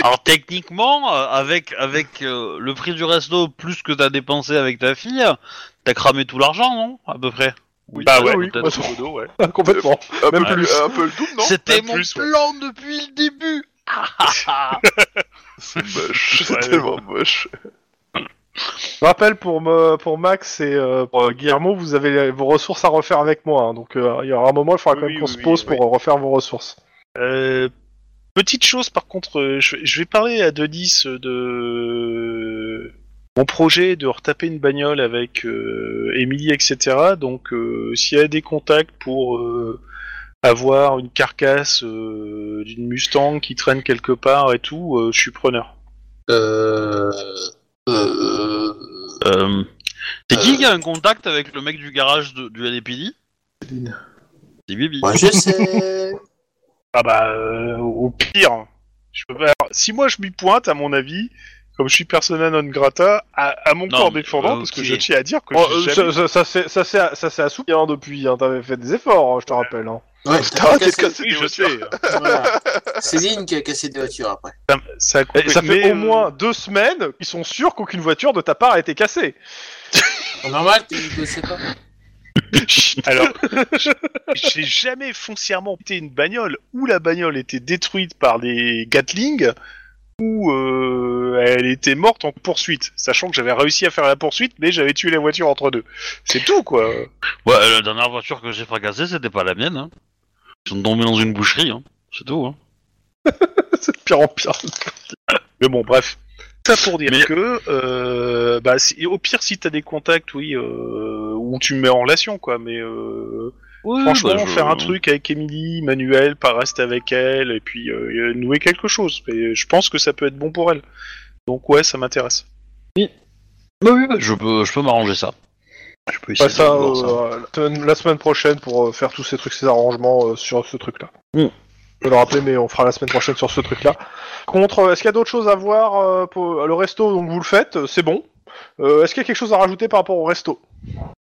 Alors techniquement, euh, avec avec euh, le prix du resto plus que t'as dépensé avec ta fille, t'as cramé tout l'argent, non À peu près. Oui,
bah
peut-être,
ouais,
ou
oui,
peut-être.
grosso modo, ouais.
Complètement.
Un
Même
peu-
plus.
Un peu le double, non
C'était
Même
mon
plus, ouais.
plan depuis le début. Ah, ah, ah.
C'est moche, c'est
Ouais.
tellement moche.
Je rappelle pour, me, pour Max et euh, pour Guillermo, vous avez les- vos ressources à refaire avec moi. hein. donc euh, il y aura un moment, il faudra
Oui,
quand même
oui,
qu'on
oui,
se pose
oui.
pour euh, refaire vos ressources.
Euh, petite chose, par contre, euh, je, vais- je vais parler à Denis euh, de mon projet de retaper une bagnole avec euh, Emily, etc. Donc, euh, s'il y a des contacts pour euh, avoir une carcasse euh, d'une Mustang qui traîne quelque part et tout, euh, je suis preneur.
euh, euh,
Euh, C'est qui qui a un contact avec le mec du garage de- du LAPD C'est Bibi.
moi, je sais.
Ah bah, euh, au pire, je peux pas- si moi je m'y pointe, à mon avis. Comme je suis persona non grata, à, à mon
Non,
corps
mais,
défendant,
euh,
parce que
ok.
je tiens à dire que
Oh,
j'ai
euh,
jamais-
ça ça- ça s'est ça s'est- ça s'est assoupli hein, depuis, hein. t'avais fait des efforts, hein, je te rappelle. hein.
Ouais,
T'as
Ah,
arrêté de
cassé-
casser
Oui,
des
je
voitures.
sais.
voilà. C'est Zine qui a cassé des voitures après.
Ça, ça a coupé,
Et ça fait
mais,
au
euh,
moins deux semaines qu'ils sont sûrs qu'aucune voiture de ta part a été cassée.
C'est Normal, tu ne sais pas.
Alors, j- j'ai jamais foncièrement pété une bagnole où la bagnole était détruite par des Gatling ou euh, elle était morte en poursuite, sachant que j'avais réussi à faire la poursuite, mais j'avais tué la voiture entre deux. C'est tout, quoi.
Ouais, euh, la dernière voiture que j'ai fracassée, c'était pas la mienne. Hein. Ils sont tombés dans une boucherie. Hein. C'est tout. Hein.
C'est de pire en pire.
Mais bon, bref. Ça pour dire
Mais-
que, euh, bah, si- au pire, si t'as des contacts, oui, euh, ou tu me mets en relation, quoi. Mais euh, Franchement,
bah, je-
faire un truc avec Emily, Manuel, pas rester avec elle, et puis euh, euh, nouer quelque chose. Et je pense que ça peut être bon pour elle. Donc ouais, ça m'intéresse.
Bah oui, bah, je peux, je peux m'arranger ça. Je peux essayer
Passe ça,
de voir ça.
euh, la semaine- la semaine prochaine pour euh, faire tous ces trucs, ces arrangements euh, sur ce truc-là.
Mm.
Je vais le rappeler, mais on fera la semaine prochaine sur ce truc-là. Contre, euh, est-ce qu'il y a d'autres choses à voir euh, pour le resto Donc vous le faites, euh, c'est bon. Euh, est-ce qu'il y a quelque chose à rajouter par rapport au resto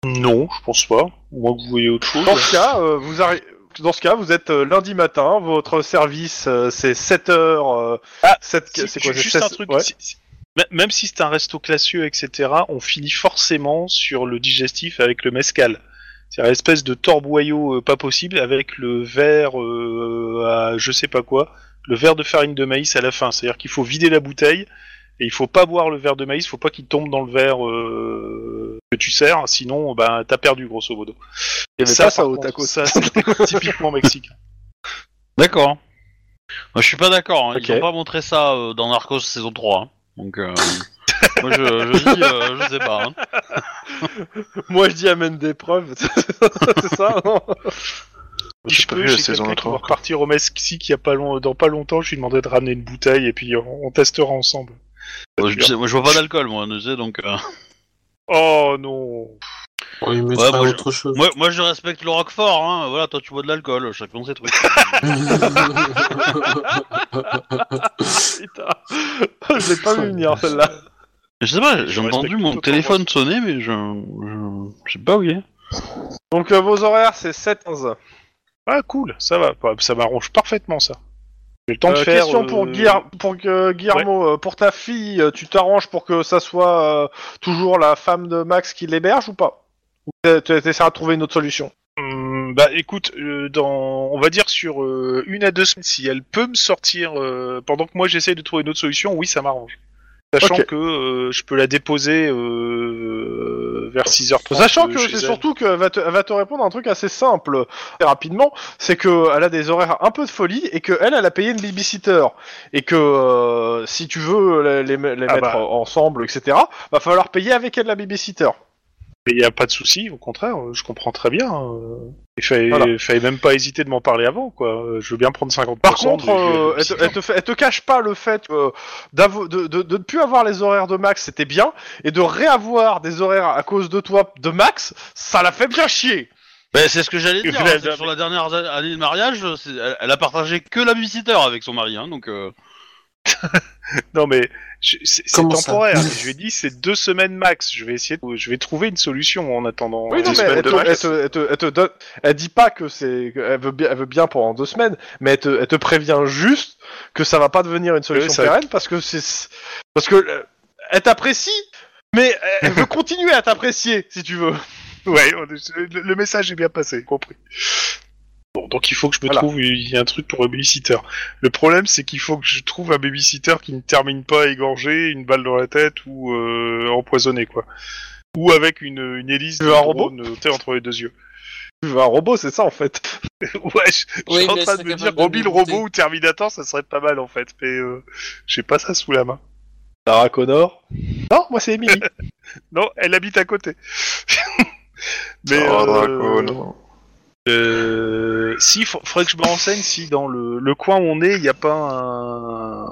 Non, je pense pas. Ou moins que vous voyez autre chose.
Dans ce cas, euh, vous arri- Dans ce cas, vous êtes euh, lundi matin, votre service euh, c'est 7h.
Ah,
7...
Si,
c'est quoi
ju-
c'est
juste un
16
truc.
ouais.
si- si- m- Même si c'est un resto classieux, etc., on finit forcément sur le digestif avec le mescal. C'est une espèce de torboyau euh, pas possible avec le verre euh, à je sais pas quoi, le verre de farine de maïs à la fin. C'est-à-dire qu'il faut vider la bouteille et il faut pas boire le verre de maïs, faut pas qu'il tombe dans le verre euh, que tu sers, sinon ben t'as perdu grosso modo.
Il y avait pas ça
par
au
contre,
tacos.
ça c'est typiquement mexicain.
D'accord. Moi, je suis pas d'accord. hein.
Ok.
Ils ont pas montré ça euh, dans Narcos saison 3. hein. Donc, euh, moi, je, je dis, euh, je sais pas. hein.
Moi je dis amène des preuves, c'est ça non
Si
J'ai
je
pas
peux,
vu la
j'ai
saison
quelqu'un qui
encore,
va
quoi.
repartir au Mexique il y a pas long- dans pas longtemps. Je lui demandais de ramener une bouteille et puis on, on testera ensemble. Ça
Moi,
te
je,
dure.
sais- moi, je vois pas d'alcool, moi, tu sais, donc. euh,
Oh non
On lui
Ouais,
mettra
moi, je-
autre chose.
Moi, moi, je respecte le Roquefort, hein. Voilà, toi, tu bois de l'alcool, chacun ses trucs.
Putain, je l'ai pas vu venir celle-là.
Mais je sais pas, j'ai
Je
entendu
respecte
mon
totalement.
téléphone sonner, mais je. Je, je sais pas où il est.
Donc euh, vos horaires c'est 7-15.
Ah cool, ça va, bah, ça m'arrange parfaitement ça. J'ai le temps
Euh,
de faire.
question
euh,
pour, Guillaume, pour que Guillermo, euh, pour ta fille, euh, tu t'arranges pour que ça soit euh, toujours la femme de Max qui l'héberge ou pas Ou t'es- t'es- t'essaieras de trouver une autre solution
Hum, bah écoute, euh, dans, on va dire sur euh, une à deux semaines, si elle peut me sortir euh, pendant que moi j'essaye de trouver une autre solution, oui ça m'arrange. Sachant
Ok.
que euh, je peux la déposer euh, vers 6h30.
Sachant
euh,
que
chez
c'est
elle.
surtout qu'elle va, te- elle va te répondre un truc assez simple, très rapidement, c'est qu'elle a des horaires un peu de folie et qu'elle, elle a payé une babysitter. Et que euh, si tu veux les, les me- les
Ah
mettre
bah.
ensemble, etc., va falloir payer avec elle la babysitter.
Mais il n'y a pas de souci, au contraire, euh, je comprends très bien. euh, Il fallait,
Voilà.
fallait même pas hésiter de m'en parler avant, quoi. Euh, Je veux bien prendre 50%.
Par contre,
de-
euh,
de-
elle, te, elle te fait- elle te cache pas le fait que d'avo- de, de- de ne plus avoir les horaires de Max, c'était bien, et de réavoir des horaires à cause de toi de Max, ça la fait bien chier.
Ben, c'est ce que j'allais dire.
La
hein, c'est que
dame-
sur la dernière a- année de mariage, c'est- elle, elle a partagé que la babysitter avec son mari, hein, donc. euh,
Non mais je- c'est c'est
Comment ça
temporaire. je lui ai dit c'est deux semaines max. Je vais essayer, de- je vais trouver une solution en attendant.
Oui, non,
deux
mais
semaines
elle,
de
te, elle,
max.
te, elle te- elle te donne- elle dit pas que c'est, qu'elle veut bien, elle veut bien pendant deux semaines, mais elle te, elle te prévient juste que ça va pas devenir une solution
Oui, ça-
pérenne parce que c'est, parce que euh, elle t'apprécie, mais elle veut continuer à t'apprécier si tu veux.
Ouais, on est- le, le message est bien passé, compris. Bon, donc il faut que je me
Voilà.
trouve il y a un truc pour un babysitter. Le problème, c'est qu'il faut que je trouve un babysitter qui ne termine pas égorgé, une balle dans la tête ou euh, empoisonné, quoi. Ou avec une, une hélice
Tu
de
veux un robot
drone, euh, tu sais, entre les deux yeux.
Tu veux un robot, c'est ça en fait.
ouais, je, je
Oui,
suis en
mais
train
ça
de me
capable
dire,
de
Robbie le
démonter.
robot ou Terminator, ça serait pas mal en fait, mais euh, j'ai pas ça sous la main.
Sarah Connor. Non, moi c'est Emily.
Non, elle habite à côté. Mais
Ah,
euh,
Draco, non.
euh, si, fa- faudrait que je me renseigne si dans le, le coin où on est, il n'y a pas un,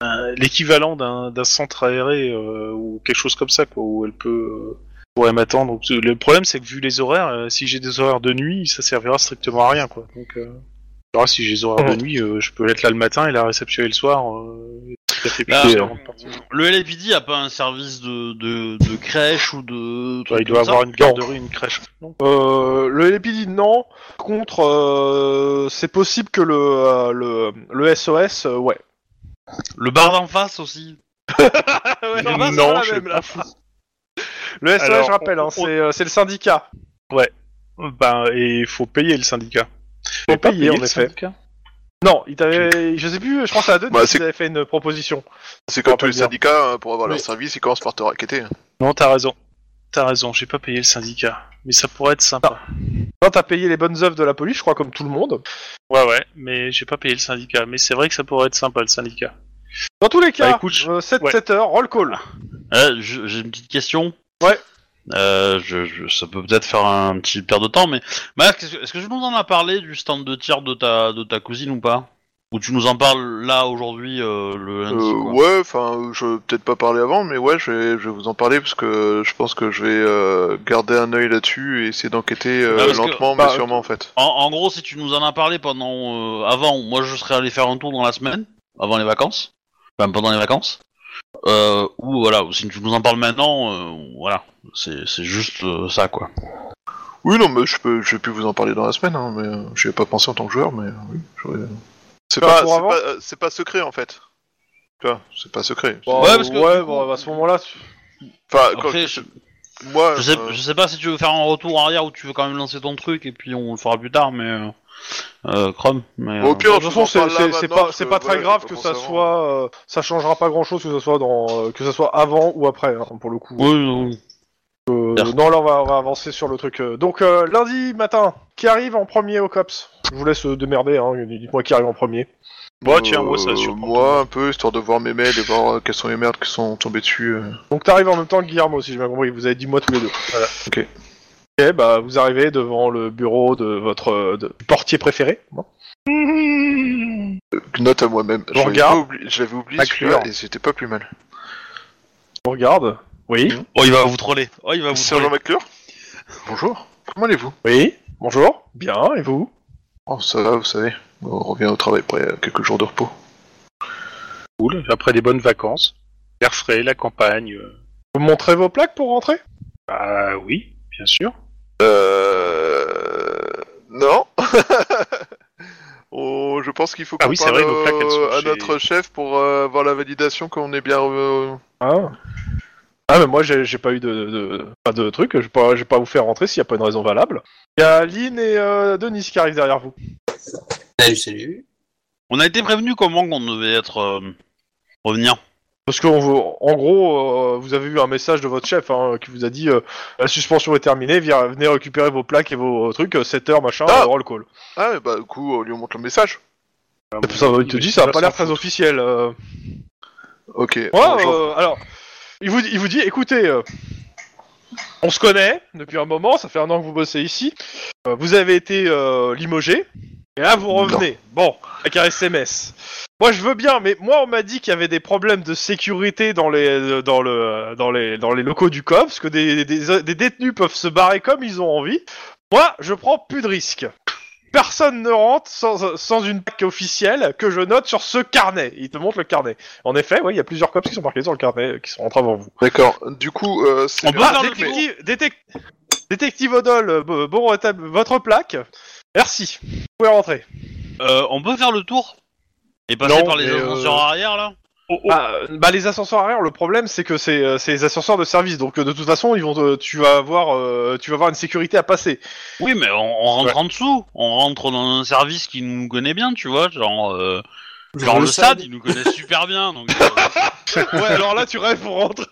un- l'équivalent d'un, d'un centre aéré euh, ou quelque chose comme ça, quoi, où elle peut euh, pourrait m'attendre. Parce que Le problème, c'est que vu les horaires, euh, si j'ai des horaires de nuit, ça servira strictement à rien, quoi. Donc, euh, alors, si j'ai des horaires de nuit, euh, je peux l'être là le matin et la réceptionner le soir. euh, et ça fait
Là,
plus
euh,
de-
le LAPD a pas un service de, de, de crèche ou de.
Ouais,
truc
Bah, il doit
comme ça
avoir une garderie, une crèche. Non.
Euh, le LPD, non. Par contre, euh, c'est possible que le, euh, le, le SOS, euh, ouais.
Le bar d'en face aussi.
non,
bah, c'est
non,
pas la
je
même,
sais
là. Le SOS,
Alors,
je rappelle,
on-
hein, c'est euh, c'est le syndicat.
Ben, et il faut payer le syndicat.
Faut
J'ai pas
payer, en
le
effet.
syndicat
Non, il t'avait, je sais plus, je pense à deux,
Bah, c'est-
ils avaient fait une proposition.
C'est comme
rappelle
tous les
bien.
syndicats, hein, pour avoir leur
Oui.
service, ils commencent par te raqueter.
Non, t'as raison. T'as raison, j'ai pas payé le syndicat. Mais ça pourrait être sympa.
Enfin, t'as payé les bonnes œuvres de la police, je crois, comme tout le monde.
Ouais, ouais, mais j'ai pas payé le syndicat. Mais c'est vrai que ça pourrait être sympa, le syndicat.
Dans tous les cas,
Bah, écoute, je-
euh, 7,
ouais.
7 heures, roll call.
Euh, je- J'ai une petite question.
Ouais.
Euh, je, je- ça peut peut-être faire un petit perte de temps, mais Max, est-ce que, est-ce que tu nous en as parlé du stand de tir de ta de ta cousine ou pas Ou tu nous en parles là aujourd'hui euh, le lundi
Euh,
quoi
ouais, enfin, je vais peut-être pas parler avant, mais ouais, je vais, je vais vous en parler parce que je pense que je vais euh, garder un œil là-dessus et essayer d'enquêter euh,
Bah, parce que-
lentement,
bah,
mais sûrement en fait.
En, en gros, si tu nous en as parlé pendant euh, avant, moi je serais allé faire un tour dans la semaine, avant les vacances, enfin pendant les vacances. Euh, ou voilà, ou si tu nous en parles maintenant, euh, voilà, c'est c'est juste euh, ça quoi.
Oui, non, mais je peux, je vais plus vous en parler dans la semaine, hein, mais euh, j'y ai pas pensé en tant que joueur, mais euh, oui, j'aurais. C'est
Pas
pas, c'est
pour avant
pas, euh, c'est pas secret en fait. Tu vois, c'est pas secret.
Bon,
Ouais, parce que-
ouais, bon, à ce moment-là, tu-
Enfin, Bah, quand-
Après, je,
moi,
je sais,
euh,
je sais pas si tu veux faire un retour arrière ou tu veux quand même lancer ton truc et puis on le fera plus tard, mais euh, euh, Chrome. Mais,
Au
euh,
pire,
de
je
toute
vous
façon,
en
c'est-
parle là
c'est c'est
maintenant,
pas,
parce
c'est
que,
pas très
voilà,
grave
j'ai
que
pas
ça
pensé avant.
soit, euh, ça changera pas grand chose que ça soit dans, euh, que ça soit avant ou après, hein, pour le coup.
oui, oui.
Euh,
Merci.
non, là on va, on va avancer sur le truc. euh. Donc euh, lundi matin, qui arrive en premier au COPS Je vous laisse euh, démerder, hein, dites-moi qui arrive en premier.
Bon, tiens, moi, ça,
Euh,
surprend tout le
Moi, un peu, histoire de voir mes mails et voir euh, quelles sont les merdes qui sont tombées dessus. euh.
Donc t'arrives en même temps que Guillermo, si j'ai bien compris, vous avez dit moi tous les deux. Ok, bah vous arrivez devant le bureau de votre euh, de- du portier préféré. hein.
Note à moi-même. Je l'avais
regarde.
pas oublié- Je l'avais oublié
Maclure.
celui-là et c'était pas plus mal.
On regarde. Oui.
Oh, il va vous troller. Oh, il va vous
Sergent
troller.
McClure Bonjour. Comment allez-vous
Oui. Bonjour. Bien. Et vous
Oh, ça va, vous savez. On revient au travail après euh, quelques jours de repos.
Cool, après des bonnes vacances. L'air frais, la campagne. euh,
Vous montrez vos plaques pour rentrer
Bah oui, bien sûr.
Euh... Non. Oh, je pense qu'il faut qu'on
Ah oui, c'est
parle
vrai, nos plaques, elles sont
au- à
chez-
notre chef pour euh, avoir la validation qu'on est bien... euh,
Ah. Ah, mais moi j'ai j'ai pas eu de, de, pas de truc, je vais pas, je vais pas vous faire rentrer s'il n'y a pas une raison valable. Il y a Lynn et euh, Denis qui arrivent derrière vous.
Salut, salut.
On a été prévenu comment qu'on devait être. euh, revenir.
Parce qu'en en gros, euh, vous avez eu un message de votre chef hein, qui vous a dit euh, la suspension est terminée, vi- venez récupérer vos plaques et vos euh, trucs, 7h machin,
Ah.
euh, roll call.
Ah, bah du coup, on lui montre le message.
Ça, il te dit, ça a pas l'air très officiel.
officiel.
euh.
Ok.
Ouais,
bonjour.
euh, alors, il vous, il vous dit, écoutez, euh, on se connaît depuis un moment, ça fait un an que vous bossez ici, euh, vous avez été euh, limogé, et là vous revenez, bon, avec un SMS. Moi je veux bien, mais moi on m'a dit qu'il y avait des problèmes de sécurité dans les, euh, dans le, dans les, dans les locaux du COPS, que des, euh, des- des détenus peuvent se barrer comme ils ont envie. Moi, je prends plus de risques. Personne ne rentre sans, euh, sans une plaque officielle que je note sur ce carnet. Il te montre le carnet. En effet, ouais, il y a plusieurs cops qui sont marqués sur le carnet, euh, qui sont rentrés avant vous.
D'accord. Du coup, euh, c'est...
On
bien,
part
mais-
dans le
Bah, détective, détec- détective Odol, euh, bon bon rétab- votre plaque. Merci. Vous pouvez rentrer.
Euh, on peut faire le tour Et passer
Non,
par les
mais, euh,
ascenseurs arrière là
Ah, euh, bah les ascenseurs arrière, le problème c'est que c'est euh, c'est les ascenseurs de service, donc euh, de toute façon ils vont te- tu vas avoir euh, tu vas avoir une sécurité à passer.
Oui, mais on, on rentre en dessous. On rentre dans un service qui nous connaît bien, tu vois. Genre, euh, genre le, SAD, ils nous connaissent super bien. Donc, euh,
ouais alors là tu rêves pour rentrer.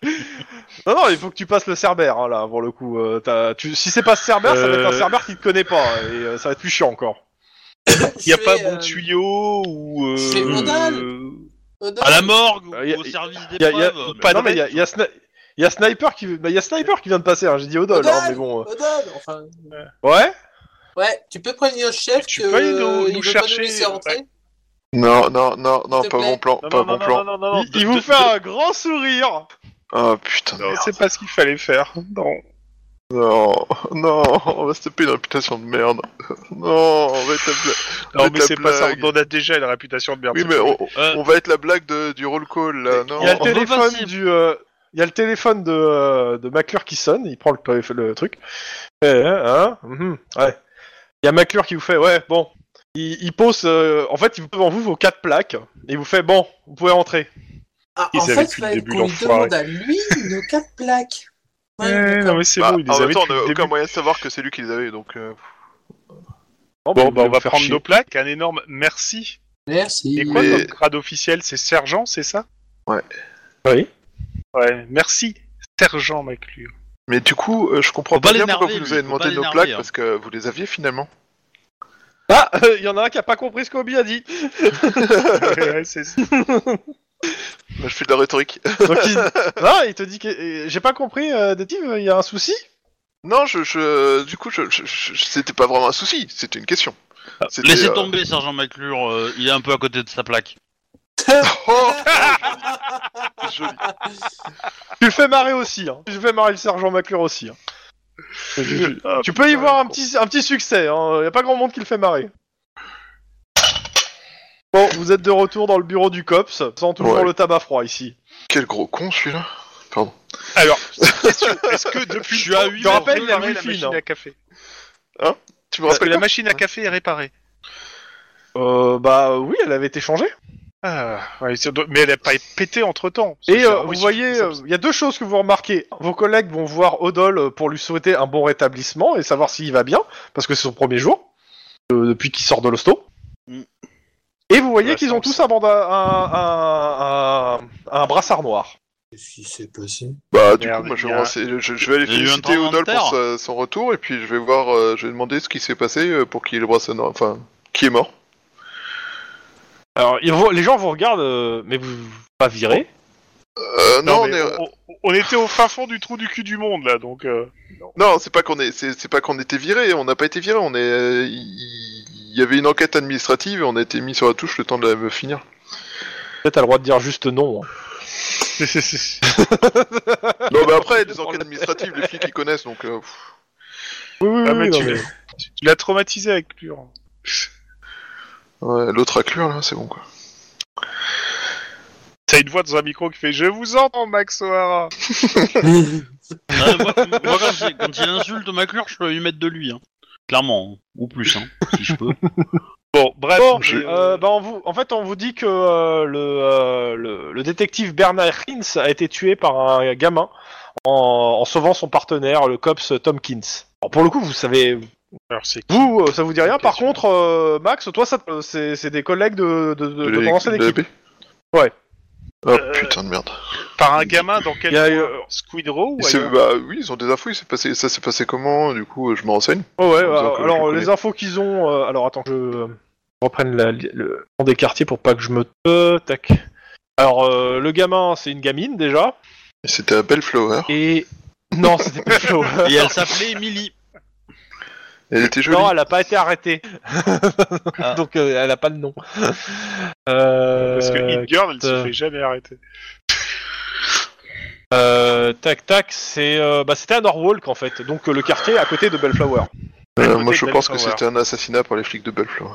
non non il faut que tu passes le Cerbère hein, là pour le coup. euh, t'as- tu- si c'est pas ce Cerbère ça va être un
Euh.
Cerbère qui te connaît pas et euh, ça va être plus chiant encore.
Il n'y a
Je
pas
vais,
bon
euh,
tuyau ou. euh,
chez Vandal. Odin,
à la morgue ou
Euh, y a-
au service
Y a- y a-
d'épreuve. euh,
non, mais il y a, y a Sni- y a Sniper qui bah, y a Sniper qui vient de passer, hein, j'ai dit Odol,
Odol
hein, mais bon. euh.
Odin, enfin.
Ouais
Ouais, tu peux prévenir le chef
Tu
que
peux aller nous-
il
nous
veut
chercher,
pas nous laisser rentrer.
Non, non, non, non,
S'il te
pas
plaît.
bon plan,
Non,
pas
non,
bon
non,
plan.
non, non, non, non,
il, il vous fait un grand sourire
Oh putain, de
Non,
merde.
c'est pas ce qu'il fallait faire. Non.
Non, non, on va se taper une réputation de merde. Non, on va être la, bla-
Non,
on va
mais
être
c'est
la
pas ça,
blague.
on en a déjà la réputation de merde.
Oui, mais on,
Euh,
on va être la blague de, du roll call là, non
Il y a le
on peut
téléphone
passer.
du. euh, Il y a le téléphone de, euh, de McClure qui sonne, il prend le, le truc. Eh, hein, mhm, ouais. Il y a McClure qui vous fait, ouais, bon. Il, il pose, euh, en fait, il vous pose devant vous vos quatre plaques, et il vous fait, bon, vous pouvez rentrer.
Ah,
Ils
en
avaient
fait,
depuis le
il fallait
début,
qu'on lui
l'enfoiré.
demande à lui nos quatre plaques. Ouais,
Ouais,
d'accord.
Eh, non, mais c'est
Bah,
bon, il les
En
avait
même temps, on
depuis
n'a
le
aucun
début.
moyen de savoir que c'est lui qui les avait, donc... euh,
Bon, bah, on va
faire
prendre
chier.
nos plaques. Un énorme merci.
Merci.
Et quoi
Mais-
notre grade officiel C'est sergent, c'est ça
Ouais.
Oui.
Ouais, merci, sergent McClure.
Mais du coup, euh, je comprends
Faut pas
pas bien
l'énerver,
pourquoi vous
lui,
nous avez
faut
demandé
pas
nos
l'énerver,
plaques,
hein.
parce que vous les aviez finalement.
Ah, il y en a un qui a pas compris ce qu'Obi a dit.
Ouais, ouais, c'est ça.
Moi, je fais de la rhétorique.
Donc il... Non, il te dit que euh, j'ai pas compris, euh, Détive, il y a un souci
Non, je, je- du coup, je, je- je- c'était pas vraiment un souci, c'était une question. C'était,
Ah, Laissez
euh,
tomber, sergent McClure. euh, il est un peu à côté de sa plaque.
Oh, c'est joli.
Tu le fais marrer aussi, hein. Tu fais marrer le sergent McClure aussi. hein.
Ah,
Tu peux y
putain,
voir un
con.
petit, un petit succès, hein. y a pas grand monde qui le fait marrer. Bon, vous êtes de retour dans le bureau du COPS, sans toujours
Ouais.
le tabac froid ici.
Quel gros con celui-là. Pardon.
Alors, question, est-ce que depuis.
Je suis
le temps,
à huit
tu
mètres
rappelles
de la
la
machine,
machine
hein.
à café
Tu me
Parce
rappelles
que Bah, la
la
machine à café est réparée.
Euh, bah oui, elle avait été changée.
Ah, ouais, c'est- mais elle a pas pété entre temps.
Et euh, vous voyez, il y a deux choses que vous remarquez. Vos collègues vont voir Odol euh, pour lui souhaiter un bon rétablissement et savoir s'il va bien, parce que c'est son premier jour, euh, depuis qu'il sort de l'hosto.
Mm.
Et vous voyez
Ouais,
qu'ils
ça,
ont
on
tous
sait.
un, banda- un, un- un- un brassard noir.
Qu'est-ce qui s'est passé
Bah du
Merde,
coup, moi, je,
il y a-
rense- je- je vais aller
Il y a eu un
féliciter
tremblement de
Odol pour
terre.
sa- son retour et puis je vais voir, euh, je vais demander ce qui s'est passé euh, pour qui le brasse nord- enfin qui est mort.
Alors, ils vont- les gens vous regardent, euh, mais vous pas virer.
Euh, non, on est-
on, on- on était au fin fond du trou du cul du monde là, donc. euh,
Non, c'est pas qu'on est, c'est c'est pas qu'on était viré, on n'a pas été viré, on est, euh, il il y avait une enquête administrative et on a été mis sur la touche le temps de la finir.
Peut-être t'as le droit de dire juste non. hein.
Non, mais après, les enquêtes administratives, les flics ils connaissent, donc euh, pff,
Oui, oui,
Ah,
oui,
mais
non,
tu,
mais-
tu- tu l'as traumatisé avec hein. Pure.
ouais, l'autre à clure là, c'est bon quoi.
T'as une voix dans un micro qui fait Je vous entends, Max O'Hara.
Ah, moi, moi, quand, il- quand il insulte McClure, je peux lui mettre de lui. Hein. Clairement, hein. ou plus, hein, si je peux.
Bon, bref.
Bon,
mais,
euh,
euh,
bah, on vous... En fait, on vous dit que euh, le, euh, le, le détective Bernard Hins a été tué par un gamin en, en sauvant son partenaire, le cops Tomkins. Alors, pour le coup, vous savez...
alors, c'est
Vous, euh, ça vous dit rien. Par contre, euh, Max, toi, ça, euh, c'est c'est des collègues de, de, de, de ton ancienne
de la
équipe.
baie
Ouais.
Oh
Euh,
putain de merde.
par un gamin dans quel
Il y a,
coin
euh,
Squid Row ou
Il s'est-
ailleurs
bah oui, ils ont des infos, il s'est passé, ça s'est passé comment, du coup, euh, je me renseigne.
Oh ouais,
Donc,
alors,
euh,
alors,
je
les
connais.
infos qu'ils ont. euh, alors attends, que je euh, reprenne la- le nom des quartiers pour pas que je me. euh, tac. Alors euh, le gamin, c'est une gamine déjà.
Et C'était à Bellflower.
Et. Non, c'était pas chaud.
Et elle s'appelait Emily.
Elle était jolie.
non, elle a pas été arrêtée.
Ah.
Donc euh, elle a pas de nom. Euh,
Parce que Hit Girl, elle
euh,
se fait jamais arrêter.
euh, tac tac, c'est euh, bah, c'était à Norwalk en fait, donc euh, le quartier à côté de Bellflower.
Euh,
côté
moi, je
de
pense que
Bellflower.
c'était un assassinat par les flics de Bellflower.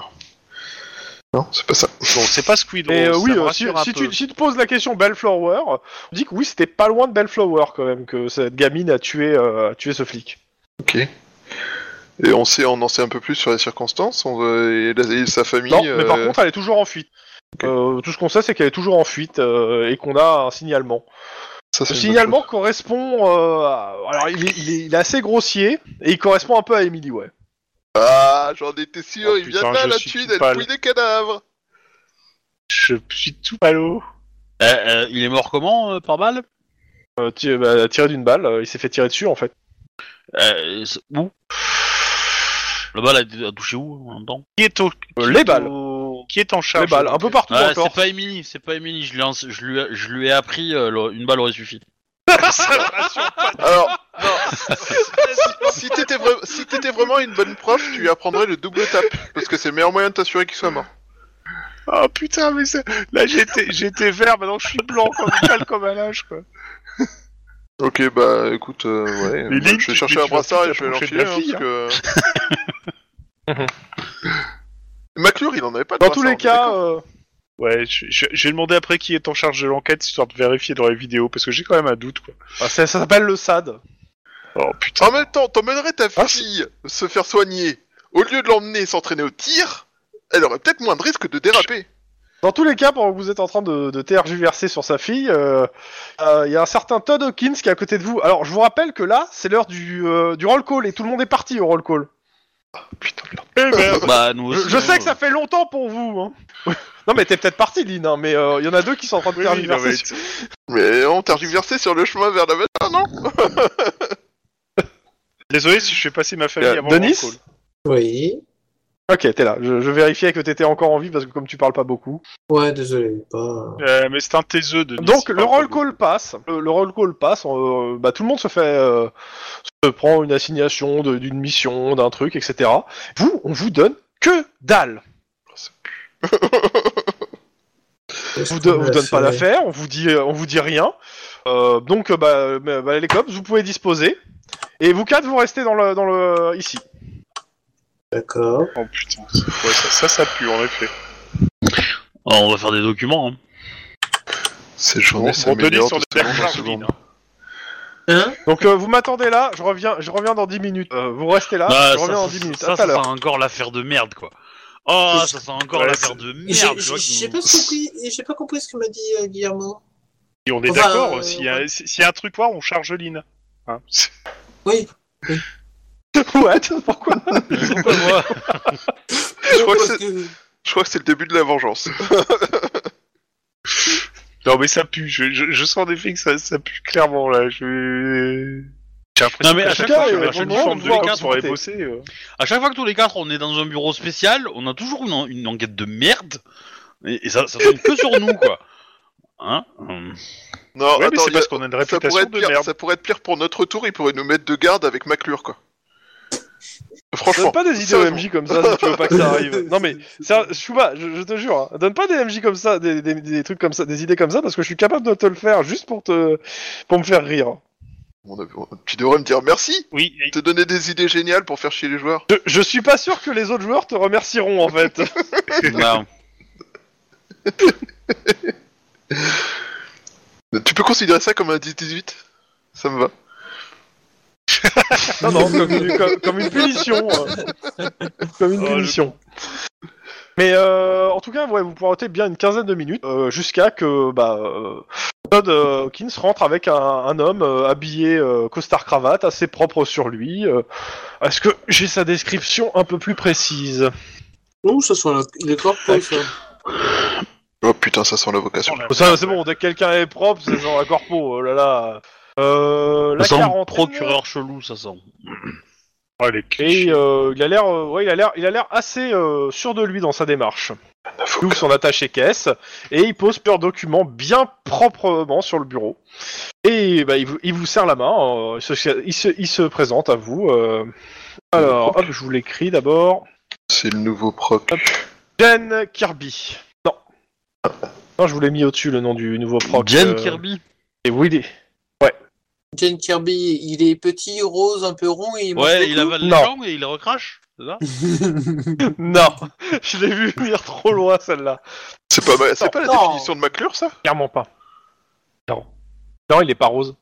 Non, c'est pas ça.
Bon, c'est pas Squid Row.
Et euh,
ça
oui,
me
euh, si,
rassure un
si
peu.
tu, si tu poses la question Bellflower, on dit que oui, c'était pas loin de Bellflower quand même, que cette gamine a tué, euh, a tué ce flic.
Ok. Et on sait, on en sait un peu plus sur les circonstances on, euh, et, la- et sa famille.
non, mais par
euh,
contre, elle est toujours en fuite.
Ok.
Euh, tout ce qu'on sait, c'est qu'elle est toujours en fuite euh, et qu'on a un signalement.
ça,
Le
c'est une
signalement correspond. euh, à- Alors, il est, il est- il est assez grossier et il correspond un peu à Emily, ouais.
bonne chose. Ah, j'en étais sûr,
Oh,
il vient
putain,
de là,
je
la
suis
tuile,
tout
elle
pâle.
fouille des cadavres.
Je suis tout palo.
Euh, euh, il est mort comment, euh, par balle
Euh, ti- bah, tiré d'une balle, euh, il s'est fait tirer dessus en fait.
euh, c'est- Où La balle a, a touché où en même temps
Qui est au. qui
Euh, les
est
balles.
au- Qui est en
Les
charge euh,
balles, un peu partout
Ah,
encore.
c'est pas Emily, c'est pas Emily. Je, l'ai ense- je, lui, ai- je lui ai appris, euh, le- une balle aurait suffi.
Ça me rassure pas.
Alors, non. si t'étais vra- si t'étais vraiment une bonne prof, tu lui apprendrais le double tap parce que c'est le meilleur moyen de t'assurer qu'il soit mort.
Oh putain, mais c'est- là j'étais j'étais vert, maintenant je suis blanc comme pâle comme un linge quoi.
Ok, bah écoute, euh, ouais, moi,
Mais Link,
je vais
tu-
chercher
mais
un
tu vas
brassard
plus
et je vais
t'approcher de
l'enfiler.
la hein.
Hein,
fille,
parce que... McClure, il en avait pas de
Dans tous
brassard,
les cas,
on est
euh,
Ouais, je- je- j'ai demandé après qui est en charge de l'enquête histoire de vérifier dans les vidéos parce que j'ai quand même un doute quoi.
bah, ça, ça s'appelle le SAD.
Oh
d'accord.
putain,
En même temps, t'emmènerais ta
Ah,
fille se faire soigner. Au lieu de l'emmener s'entraîner au tir, elle aurait peut-être moins de risque de déraper.
Dans tous les cas, pendant que vous êtes en train de, de tergiverser sur sa fille, euh, euh, il y a un certain Todd Hawkins qui est à côté de vous. Alors, je vous rappelle que là, c'est l'heure du, euh, du roll call et tout le monde est parti au roll call.
Putain, merde.
bah, nous
Euh, Je,
aussi,
je
hein.
sais que ça fait longtemps pour vous. hein. non, mais t'es peut-être parti, Lynn, hein, mais euh, il y en a deux qui sont en train de
Oui, oui, non,
tergiverser.
mais
sur-
t-
Mais on t'a reversé sur le chemin vers la bataille, non
désolé si je fais passer ma famille
Euh,
avant
Denis
le call.
Oui.
Ok, t'es là. Je, je vérifiais que t'étais encore en vie parce que comme tu parles pas beaucoup.
Ouais, désolé. Pas...
Euh, mais c'est un taiseux de
Donc, le roll call passe. Le, le roll call passe. euh, bah, tout le monde se fait... euh, se prend une assignation, de- d'une mission, d'un truc, etc. Vous, on vous donne que dalle. vous, do- vous donne pas d'affaires, on vous dit, on vous dit rien. Euh, donc, euh, bah, euh, bah, les cops, vous pouvez disposer. Et vous quatre, vous restez dans le, dans le ici.
D'accord.
Oh putain, c'est- ouais, ça, ça ça pue en effet.
Oh, on va faire des documents. hein.
Ces
Bon,
journées
bon Denis,
s'améliorent
on
de
est
seconde en
d'accord,
seconde.
Lynn, hein.
Hein
Donc, euh, vous m'attendez là. Je reviens, je reviens dans 10 minutes. Euh, vous restez là.
Bah,
je reviens dans 10 minutes.
ça,
à tout à
ça
l'heure.
sent encore l'affaire de merde, quoi. Oh,
C'est-
ça sent encore
Ouais,
l'affaire de merde. tu
J'ai
vois,
j'ai-
qui
j'ai
nous-
pas compris. J'ai pas compris ce que m'a dit euh, Guillermo.
Et on est
Enfin,
d'accord,
euh,
s'il y, a- s'il y a un truc voir, on charge Lynn. Hein
Oui.
What Pourquoi
Pourquoi moi
Je crois que
Parce
c'est-
que-
Je crois que c'est le début de la vengeance.
non mais ça pue, je, je, je sens en effet que ça, ça pue clairement là. Je... J'ai l'impression
Non, mais
qu'à
à
chaque
chaque
fois,
fois,
je vais
euh,
acheter
on
une
demande
forme
de
de
voir
l'écart
quand
pour aller
t'es-
bosser. euh.
À chaque fois que tous les quatre on est dans un bureau spécial, on a toujours une, en- une enquête de merde. Et, et ça, ça tombe que sur nous, quoi. Hein Hum.
Non,
ouais, mais
attends, il
c'est
y a-
parce qu'on a une
ça pourrait
réputation
être
de
pire.
merde.
Ça pourrait être pire pour notre tour. Ils pourraient nous mettre de garde avec Maclure, quoi.
Donne
Franchement.
pas des idées
sérieusement.
OMJ comme ça si tu veux pas que ça arrive. Non mais, ça, Chouba, je, je te jure, hein, donne pas des MJ comme ça, des, des- des trucs comme ça, des idées comme ça, parce que je suis capable de te le faire juste pour te, pour me faire rire.
On a- on- Tu devrais me dire merci.
Oui, et-
Te donner des idées géniales pour faire chier les joueurs.
Je, je suis pas sûr que les autres joueurs te remercieront en fait.
Non.
Tu peux considérer ça comme un 10-18 Ça me va.
non non, comme, une- comme- comme une punition, euh. comme une
Oh, le-
punition. Mais euh, en tout cas, ouais, vous pourrez ôter bien une quinzaine de minutes euh, jusqu'à que bah, euh, Todd euh, Hawkins rentre avec un, un homme euh, habillé costard cravate, assez propre sur lui. euh. Est-ce que j'ai sa description un peu plus précise
Non, ça soit le, le corps hein. ça.
Oh putain, ça sent la vocation.
Ça, c'est bon, dès que quelqu'un est propre, c'est genre la corpo, oh là là. Euh, la
Ça sent
quarantaine,
procureur chelou, ça sent.
Oh, les
Et
clichés.
euh, il a l'air, euh, ouais, il a l'air, il a l'air assez euh, sûr de lui dans sa démarche. Il ouvre son attaché caisse et il pose plusieurs documents bien proprement sur le bureau. Et bah, il, vous, il vous serre la main. euh, il, se, il se- il se présente à vous. euh. Alors, hop, je vous l'écris d'abord.
C'est le nouveau proc.
Jen Kirby. Non. Non, je vous l'ai mis au-dessus le nom du nouveau proc.
Jen
euh,
Kirby
Et Willy.
Jane Kirby, il est petit, rose, un peu rond et il mange
Ouais, il
beaucoup.
avale les
Non.
gens et il les recrache, c'est ça
Non, je l'ai vu venir trop loin celle-là.
C'est pas, ma- c'est pas la
Non.
définition de McClure, ça
Clairement pas. Non. Non, il est pas rose.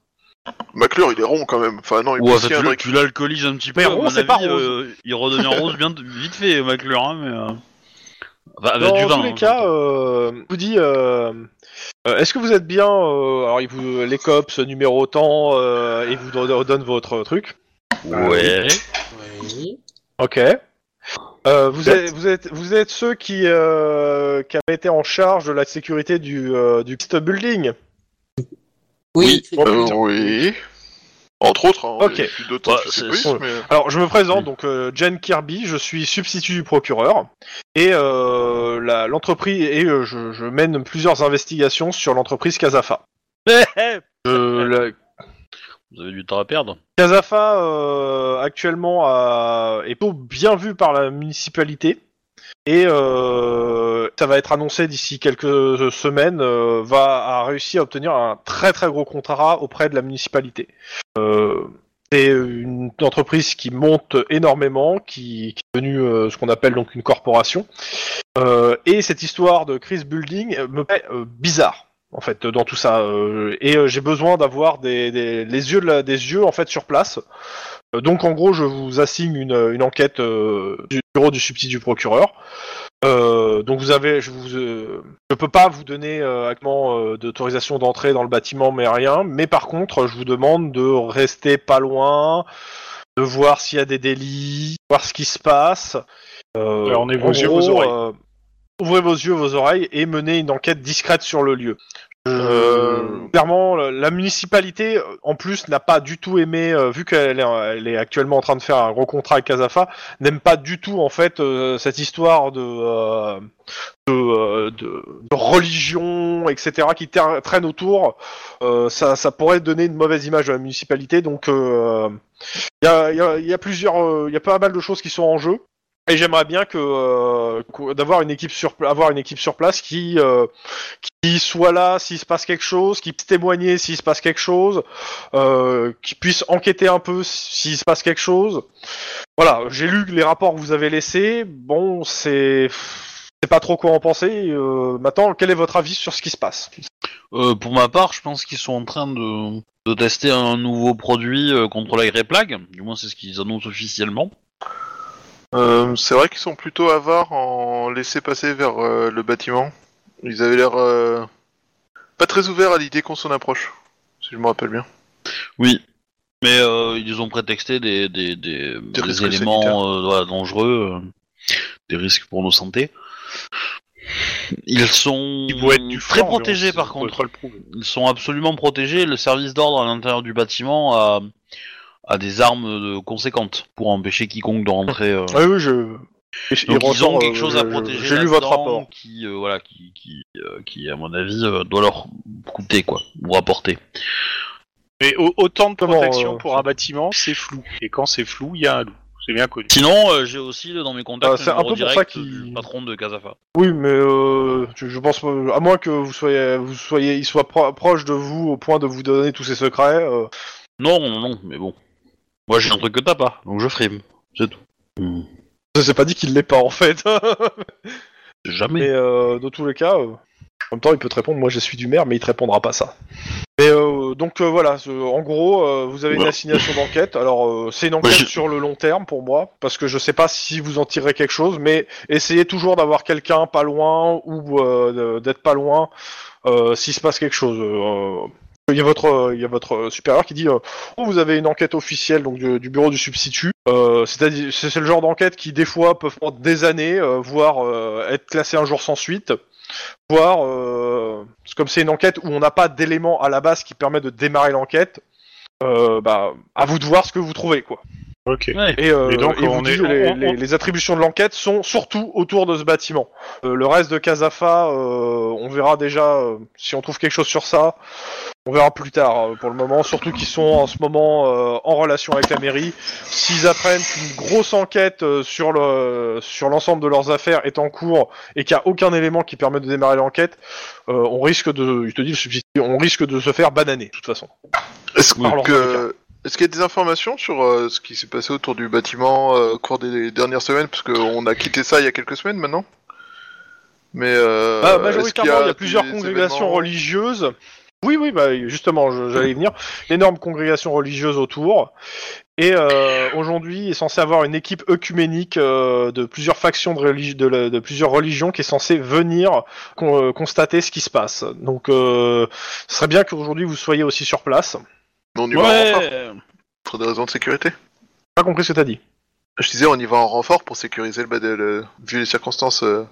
McClure, il est rond quand même. Enfin, non, il
Ouais,
est
ça,
un
tu l'as-
truc.
tu l'alcoolises un petit peu.
Mais
à
rond,
mon
c'est pas
avis,
rose.
euh, il redevient rose bien vite fait, McLure, hein, mais. euh, enfin, avec
Dans
du vin.
tous les
hein,
cas,
j'entends.
euh, il vous dit, euh, euh, est-ce que vous êtes bien euh, Alors, il vous les cops numéro tant euh, et vous don- donne votre truc.
Ouais.
Oui.
Ok. Euh, vous, êtes, vous êtes vous êtes ceux qui euh, qui avaient été en charge de la sécurité du euh, du Pist building.
Oui.
Bon,
Euh,
putain.
oui. Entre autres, hein,
Ok.
il y a plus d'autres
Ouais, c'est-
anti-sécuristes,
c'est-
mais-
Alors je me présente
Oui.
donc euh, Jen Kirby, je suis substitut du procureur et euh, la- l'entreprise et euh, je, je mène plusieurs investigations sur l'entreprise Casafa.
Euh,
Je la-
Vous avez du temps à perdre.
Casafa euh, actuellement a- est plutôt bien vu par la municipalité et euh, ça va être annoncé d'ici quelques semaines euh, va à réussir à obtenir un très très gros contrat auprès de la municipalité. Euh, c'est une entreprise qui monte énormément, qui, qui est devenue euh, ce qu'on appelle donc une corporation. Euh, et cette histoire de Chris Building euh, me paraît euh, bizarre en fait dans tout ça euh, et euh, j'ai besoin d'avoir des, des- les yeux de la- des yeux en fait sur place Euh, donc en gros je vous assigne une, une enquête euh, du bureau du substitut du procureur Euh, donc vous avez je vous euh, je peux pas vous donner euh, actuellement euh, d'autorisation d'entrée dans le bâtiment mais rien mais par contre je vous demande de rester pas loin de voir s'il y a des délits voir ce qui se passe Euh,
Ouais, on est
en
vos yeux, vos oreilles.
euh, ouvrez vos yeux vos oreilles et menez une enquête discrète sur le lieu
Euh,
Clairement, la- la municipalité, euh, en plus, n'a pas du tout aimé, euh, vu qu'elle est, euh, elle est actuellement en train de faire un gros contrat avec Casafa, n'aime pas du tout, en fait, euh, cette histoire de, euh, de, euh, de- de religion, etc., qui ter- traîne autour. Euh, ça, ça pourrait donner une mauvaise image de la municipalité, donc euh, il y, a, il y a- il y a plusieurs, euh, il y a pas mal de choses qui sont en jeu. Et j'aimerais bien que euh, qu'au- d'avoir une équipe sur avoir une équipe sur place qui euh, qui soit là s'il se passe quelque chose, qui puisse témoigner s'il se passe quelque chose, euh, qui puisse enquêter un peu s'il se passe quelque chose. Voilà, j'ai lu les rapports que vous avez laissés. Bon, c'est c'est pas trop quoi en penser. Euh, maintenant, quel est votre avis sur ce qui se passe
Euh, pour ma part, je pense qu'ils sont en train de, de tester un nouveau produit euh, contre la grey plague. Du moins, c'est ce qu'ils annoncent officiellement.
Euh, c'est vrai qu'ils sont plutôt avares en laisser passer vers euh, le bâtiment. Ils avaient l'air euh, pas très ouverts à l'idée qu'on s'en approche, si je me rappelle bien.
Oui. Mais euh, ils ont prétexté des, des, des, des
risques sanitaires.
éléments euh, voilà, dangereux, euh, des risques pour nos santé. Ils sont
Ils vont être du
très
flanc, mais on
protégés
sait-
par
on peut
contre.
pas le prouver.
Ils sont absolument protégés. Le service d'ordre à l'intérieur du bâtiment a, a des armes euh, conséquentes pour empêcher quiconque de rentrer. euh,
Ah oui, je
Donc, ils
ressort,
ont quelque
euh,
chose à
je-
protéger.
J'ai lu
là-dedans
votre rapport.
Qui, euh, voilà, qui, qui, euh, qui, à mon avis, euh, doit leur coûter, quoi. Ou apporter.
Mais au- autant de
Comment,
protection
euh,
pour un bâtiment, c'est flou. Et quand c'est flou, il y a un loup. C'est bien connu.
Sinon, euh, j'ai aussi euh, dans mes contacts
Ah, c'est
le
un
numéro
peu pour
direct
ça qu'il-
du patron de Casafa.
Oui, mais euh, je, je pense euh, à moins que vous soyez, vous soyez, il soit pro- proche de vous au point de vous donner tous ses secrets. euh,
Non, non, non, mais bon. Moi, j'ai un truc que t'as pas, donc je frime. C'est tout.
je sais pas dit qu'il l'est pas en fait.
Jamais.
mais euh, dans tous les cas, euh, en même temps, il peut te répondre. Moi, je suis du maire, mais il te répondra pas ça. Mais euh, donc euh, voilà, ce- en gros, euh, vous avez une
Ouais.
assignation d'enquête. Alors euh, c'est une enquête
je-
sur le long terme pour moi, parce que je sais pas si vous en tirez quelque chose, mais essayez toujours d'avoir quelqu'un pas loin ou euh, de- d'être pas loin euh, s'il se passe quelque chose. Euh, il y a votre, euh, il y a votre euh, supérieur qui dit euh, Oh, vous avez une enquête officielle donc du, du bureau du substitut. Euh, C'est-à-dire, c'est c'est le genre d'enquête qui des fois peut prendre des années, euh, voire euh, être classée un jour sans suite, voire euh, c'est comme c'est une enquête où on n'a pas d'éléments à la base qui permet de démarrer l'enquête. euh, bah, à vous de voir ce que vous trouvez, quoi.
Ok.
Ouais.
Et, euh,
Et donc,
il vous
on
dit
est-
que les,
on- on-
les- les attributions de l'enquête sont surtout autour de ce bâtiment. Euh, le reste de Casafa, euh, on verra déjà euh, si on trouve quelque chose sur ça. On verra plus tard. euh, pour le moment, surtout qu'ils sont en ce moment euh, en relation avec la mairie. S'ils apprennent qu'une grosse enquête euh, sur le sur l'ensemble de leurs affaires est en cours et qu'il n'y a aucun élément qui permet de démarrer l'enquête, euh, on risque de, je te dis le substitut, on risque de se faire bananer de toute façon.
Est-ce
Oui. Parlons
que- est-ce qu'il y a des informations sur euh, ce qui s'est passé autour du bâtiment euh, au cours des dernières semaines Parce qu'on a quitté ça il y a quelques semaines maintenant. Mais euh,
Bah,
est-ce qu'il
majoritairement, il y a plusieurs
des
congrégations
événements
religieuses. Oui, oui, bah, justement, je- j'allais y venir. L'énorme congrégation religieuse autour. Et euh, aujourd'hui, est censé avoir une équipe œcuménique euh, de plusieurs factions de, religi- de, la- de plusieurs religions qui est censée venir con- euh, constater ce qui se passe. Donc, euh, ce serait bien qu'aujourd'hui vous soyez aussi sur place.
On y va en renfort pour des raisons de sécurité.
Pas compris ce que t'as dit.
Je disais, on y va en renfort pour sécuriser le, bad- le- vu les circonstances. euh.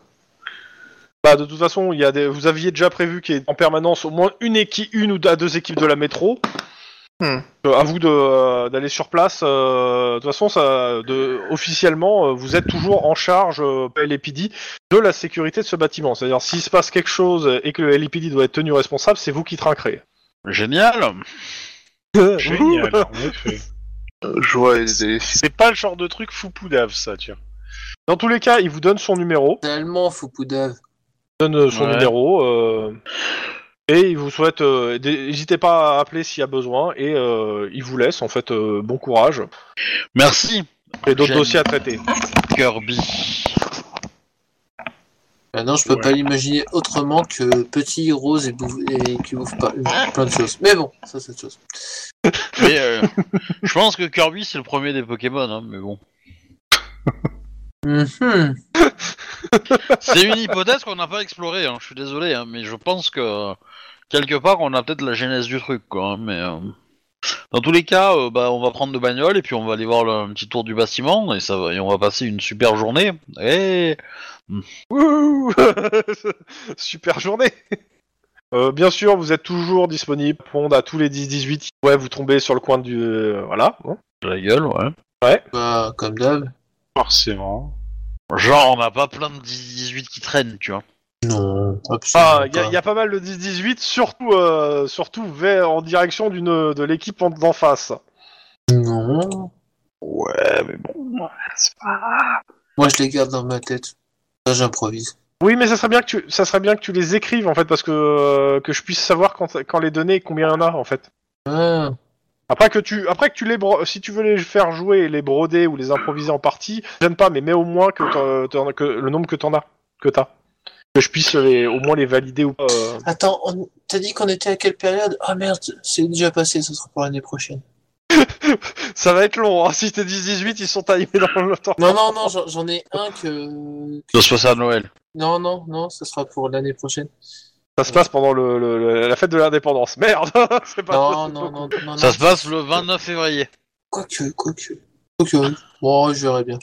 Bah, de toute façon, il y a des... vous aviez déjà prévu qu'il y ait en permanence au moins une, équipe, une ou à deux équipes de la métro.
Hmm.
Euh, à vous de, euh, d'aller sur place. euh, de toute façon, ça, de, officiellement, euh, vous êtes toujours en charge, euh, par LAPD, de la sécurité de ce bâtiment. C'est-à-dire, s'il se passe quelque chose et que le LAPD doit être tenu responsable, c'est vous qui trinquerez.
Génial.
Génial, en effet.
Euh, je vois des.
C'est pas le genre de truc foupoudave, ça, tiens.
Dans tous les cas, il vous donne son numéro,
Tellement Foupoudave.
il donne euh, son
Ouais.
numéro, euh, et il vous souhaite. euh, d- N'hésitez pas à appeler s'il y a besoin, et euh, il vous laisse. En fait, euh, bon courage.
Merci,
Et d'autres
J'aime.
dossiers à traiter.
Kirby.
Ah non, je peux
Ouais.
pas l'imaginer autrement que petit, rose et, bouffe- et qui bouffe pas euh,
Ah.
plein de choses. Mais bon, ça c'est autre chose.
Mais euh, je pense que Kirby c'est le premier des Pokémon, hein, mais bon. Mm-hmm.
Mhm.
C'est une hypothèse qu'on n'a pas explorée, hein, je suis désolé, hein, mais je pense que euh, quelque part on a peut-être la genèse du truc, quoi. hein, mais euh, dans tous les cas, euh, bah, on va prendre de bagnole et puis on va aller voir le, un petit tour du bâtiment et ça va, et on va passer une super journée. Eh, Et
Wouhou Super journée Euh, bien sûr, vous êtes toujours disponible pour répondre à tous les 10-18 qui pourraient vous tomber sur le coin du... euh, voilà. hein.
la gueule, ouais.
Bah, comme d'hab.
Forcément.
Genre on n'a pas plein de 18 qui traînent, tu vois.
Non, absolument
Ah, il y, a-
pas.
y a pas mal de 10-18, surtout, euh, surtout vers, en direction d'une de l'équipe en- d'en face.
Non.
Ouais, mais bon.
Moi, je les garde dans ma tête. Ça, j'improvise.
Oui, mais ça serait bien que tu, ça serait bien que tu les écrives, en fait, parce que, euh, que je puisse savoir quand, quand les donner et combien il y en a, en fait.
Ah,
Après que tu, après que tu les, bro- si tu veux les faire jouer et les broder ou les improviser en partie, j'aime pas, mais mets au moins que, t'en- t'en- que le nombre que t'en as, que t'as, que je puisse les, au moins les valider ou pas. euh.
Attends, on... t'as dit qu'on était à quelle période Ah merde, c'est déjà passé, ça sera pour l'année prochaine.
Ça va être long. Hein. Si t'es 10-18, ils sont timés dans le temps.
Non, non, non, j'en j'en ai un que...
Ça se passe à Noël.
Non, non, non, ça sera pour l'année prochaine.
Ça se passe pendant le, le- le- la fête de l'indépendance. Merde, c'est pas.
Non,
possible.
non, non, non, non.
Ça se passe le 29 février.
Quoique, quoique. Quoique, oui. Bon, je verrai bien.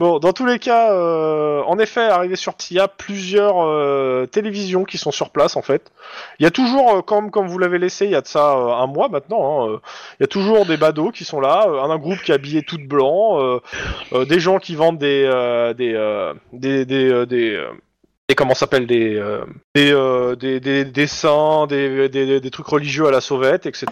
Bon, dans tous les cas, euh, en effet, arrivé sur il y a plusieurs euh, télévisions qui sont sur place en fait. Il y a toujours, euh, comme, comme vous l'avez laissé, il y a de ça euh, un mois maintenant, hein, euh, il y a toujours des badauds qui sont là, euh, un, un groupe qui est habillé tout de blanc, euh, euh, des gens qui vendent des euh, des euh, des des, euh, des, euh, des- comment ça s'appelle des, euh, des, euh, des des des dessins, des, des, des- des trucs religieux à la sauvette, etc.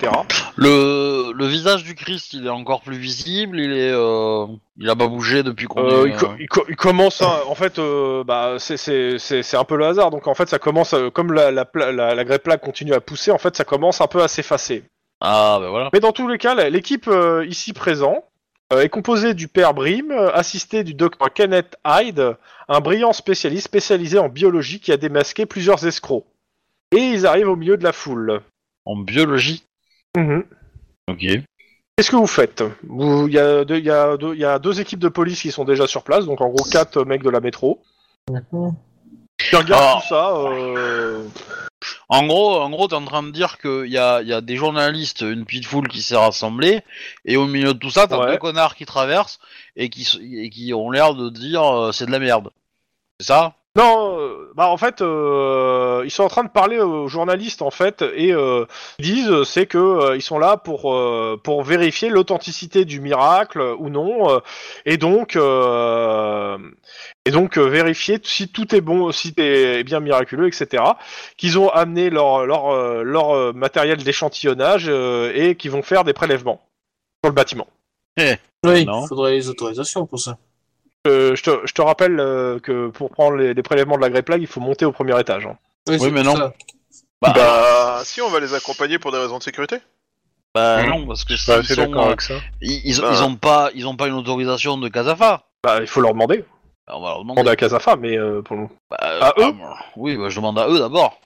Le, le visage du Christ, il est encore plus visible. Il est, euh, il a pas bougé depuis qu'on.
Euh,
est,
il, co-
euh,
il co- il commence à- en fait euh, bah, c'est- c'est c'est- c'est un peu le hasard donc en fait ça commence à- comme la, la, pla- la, la grêpe plaque continue à pousser en fait ça commence un peu à s'effacer
Ah bah voilà.
mais dans tous les cas la- l'équipe euh, ici présent euh, est composée du père Brim euh, assisté du docteur Kenneth Hyde un brillant spécialiste spécialisé en biologie qui a démasqué plusieurs escrocs et ils arrivent au milieu de la foule
En biologie.
Mhm.
Ok.
Qu'est-ce que vous faites Vous- Il y, a deux- il y, a deux- il y a deux équipes de police qui sont déjà sur place, donc en gros quatre euh, mecs de la métro. Tu regardes
Alors-
tout ça. euh,
En gros, en gros, t'es en train de dire qu'il y a, il y a des journalistes, une petite foule qui s'est rassemblée, et au milieu de tout ça, t'as
Ouais.
deux connards qui traversent et qui, s- et qui ont l'air de dire euh, c'est de la merde. C'est ça
Non, euh, bah en fait, euh, ils sont en train de parler aux journalistes en fait et euh, ils disent euh, c'est que euh, ils sont là pour euh, pour vérifier l'authenticité du miracle euh, ou non euh, et donc euh, et donc euh, vérifier si tout est bon, si t'es bien miraculeux, etc. Qu'ils ont amené leur leur euh, leur euh, matériel d'échantillonnage euh, et qu'ils vont faire des prélèvements sur le bâtiment.
Oui,
Non.
il faudrait les autorisations pour ça.
Euh, je, te, je te rappelle euh, que pour prendre les, les prélèvements de la grippe plague, il faut monter au premier étage. hein.
Oui,
c'est
mais
pour
non.
ça.
Bah,
Ah.
Bah, si, on va les accompagner pour des raisons de sécurité.
bah non, parce que
Bah,
s'ils
c'est
sont,
d'accord
euh,
avec ça.
ils, ils,
Bah.
ils ont pas, ils ont pas une autorisation de Casafa.
Bah, il faut leur demander.
On va leur demander.
Demander à Casafa, mais euh, pour le moment.
Bah,
à
euh,
eux
ah, Oui, bah, je demande à eux d'abord.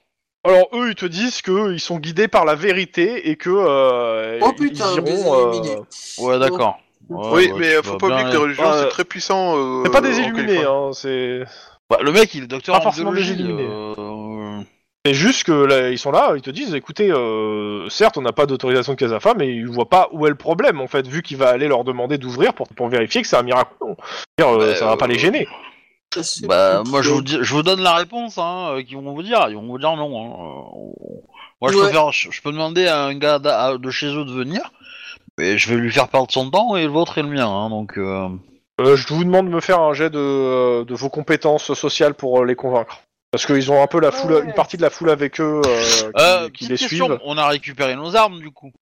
Alors eux, ils te disent qu'ils sont guidés par la vérité et que euh,
Oh putain,
ils
on les
iront.
a éliminés.
euh,
Ouais, d'accord.
oui,
Ouais, bah,
mais
tu
euh, faut
vas
pas
bien
oublier que les
être-
religions,
Ah,
c'est
euh,
très puissant. euh,
C'est pas
en
des illuminés,
Californie.
hein, c'est
Bah, le mec, il est docteur
Pas
en
forcément des
biologie.
illuminés.
euh,
c'est juste que là, ils sont là, ils te disent, écoutez, euh, certes, on n'a pas d'autorisation de Casafa, mais ils voient pas où est le problème en fait, vu qu'il va aller leur demander d'ouvrir pour, pour vérifier que c'est un miracle. Je veux dire, euh,
Bah,
ça va pas
euh,
les gêner.
Ça, c'est
Bah,
plutôt-
moi, je vous, dis- je vous donne la réponse, hein, euh, qu'ils vont vous dire. Ils vont vous dire non. hein. Euh, Moi, je,
Ouais.
peux faire- je, je peux demander à un gars d'a- à- de chez eux de venir, mais je vais lui faire perdre son temps et le vôtre et le mien. hein, donc, euh,
Euh, je vous demande de me faire un jet de, euh, de vos compétences sociales pour euh, les convaincre. Parce qu'ils ont un peu la foule,
Ouais.
une partie de la foule avec eux euh, qui,
Euh,
qui
petite
les
question,
suivent.
on a récupéré nos armes, du coup.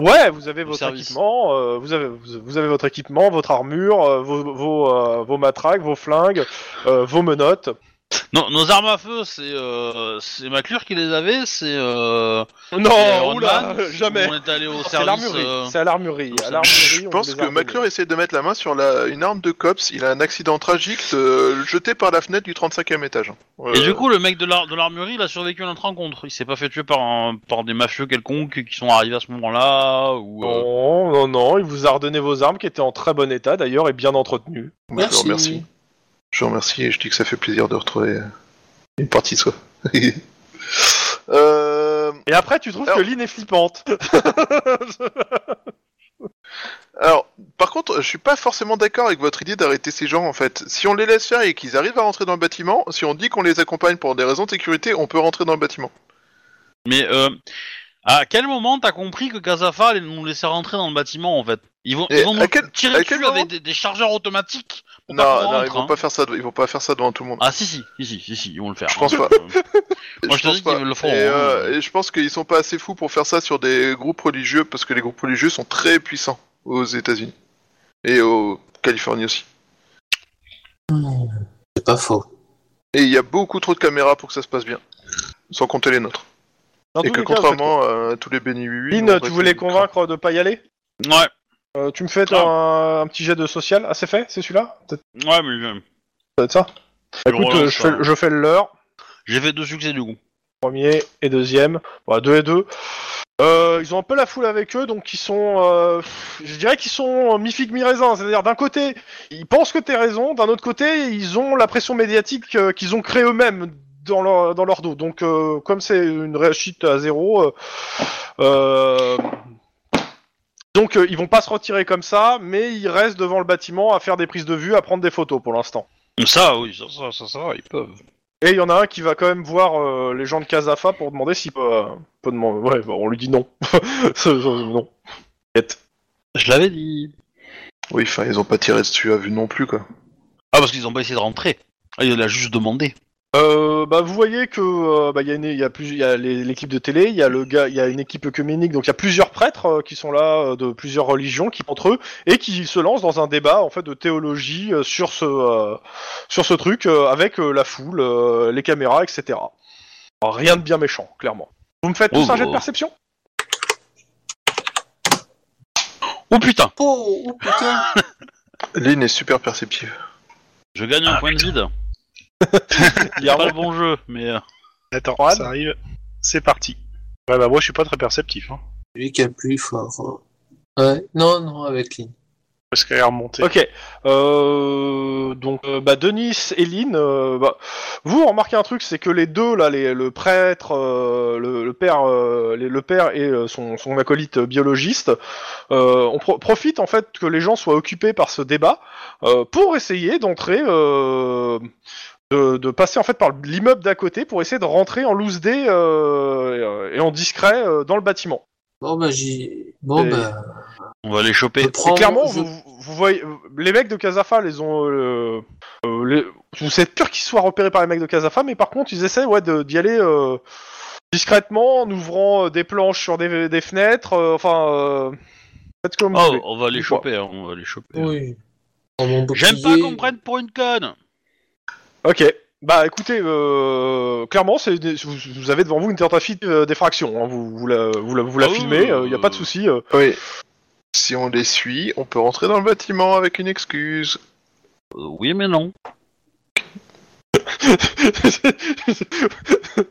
Ouais, vous avez
Le
votre
service.
équipement, euh, vous avez vous vous avez votre équipement, votre armure, euh, vos vos, euh, vos matraques, vos flingues, euh, vos menottes.
Non, nos armes à feu, c'est euh, c'est McClure qui les avait, c'est... Euh, c'est
Non,
Iron
Oh, oula,
Man,
jamais.
On est allé au
C'est à
service...
l'armurerie.
euh,
C'est à l'armurerie.
ça-
À l'armurerie,
Je
on
pense
les a
que
armés.
McClure essaie de mettre la main sur la... une arme de cops. Il a un accident tragique de... euh, jeté par la fenêtre du 35e étage.
Et
Euh,
du coup, le mec de l'ar- de l'armurerie, il a survécu à notre rencontre. Il s'est pas fait tuer par, un- par des mafieux quelconques qui sont arrivés à ce moment-là, ou... euh,
Non, non, non, il vous a redonné vos armes qui étaient en très bon état d'ailleurs et bien entretenues.
Je vous remercie. Je vous remercie et je dis que ça fait plaisir de retrouver euh, une partie de soi. euh...
Et après, tu trouves
Alors-
que Lynn est flippante.
Alors, par contre, je suis pas forcément d'accord avec votre idée d'arrêter ces gens en fait. Si on les laisse faire et qu'ils arrivent à rentrer dans le bâtiment, si on dit qu'on les accompagne pour des raisons de sécurité, on peut rentrer dans le bâtiment.
Mais euh, à quel moment t'as compris que Casafa allait nous laisser rentrer dans le bâtiment en fait Ils vont,
Et
ils vont
à
nous
quel- à
tirer
quel
dessus avec
moment
des, des chargeurs automatiques. pour
Non,
pas qu'on
non,
rentre,
ils vont
hein.
pas faire ça. de- Ils vont pas faire ça devant tout le monde.
Ah si si, si si si, si, ils vont le faire. Hein.
Je pense pas.
Moi, je te
pense
dis qu'ils
pas.
le feront,
Et,
hein.
euh, et je pense qu'ils sont pas assez fous pour faire ça sur des groupes religieux parce que les groupes religieux sont très puissants aux États-Unis et aux Californie aussi.
Hmm, C'est pas faux.
Et il y a beaucoup trop de caméras pour que ça se passe bien, sans compter les nôtres.
Dans
et
tous
que
les cas,
contrairement à tous les béni oui
Lynn, tu voulais convaincre de pas y aller
Ouais,
Euh, Tu me fais
Ah.
un, un petit jet de social Ah, c'est fait C'est celui-là Peut-être
ouais, mais euh,
peut-être ça
Je
Écoute,
relance,
euh, je, fais,
hein.
je fais le leur,
j'ai fait deux succès du coup.
premier et deuxième, Bon, deux et deux. Euh, ils ont un peu la foule avec eux, donc ils sont, euh, pff, je dirais qu'ils sont euh, mi-fig mi-raisin, c'est-à-dire d'un côté, ils pensent que t'es raison, d'un autre côté, ils ont la pression médiatique euh, qu'ils ont créée eux-mêmes dans leur, dans leur dos. Donc, euh, comme c'est une réussite à zéro, euh, euh, Donc euh, ils vont pas se retirer comme ça, mais ils restent devant le bâtiment à faire des prises de vue, à prendre des photos pour l'instant.
Ça, oui, ça, ça, ça, ça, ils peuvent.
Et il y en a un qui va quand même voir euh, les gens de Casafa pour demander s'il peut, euh, peut demander. Ouais, bah, on lui dit non. Ça, ça, non. Yet.
Je l'avais dit.
Oui, enfin, ils ont pas tiré dessus à vue non plus, quoi.
Ah, parce qu'ils ont pas essayé de rentrer. Ah, il a juste demandé.
Euh, bah, vous voyez que euh, bah, il y a, une- il y a, plus- il y a les- l'équipe de télé, il y a le gars, il y a une équipe œcuménique, donc il y a plusieurs prêtres euh, qui sont là euh, de plusieurs religions qui entre eux et qui se lancent dans un débat en fait de théologie euh, sur ce euh, sur ce truc euh, avec euh, la foule, euh, les caméras, etc. Alors, rien de bien méchant, clairement. Vous me faites tous
Oh,
un jet de
oh.
perception
Oh putain
Oh, oh, putain
Lynn est super perceptive.
Je gagne un point de vide. Il y a pas le bon jeu, mais. euh,
Attends,
Juan
ça arrive. C'est parti. Ouais, bah moi je suis pas très perceptif, hein,
Lui qui appuie fort. euh. Ouais, non, non, avec Lynn.
parce qu'elle est remontée.
Ok. Euh, donc, euh, bah, Denis et Lynn, euh, bah, vous remarquez un truc, c'est que les deux, là, les, le prêtre, euh, le, le père, euh, les- le père et euh, son, son acolyte biologiste, euh, on pro- profite en fait que les gens soient occupés par ce débat euh, pour essayer d'entrer, euh, de, de passer en fait par l'immeuble d'à côté pour essayer de rentrer en loose dé euh, et en discret euh, dans le bâtiment.
Bon, bah, j'y. Bon,
Et-
bah,
On va les
je
choper.
prends.
Et clairement,
je-
vous, vous voyez, les mecs de Casafa, les ont. euh, euh, les- vous êtes pur qu'ils soient repérés par les mecs de Casafa, mais par contre, ils essaient ouais, de- d'y aller euh, discrètement, en ouvrant euh, des planches sur des, des fenêtres. euh, enfin, euh, faites comme vous
Oh,
voulez.
on va les
Quoi
choper, hein, on va les choper.
Oui. Dans mon
J'aime pas
bouclier.
qu'on me prenne pour une conne
Ok. Bah écoutez, euh, clairement, c'est des- vous, vous avez devant vous une tentative euh, d'effraction. hein, vous, vous la, vous la, vous la
Ah oui,
filmez, il
euh,
n'y a pas de souci. euh.
Oui. Si on les suit, on peut rentrer dans le bâtiment avec une excuse.
Euh, Oui, mais non.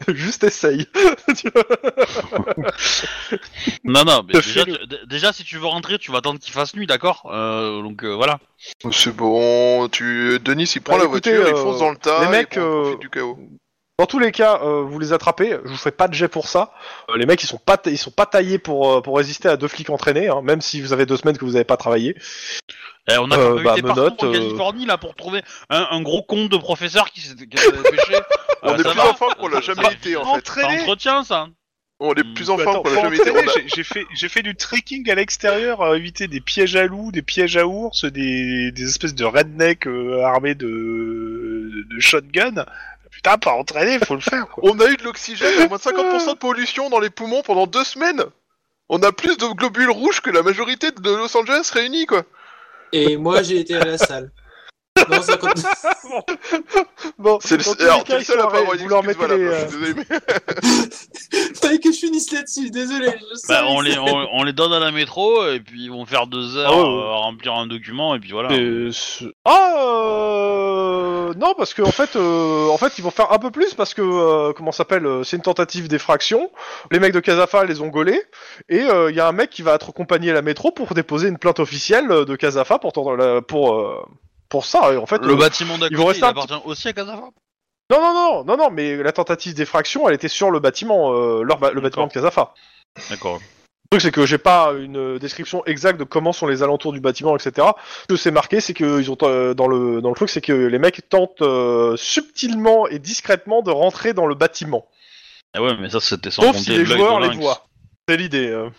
Juste essaye. Tu vois
Non, non, mais
Le
déjà,
film.
tu- d- déjà, si tu veux rentrer, tu vas attendre qu'il fasse nuit, d'accord Euh, Donc euh, voilà.
C'est bon, tu... Denis il prend
Bah,
la
écoutez,
voiture, il
euh,
fonce dans le tas,
les
il
mecs,
prend-
euh,
profite du chaos.
Dans tous les cas, euh, vous les attrapez. Je vous fais pas de jet pour ça. Euh, les mecs, ils sont pas, ta- ils sont pas taillés pour euh, pour résister à deux flics entraînés, hein, même si vous avez deux semaines que vous avez pas travaillé.
Eh, on a
Euh,
eu
bah,
des
menottes,
parcours en
euh.
Californie là pour trouver un, un gros con de professeur qui s'est qui s'est pêché.
On
Euh,
est
ça
plus
va
en forme qu'on l'a
Ça
jamais
va.
été, en fait. hein.
C'est un
Entraîner
entretien ça
On est
Mm.
plus en
Mmh.
Bah,
forme
attends,
qu'on l'a
faut
jamais été.
entraîner,
On a-
j'ai- J'ai fait, j'ai fait du trekking à l'extérieur, à éviter des pièges à loups, des pièges à ours, des, des espèces de redneck euh, armés de, de shotgun. Putain, pas entraîné, faut le faire quoi.
On a eu de l'oxygène, au moins de 50% de pollution dans les poumons pendant deux semaines. On a plus de globules rouges que la majorité de Los Angeles réunis, quoi.
Et moi, j'ai été à la salle. Non, ça compte.
Bon,
C'est le
dans tous les
alors,
cas,
t'es le
ils
seul
sont
à pas avoir
arrêtés. Vous
une
leur
excuse,
mettez
voilà,
les,
bah, je
euh,
suis désolé, mais-
Fallait que je finisse là-dessus, désolé. Je sais
Bah, on,
que
les,
c'est-
on, on les donne à la métro et puis ils vont faire deux heures
Ah ouais, ouais.
euh, à remplir un document et puis voilà.
euh, ce- Ah euh, non parce que en fait euh, en fait ils vont faire un peu plus parce que euh, comment ça s'appelle euh, c'est une tentative d'effraction les mecs de Casafa les ont gaulés et euh, il y a un mec qui va être accompagné à la métro pour déposer une plainte officielle euh, de Casafa pour tendre la- pour euh, pour ça et en fait
Le
euh,
bâtiment d'à
ils
côté,
vont rester
il
un
appartient aussi à Casafa
Non, non, non, non, non, mais la tentative d'effraction, elle était sur le bâtiment, euh, leur ba- le bâtiment de Casafa.
D'accord.
Le truc, c'est que j'ai pas une euh, description exacte de comment sont les alentours du bâtiment, etc. Ce que c'est marqué, c'est que ils ont euh, dans le dans le truc, c'est que les mecs tentent euh, subtilement et discrètement de rentrer dans le bâtiment,
Ah ouais, mais ça c'était sans
sauf
compter
si les
blagues
joueurs
de
les
lynx.
voient. C'est l'idée. euh.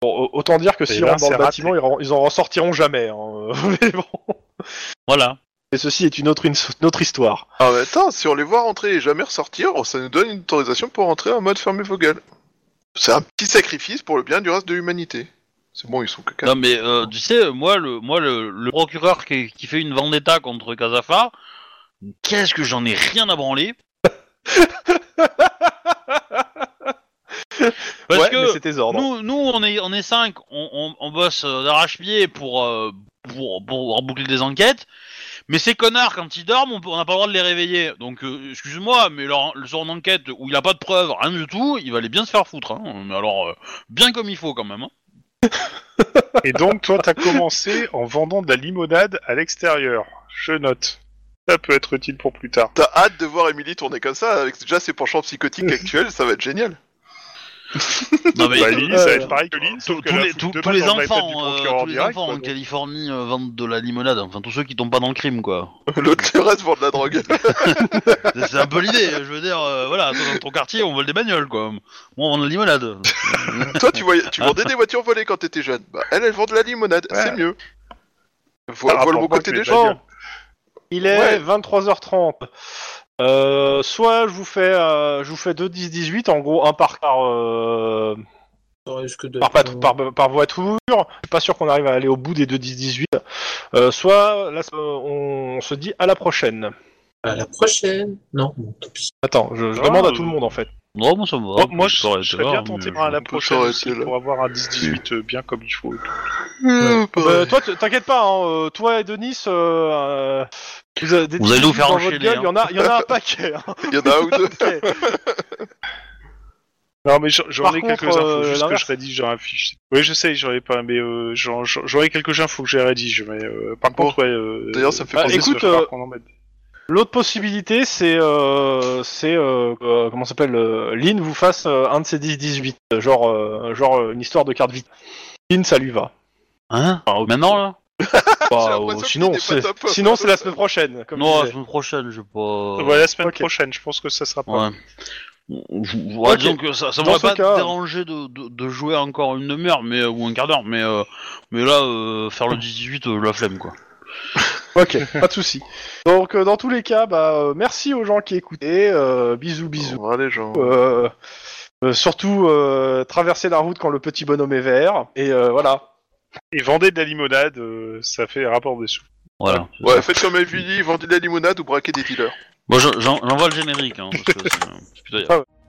Bon, au- autant dire que
Et
s'ils
là,
rentrent dans
c'est
le
raté.
bâtiment, ils, ren- ils en ressortiront jamais. hein. Mais bon.
Voilà.
Et ceci est une autre une autre histoire.
Ah, mais attends, si on les voit rentrer et jamais ressortir, oh, ça nous donne une autorisation pour rentrer en mode fermé vos gueules. C'est un petit sacrifice pour le bien du reste de l'humanité. C'est bon, ils sont que quatre.
Non mais euh, tu sais, moi le moi le, le procureur qui, qui fait une vendetta contre Casafa, qu'est-ce que j'en ai rien à branler. Parce
ouais, mais
que
c'est tes ordres.
nous, nous on est on est cinq, on, on, on bosse euh, d'arrache-pied pour, euh, pour pour reboucler des enquêtes. Mais ces connards, quand ils dorment, on peut- on n'a pas le droit de les réveiller. Donc, euh, excuse-moi, mais leur, son enquête où il a pas de preuves, rien du tout, il va aller bien se faire foutre. Hein. Mais alors, euh, bien comme il faut quand même. hein.
Et donc, toi, t'as commencé en vendant de la limonade à l'extérieur. Je note. Ça peut être utile pour plus tard.
T'as hâte de voir Emily tourner comme ça, avec déjà ses penchants psychotiques actuels, ça va être génial.
Non, mais-
Bah,
tous-
Lily, ça va
Euh,
être pareil que Lily, sauf
tous
qu'elle a
les-
foutu
tous-
deux
tous les
balles dans le mindset du
enfants, euh,
procureur
tous les
direct,
enfants
quoi,
en
donc.
Californie euh, vendent de la limonade, enfin tous ceux qui tombent pas dans le crime, quoi.
L'autre, le reste, vend de la drogue.
C'est c'est un peu l'idée, je veux dire, euh, voilà, toi, dans ton quartier, on vole des bagnoles, quoi. Moi, on vend de la limonade.
Toi, tu, voyais, tu vendais des voitures volées quand t'étais jeune. Bah, elle, elle vend de la limonade, c'est mieux. Vo-
Par
vole
rapport
mon
à moi,
côté
je
des
vais pas
gens.
dire.
Il est
Ouais.
23h30. Euh, soit je vous fais, euh, je vous fais 2 10 18 en gros un par par euh,
Ça risque de-
par, patr- par, par voiture. Je suis pas sûr qu'on arrive à aller au bout des 2 10 18. Euh, soit là euh, on se dit à la prochaine.
À la prochaine. Non, bon, tant pis.
Attends, je, je
Ah,
demande à
euh,
tout le monde en fait.
Non, moi, ça me va.
Oh, moi, je,
Ça aurait
je
été
serais
rare,
bien
mais
tenté
je-
par la
peut
prochaine
s'arrêter
aussi,
là.
pour avoir un 10-18 euh, bien comme il faut.
Euh, bah,
Euh, toi t- t'inquiète pas, hein, euh, toi et Denis, euh, euh, vous, avez des
Vous allez nous
10-18
faire
dans votre
enchaîner,
gueule,
hein.
Il y en a, il y en a un paquet. hein.
Il y en a un Bah, ou deux.
Non, mais j'en- j'en
Par
ai
contre,
quelques infos,
euh,
juste que
l'inverse.
je rédige dans la fiche. Oui, je sais, j'en ai pas, mais euh, j'en- j'en j'en ai quelques infos que j'ai rédige. Mais, euh, par
Bon.
contre, ouais. euh,
D'ailleurs, ça me fait
euh,
penser-
écoute,
il va falloir
euh, qu'on en mette.
L'autre possibilité, c'est euh, c'est euh, euh, comment ça s'appelle euh, Lynn vous fasse euh, un de ces 10-18, euh, genre euh, genre euh, une histoire de carte vite. Lynn, ça lui va.
Hein Maintenant, là
Bah,
l'impression
euh,
que
sinon,
Lynn est pas
c'est
top.
sinon c'est la semaine prochaine. Comme
Non,
je
la
disais.
semaine prochaine, je sais pas.
Ouais, la semaine
ok.
prochaine, je pense que ça sera pas.
Ouais. Je- je- ouais,
Ok.
disons que ça, ça
Dans
m'aurait
ce
pas
cas-
dérangé de, de, de jouer encore une demi-heure mais, ou un quart d'heure, mais, euh, mais là, euh, faire le 18, euh, la flemme quoi.
Ok, pas de souci. Donc euh, dans tous les cas, bah euh, merci aux gens qui écoutaient. euh, bisous, bisous.
Au revoir, les gens.
Euh, euh, surtout euh, traverser la route quand le petit bonhomme est vert. Et euh, voilà.
Et vendez de la limonade, euh, ça fait rapport des sous.
Voilà.
Ouais, faites comme Evie, vendez de la limonade ou braquez des dealers.
Bon, j'en- j'en- j'envoie le générique. Hein, parce que c'est- putain, y a-